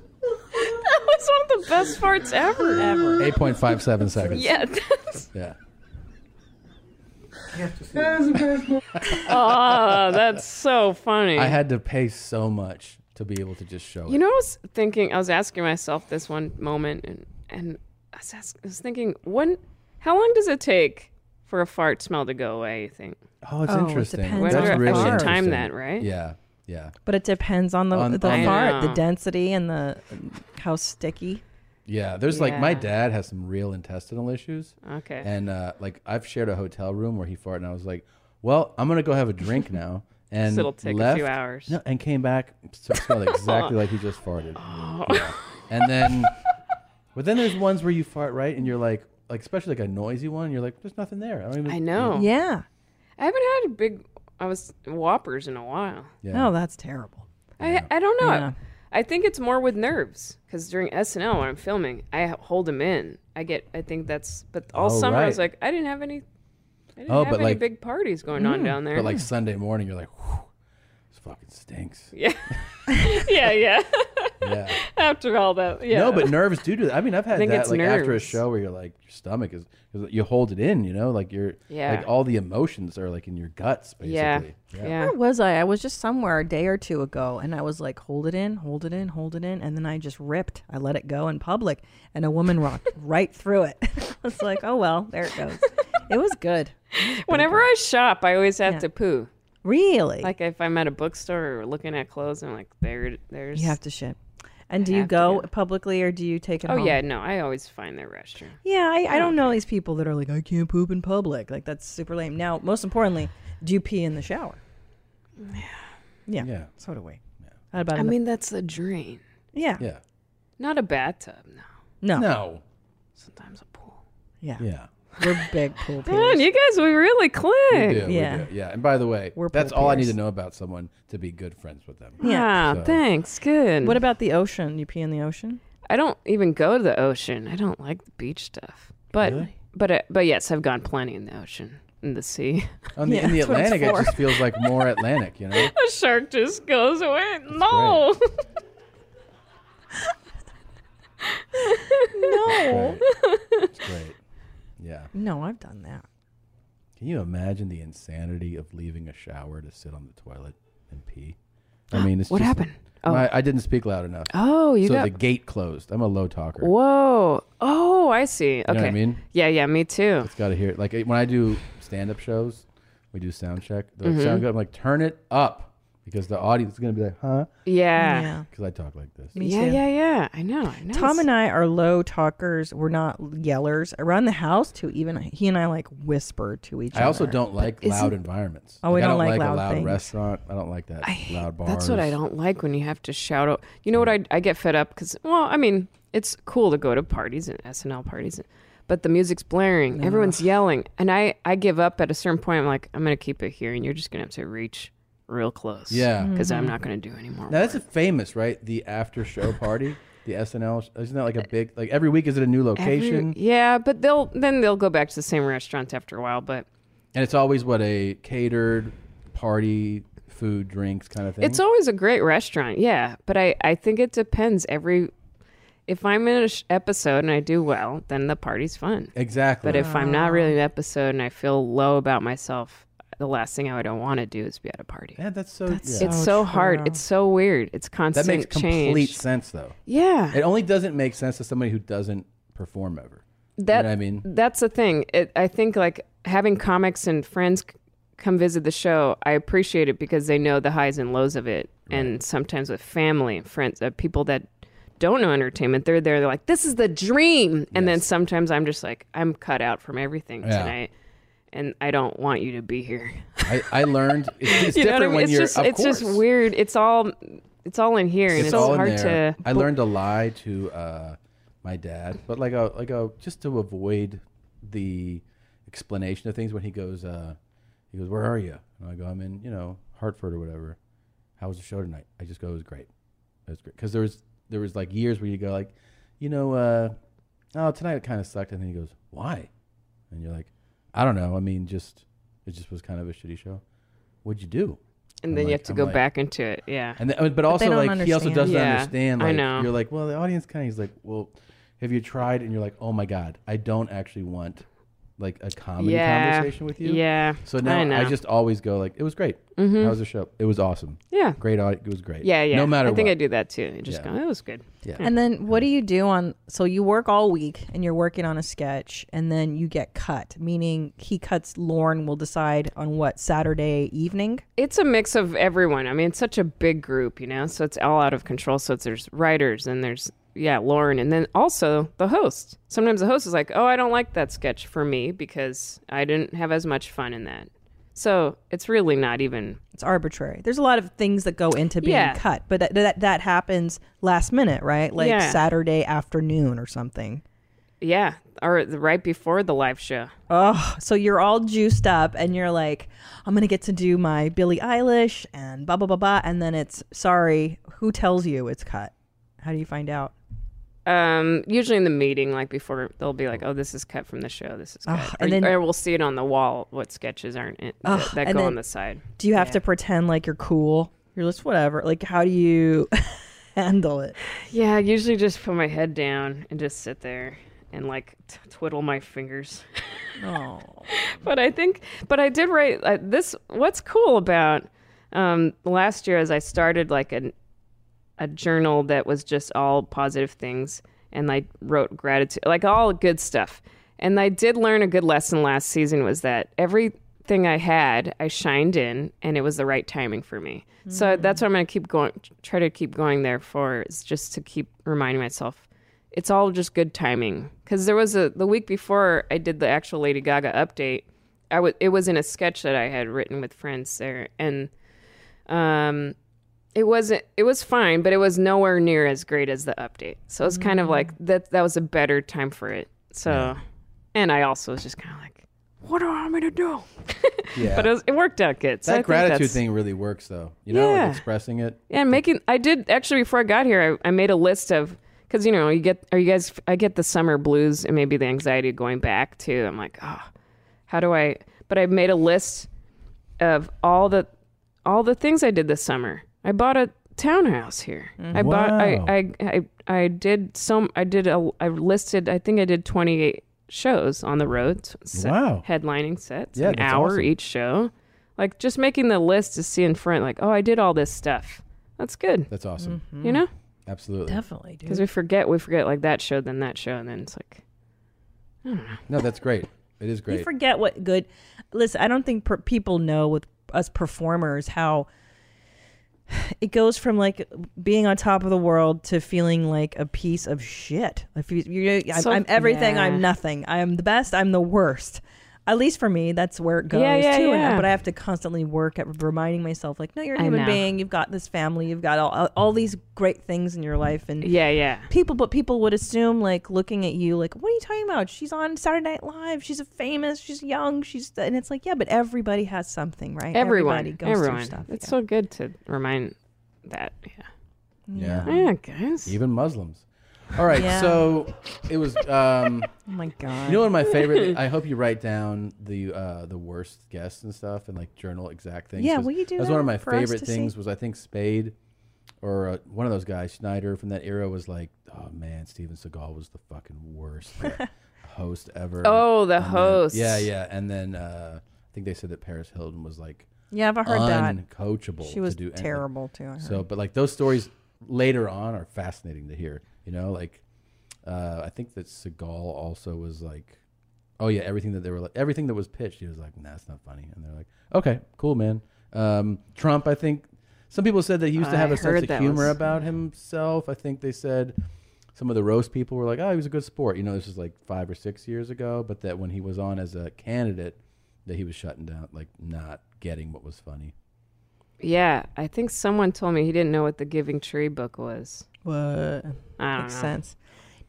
was one of the best farts ever. Ever.
Eight point five seven seconds.
Yeah. that's-
Yeah.
oh, that's so funny.
I had to pay so much to be able to just show
You
it.
know, I was thinking, I was asking myself this one moment, and and I was, ask, I was thinking, when, how long does it take for a fart smell to go away? You think?
Oh, it's interesting.
Wonder
That's
if
really
I should
interesting.
time that, right?
Yeah. Yeah.
But it depends on the
On-
the
on-
fart, the
Yeah.
density, and the um, how sticky.
Yeah, there's like my
Yeah.
dad has some real intestinal issues.
Okay.
And uh, like I've shared a hotel room where he farted, and I was like, "Well, I'm gonna go have a drink now." And
This'll take a
left,
few hours.
No, and came back s- smelled exactly like he just farted.
Oh.
Yeah. And then, but then there's ones where you fart right, and you're like, like especially like a noisy one, you're like, "There's nothing there." I don't even.
I know.
Yeah.
I haven't had a big, I was whoppers in a while.
Yeah.
Oh, that's terrible.
I I don't know.
Yeah.
I think it's more with nerves because during SNL when I'm filming, I hold them in. I get. I think that's. But all
Oh,
summer I
right.
was like, I didn't have any. I didn't
Oh,
have
but
any
like-
big parties going on
Mm.
down there.
But like Sunday morning, you're like, "Whew, "This fucking stinks."
Yeah. yeah, yeah.
Yeah.
After all that, yeah.
No, but nerves do do that. I mean, I've
I
had
think
that
it's
like after a
nerves.
show where you're like your stomach is 'cause you hold it in, you know, like you're
Yeah.
like all the emotions are like in your guts basically.
Yeah. Where was I? I was just somewhere a day or two ago, and I was like, hold it in, hold it in, hold it in, and then I just ripped. I let it go in public, and a woman rocked right through it. I was like, oh well, there it goes. It was good.
Whenever I shop, I always have to poo.
Really?
Like if I'm at a bookstore or looking at clothes, I'm like, there, there's.
You have to shit. And do
I
you
have to
go publicly or do you take it
Oh
home?
yeah, no, I always find their restroom.
Yeah, I, I don't know these people that are like, I can't poop in public. Like, that's super lame. Now, most importantly, do you pee in the shower? Yeah.
Yeah.
So do we. How about
I
in the-
mean, that's the drain.
Yeah.
Yeah.
Not a bathtub, no.
No.
No.
Sometimes a pool.
Yeah.
Yeah.
We're big pool
Man,
peers.
you guys, we really
We
click.
do,
Yeah.
we do. Yeah. And by the way,
We're
that's
pool
all I need
peers.
to know about someone to be good friends with them.
Yeah.
So-
Ah, Thanks. Good.
What about the ocean? You pee in the ocean?
I don't even go to the ocean. I don't like the beach stuff. But but uh, but yes, I've gone plenty in the ocean, in the sea.
On the, in the Atlantic, it just feels like more Atlantic, you know?
a shark just goes away. No.
no.
It's great. Yeah.
No, I've done that.
Can you imagine the insanity of leaving a shower to sit on the toilet and pee? I mean, it's
What
just-
happened? Oh.
My- I didn't speak loud enough.
Oh, you
so
got-
the gate closed. I'm a low talker.
Whoa. Oh, I see. Okay.
You know what I mean?
Yeah, yeah, me too.
It's got to hear it. Like when I do stand-up shows, we do sound check. The
Mhm.
sound guy, I'm like, turn it up because the audience is gonna be like, huh?
Yeah. Yeah.
Because I talk like this.
Me
yeah,
too.
yeah, yeah. I know. I know.
Tom and I are low talkers. We're not yellers around the house too. Even he and I like whisper to each
I
other.
also don't like
But
loud
isn't-
environments.
Oh, we
I
don't,
don't
like,
a
loud,
loud
things.
restaurant. I don't like that loud bar.
That's what I don't like when you have to shout out. You know what? I, I get fed up because, well, I mean, it's cool to go to parties and SNL parties, but the music's blaring, everyone's yelling, and I, I give up at a certain point. I'm like, I'm going to keep it here, and you're just going to have to reach real close.
Yeah.
Because I'm
Mm-hmm.
Mhm.
not going to do any more.
Now that's a famous, right? The after show party, the SNL. Isn't that like a big like every week? Is it a new
Uh, Every-
location?
yeah, but they'll then they'll go back to the same restaurant after a while. But
And it's always what a catered party, food, drinks kind of thing.
It's always a great restaurant, yeah. But I, I think it depends. Every if I'm in an episode and I do well, then the party's fun.
Exactly.
But if I'm not really
Ah.
in an episode and I feel low about myself, the last thing I would want to do is be at a party.
Yeah, that's so.
it's
yeah.
so, hard. It's so weird. It's constant
that makes
change.
complete sense, though.
Yeah.
It only doesn't make sense to somebody who doesn't perform ever. You know
That
what I mean,
that's the thing. It, I think like having comics and friends c- come visit the show, I appreciate it because they know the highs and lows of it. And sometimes with family and friends, uh, people that don't know entertainment, they're there. They're like, "This is the dream," and then sometimes I'm just like, "I'm cut out from everything
Yeah.
tonight." And I don't want you to be here.
I, I learned it's, it's
You know what I
different
mean?
when
it's
you're.
just
of
it's
course.
just weird. It's all it's all in here, and it's,
all in
hard
there.
to.
I learned to lie to uh, my dad, but like a like a just to avoid the explanation of things when he goes, uh, he goes, "Where are you?" And I go, "I'm in, you know, Hartford or whatever." How was the show tonight? I just go, "It was great. It was great." Because there was there was like years where you go like, you know, uh, oh tonight it kind of sucked, and then he goes, "Why?" And you're like, "I don't know. I mean, just it just was kind of a shitty show. What'd you do?"
And
I'm
then you
like-
have to
I'm
go
like-
back into it. Yeah.
and then, but, also like he also doesn't
Yeah,
understand. Like,
I know.
You're like, well, the audience kind of is like, well, have you tried? And you're like, oh my god, I don't actually want like a comedy
Yeah.
conversation with you.
Yeah,
So
I
now I,
know.
just always go like, it was great.
Mhm.
How was the show? It was awesome.
Yeah.
Great audio. It was great.
Yeah, yeah.
No matter.
I think
what.
I do that too. I just
Yeah.
go, it was good.
Yeah.
And
Hmm.
then what do you do on? So you work all week and you're working on a sketch, and then you get cut. Meaning he cuts. Lauren will decide on what Saturday evening.
It's a mix of everyone. I mean, it's such a big group, you know, so it's all out of control. So it's, there's writers and there's, yeah, Lauren, and then also the host. Sometimes the host is like, oh, I don't like that sketch for me because I didn't have as much fun in that. So it's really not even.
It's arbitrary. There's a lot of things that go into being
Yeah.
cut, but that, that that happens last minute, right? Like
Yeah.
Saturday afternoon or something.
Yeah. Or the, right before the live show.
Oh, so you're all juiced up and you're like, I'm gonna get to do my Billie Eilish and blah blah blah blah, and then it's sorry, who tells you it's cut? How do you find out?
Um, usually in the meeting, like before, they'll be like, "Oh, this is cut from the show. This is cut,"
Ugh,
or,
and then-
or we'll see it on the wall. What sketches aren't in,
Ugh,
that, that
and
go on
then
the side?
Do you have to pretend like you're cool? You're just whatever. Like, how do you handle it?
Yeah, I usually just put my head down and just sit there and like t- twiddle my fingers.
Oh.
but I think, but I did write uh, this. What's cool about um, last year is I started like a a journal that was just all positive things, and I wrote gratitude, like all good stuff. And I did learn a good lesson last season was that everything I had, I shined in, and it was the right timing for me. So that's what I'm going to keep going, try to keep going there for, is just to keep reminding myself it's all just good timing because there was a the week before I did the actual Lady Gaga update. I was it was in a sketch that I had written with friends there, and um, it wasn't it was fine, but it was nowhere near as great as the update. So it was
Mm.
kind of like that that was a better time for it. So, and I also was just kind of like, what do I want me to do?
Yeah.
but it, was, it worked out good. so I
that
think
gratitude
that's-
thing really works though. You know,
Yeah.
like expressing it.
yeah, and making I did actually before I got here, I, I made a list of because you know you get are you guys i get the summer blues and maybe the anxiety of going back too i'm like oh how do i but i made a list of all the all the things i did this summer i bought a townhouse here i bought
Mm-hmm. Wow.
I, I i i did some i did a i listed i think i did 28 shows on the road se-
Wow.
headlining sets
Yeah,
an
that's
hour
awesome.
each show like just making the list to see in front like oh i did all this stuff that's good
that's awesome
you know
Absolutely.
Definitely,
because we forget, we forget like that show, then that show, and then it's like, I don't know.
No, that's great. It is
You
great.
forget what good. Listen, I don't think per- people know with us performers how it goes from like being on top of the world to feeling like a piece of shit. If you, you I'm,
So-
I'm everything,
yeah.
I'm nothing. I'm the best, I'm the worst. At least for me, that's where it goes
Yeah, yeah,
too. and-
yeah.
But I have to constantly work at reminding myself, like, no, you're a
I
human
know.
being. You've got this family. You've got all all these great things in your life. And
yeah, yeah.
People, but people would assume, like, looking at you, like, what are you talking about? She's on Saturday Night Live. She's a famous. She's young. She's th-" and it's like, yeah, but everybody has something, right?
Everyone,
everybody goes
everyone.
through stuff.
It's so good to remind that. Yeah.
Yeah.
Yeah, guys.
Even Muslims. All right,
Yeah.
so it was. Um,
oh my god!
You know, one of my favorite. I hope you write down the uh, the worst guests and stuff, and like journal exact things.
Yeah,
'cause
will you do
That was one of
that
my
for us
favorite
to see?
things. Was I think Spade, or uh, one of those guys, Schneider from that era, was like, oh man, Steven Seagal was the fucking worst uh, host ever.
Oh, the
And then-
host.
yeah, yeah, and then uh, I think they said that Paris Hilton was like.
Yeah, I've heard that.
Uncoachable.
She
to
was
do anything.
terrible, too, I
So,
heard.
but like those stories later on are fascinating to hear. You know, like uh, I think that Seagal also was like, oh yeah, everything that they were like, everything that was pitched, he was like, nah, it's not funny, and they're like, okay, cool, man. Um, Trump, I think some people said that he used to
I
have a sense
heard
of
that
humor
was-
about himself. I think they said. Some of the roast people were like, "Oh, he was a good sport." You know, this was like five or six years ago. But that when he was on as a candidate, that he was shutting down, like not getting what was funny.
Yeah, I think someone told me he didn't know what the Giving Tree book was.
What? I
don't
Makes
know.
sense.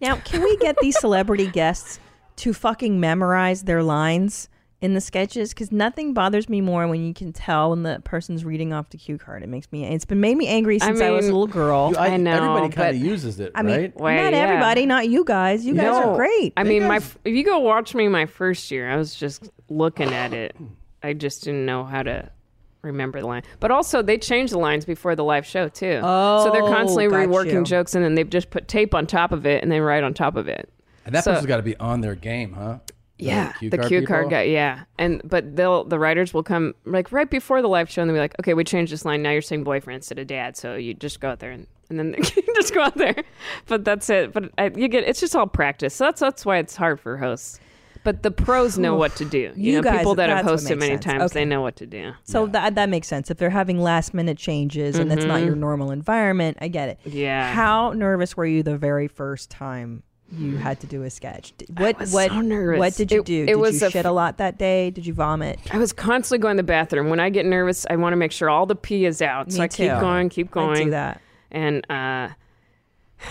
Now, can we get these celebrity guests to fucking memorize their lines in the sketches? Because nothing bothers me more when you can tell when the person's reading off the cue card. It makes me. It's been made me angry
I
since I, was a
mean-
little girl.
You- I- I know,
Everybody
but-
kind of uses it,
I mean,
right?
not
yeah.
everybody, not you guys. You guys are
No.
great.
I mean, my f- if you go watch me my first year, I was just looking at it. I just didn't know how to remember the line. But also, they change the lines before the live show too. so they're
Oh,
constantly
got
reworking
you.
jokes, and then they've just put tape on top of it, and then right on top of it.
And that
So-
person's got to be on their game, huh? The
yeah, the cue card
people?
guy. Yeah, and but they'll the writers will come like right before the live show and they'll be like, okay, we changed this line. Now you're saying boyfriend instead of dad. So you just go out there and and then you just go out there. But that's it. But I, you get it's just all practice. So that's that's why it's hard for hosts. But the pros know what to do. You,
You
know,
guys-
people that have
that's what
hosted
makes
many
sense.
times,
Okay.
they know what to do.
So that that makes sense. If they're having last minute changes and that's not
Mhm.
your normal environment, I get it.
Yeah.
How nervous were you the very first time you had to do a sketch? D- What
was
what
so nervous.
what did you
It-
do?
it
did
was
you
a
shit
f-
a lot that day? Did you vomit?
I was constantly going to the bathroom. When I get nervous, I want to make sure all the pee is out. so
Me
I keep
too.
going, keep
I do
going.
that.
And uh,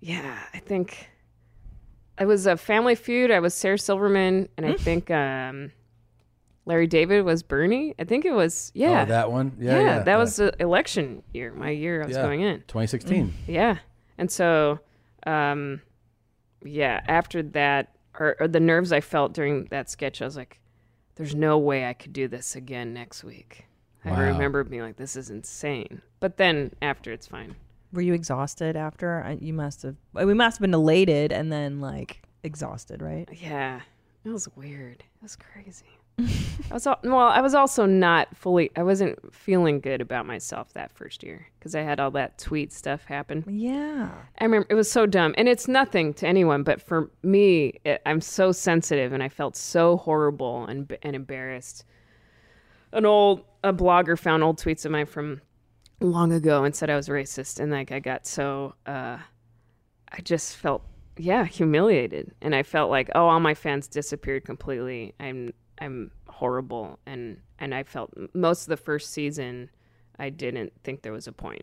yeah, I think it was a Family Feud. I was Sarah Silverman, and I
Hmm.
think um, Larry David was Bernie. I think it was yeah.
Oh, that one? Yeah, yeah,
that
yeah.
was the election year. My year I was
Yeah,
going in
2016. Mm.
Yeah, and so um, yeah, after that, or, or the nerves I felt during that sketch, I was like, "There's no way I could do this again next week."
Wow.
I remember being like, "This is insane," but then after, it's fine.
Were you exhausted after? I- You must have. We must have been elated and then like exhausted, right?
Yeah, it was weird. It was crazy. I was all, well. I was also not fully. I wasn't feeling good about myself that first year because I had all that tweet stuff happen.
Yeah,
I remember it was so dumb, and it's nothing to anyone, but for me, it, I'm so sensitive, and I felt so horrible and b- and embarrassed. An old a blogger found old tweets of mine from long ago and said I was racist, and like I got so. uh I just felt yeah humiliated, and I felt like oh all my fans disappeared completely. I'm I'm horrible, and and I felt most of the first season I didn't think there was a point,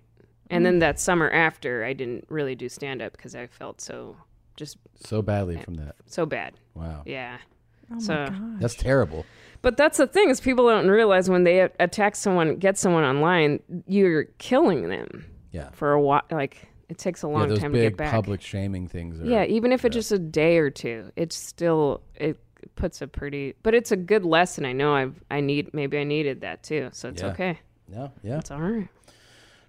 and
Mm.
then that summer after I didn't really do stand up because I felt so just
So badly from that.
so bad.
Wow.
Yeah.
Oh my
so
That's terrible.
but that's the thing is people don't realize when they attack someone, get someone online, you're killing them.
Yeah.
For a while, like It takes a
Yeah,
long
those
time
big
to get back.
public shaming things. Are,
yeah, even if it's just a day or two, it's still it puts a pretty. But it's a good lesson. I know I I need maybe I needed that too. So it's
Yeah.
okay.
No, yeah.
it's all right.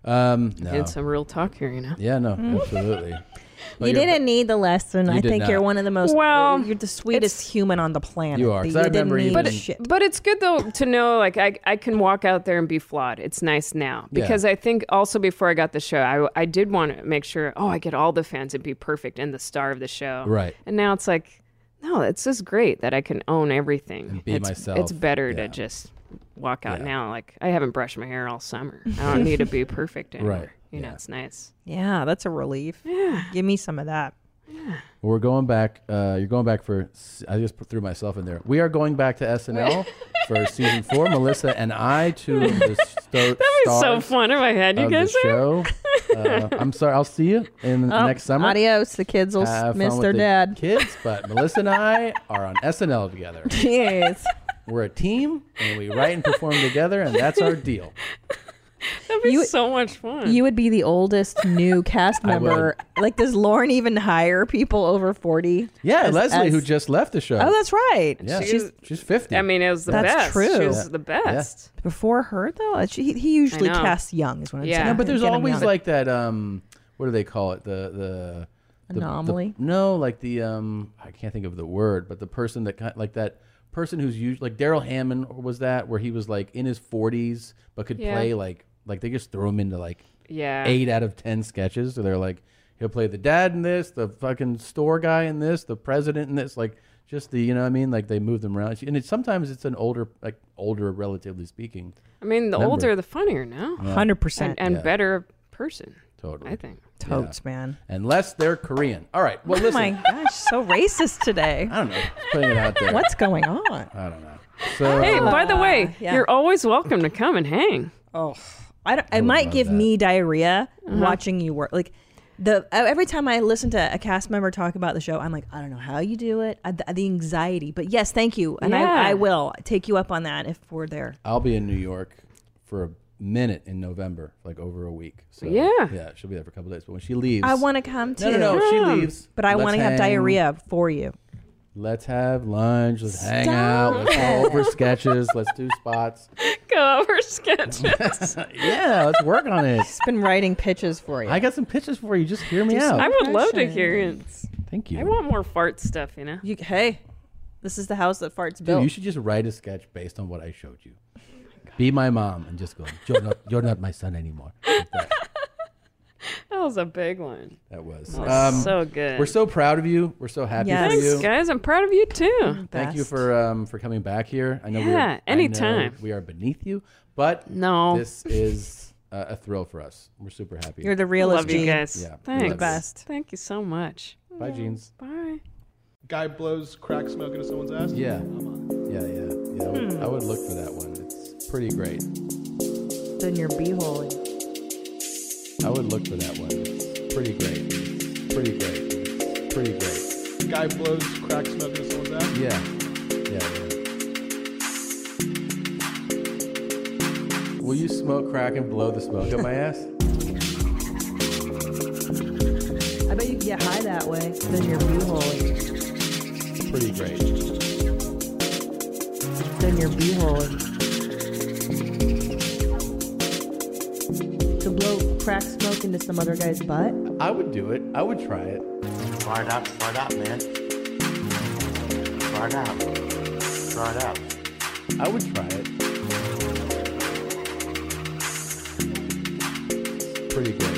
Um, no.
It's Mm. some real talk here, you know.
Yeah, no,
Mhm.
absolutely. Well,
you
you're-
didn't need the lesson.
You
I
did
think you're
not.
one of the most.
Well,
you're the sweetest human on the planet.
You are, 'cause I remember
didn't need
even-
but,
shit.
but it's good though to know like I, I can walk out there and be flawed it's nice now
Yeah.
because i think also before i got the show i, I did want to make sure oh i get all the fans and be perfect and the star of the show
Right.
and now it's like no it's just great that i can own everything
And be
it's,
myself.
it's better to just walk out now like i haven't brushed my hair all summer i don't need to be perfect anymore
Right.
you know it's nice
yeah, that's a relief. Yeah, give me some of that.
Well,
We're going back. Uh, you're going back for. s- I just threw myself in there. We are going back to SNL for season four. Melissa and I, two of the sto-
that was so
stars
fun in my head you
of
guys
the
are-
show. Uh, I'm sorry. I'll see you in
Oh,
next summer.
Adios. The kids will
Have fun
miss
with
their
the
dad.
Kids, but Melissa and I are on SNL together.
Yes.
We're a team, and we write and perform together, and that's our deal.
that'd be so much fun
You would be the oldest new cast
I would.
member. Like, does Lauren even hire people over 40?
Yeah,
As-
Leslie,
as-
who just left the show.
Oh, that's right.
Yeah,
She's-
she's she's fifty.
i mean it was the
That's
best
true.
she was
Yeah.
the best
Before her, though, she, he- he usually
know.
casts young, is what I'm
Yeah.
saying.
No,
but there's
Get 'em
always
young.
like that. Um, what do they call it? The the the- the
Anomaly?
no, like the um, I can't think of the word, but the person that kind like that person who's usually like Daryl Hammond was that where he was like in his 40s but could
Yeah.
play like like they just throw him into like
Yeah.
eight out of ten sketches. So they're like he'll play the dad in this, the fucking store guy in this, the president in this, like. Just the, you know what I mean? Like they move them around. And it, sometimes it's an older, like older, relatively speaking.
I mean, the
member.
older, the funnier, no?
Yeah. 100%.
And, and
Uh, Yeah.
better person.
Totally.
I think.
Totes, man.
Unless they're Korean. All right. Well,
oh
listen.
my gosh, so racist today.
I don't know. Putting it out there.
What's going on?
I don't know. So uh,
hey, by the way,
yeah.
you're always welcome to come and hang.
Oh, I don't, it might
love
give
that.
me diarrhea
Uh-huh.
watching you work. Like the e, every time I listen to a cast member talk about the show, I'm like, I don't know how you do it. I, the, the anxiety, but yes, thank you, and
Yeah.
I, I will take you up on that if we're there.
I'll be in New York for a minute in November, like over a week. So
Yeah.
yeah, she'll be there for a couple days. But when she leaves,
I want to come too.
No, no, no. If she leaves,
but I
let's
want to have
hang.
diarrhea for you.
Let's have lunch. Let's hang out. Let's go over sketches. Let's do spots.
Go over sketches.
Yeah, let's work on it.
She's been writing pitches for you.
I got some pitches for you. Just hear me
Do some
out.
I would love to hear it.
Thank you.
I want more fart stuff, you know?
You, hey, this is the house that farts
Dude,
built.
you should just write a sketch based on what I showed you. Be my mom and just go. You're not. You're not my son anymore. Like that.
That was a big one.
That was,
That was
Um,
so good.
We're so proud of you. We're so happy for
Thanks,
you.
guys. I'm proud of you too.
Thank you for um, for coming back here. I know we
Yeah,
are, I
anytime.
know we are beneath you, but
no,
this is uh, a thrill for us. We're super happy.
You're the
I
realest
love you
Gene.
guys.
Yeah, we
Thanks.
love you.
Thank you so much.
Bye, jeans.
Bye.
Guy blows crack smoke into someone's ass.
Yeah, yeah, yeah. yeah I, would, I would look for that one. It's pretty great.
in your beehole.
I would look for that one. It's pretty great. It's pretty great. It's pretty great.
Guy blows crack smoke into someone's ass.
Yeah, yeah, yeah. Will you smoke crack and blow the smoke up my ass?
I bet you can get high that way. Then your beehole.
Pretty great.
Then your beehole. To blow crack smoke into some other guy's butt.
I would do it. I would try it.
Fart up, fart up, man. Fart up. Fart up.
I would try it. Pretty great.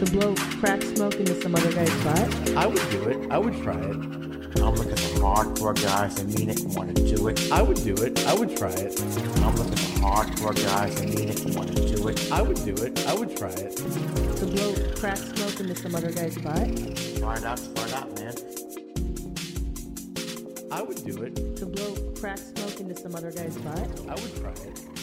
To blow crack smoke into some other guy's butt.
I would do it. I would try it.
I'm looking for hardcore guys that mean it and want to do it.
I would do it. I would try it.
I'm looking for hardcore guys that mean it and want to do it.
I would do it. I would try it.
To blow crack smoke into some other guy's butt.
Fart up, fart up, man.
I would do it.
To blow crack smoke into some other guy's butt.
I would try it.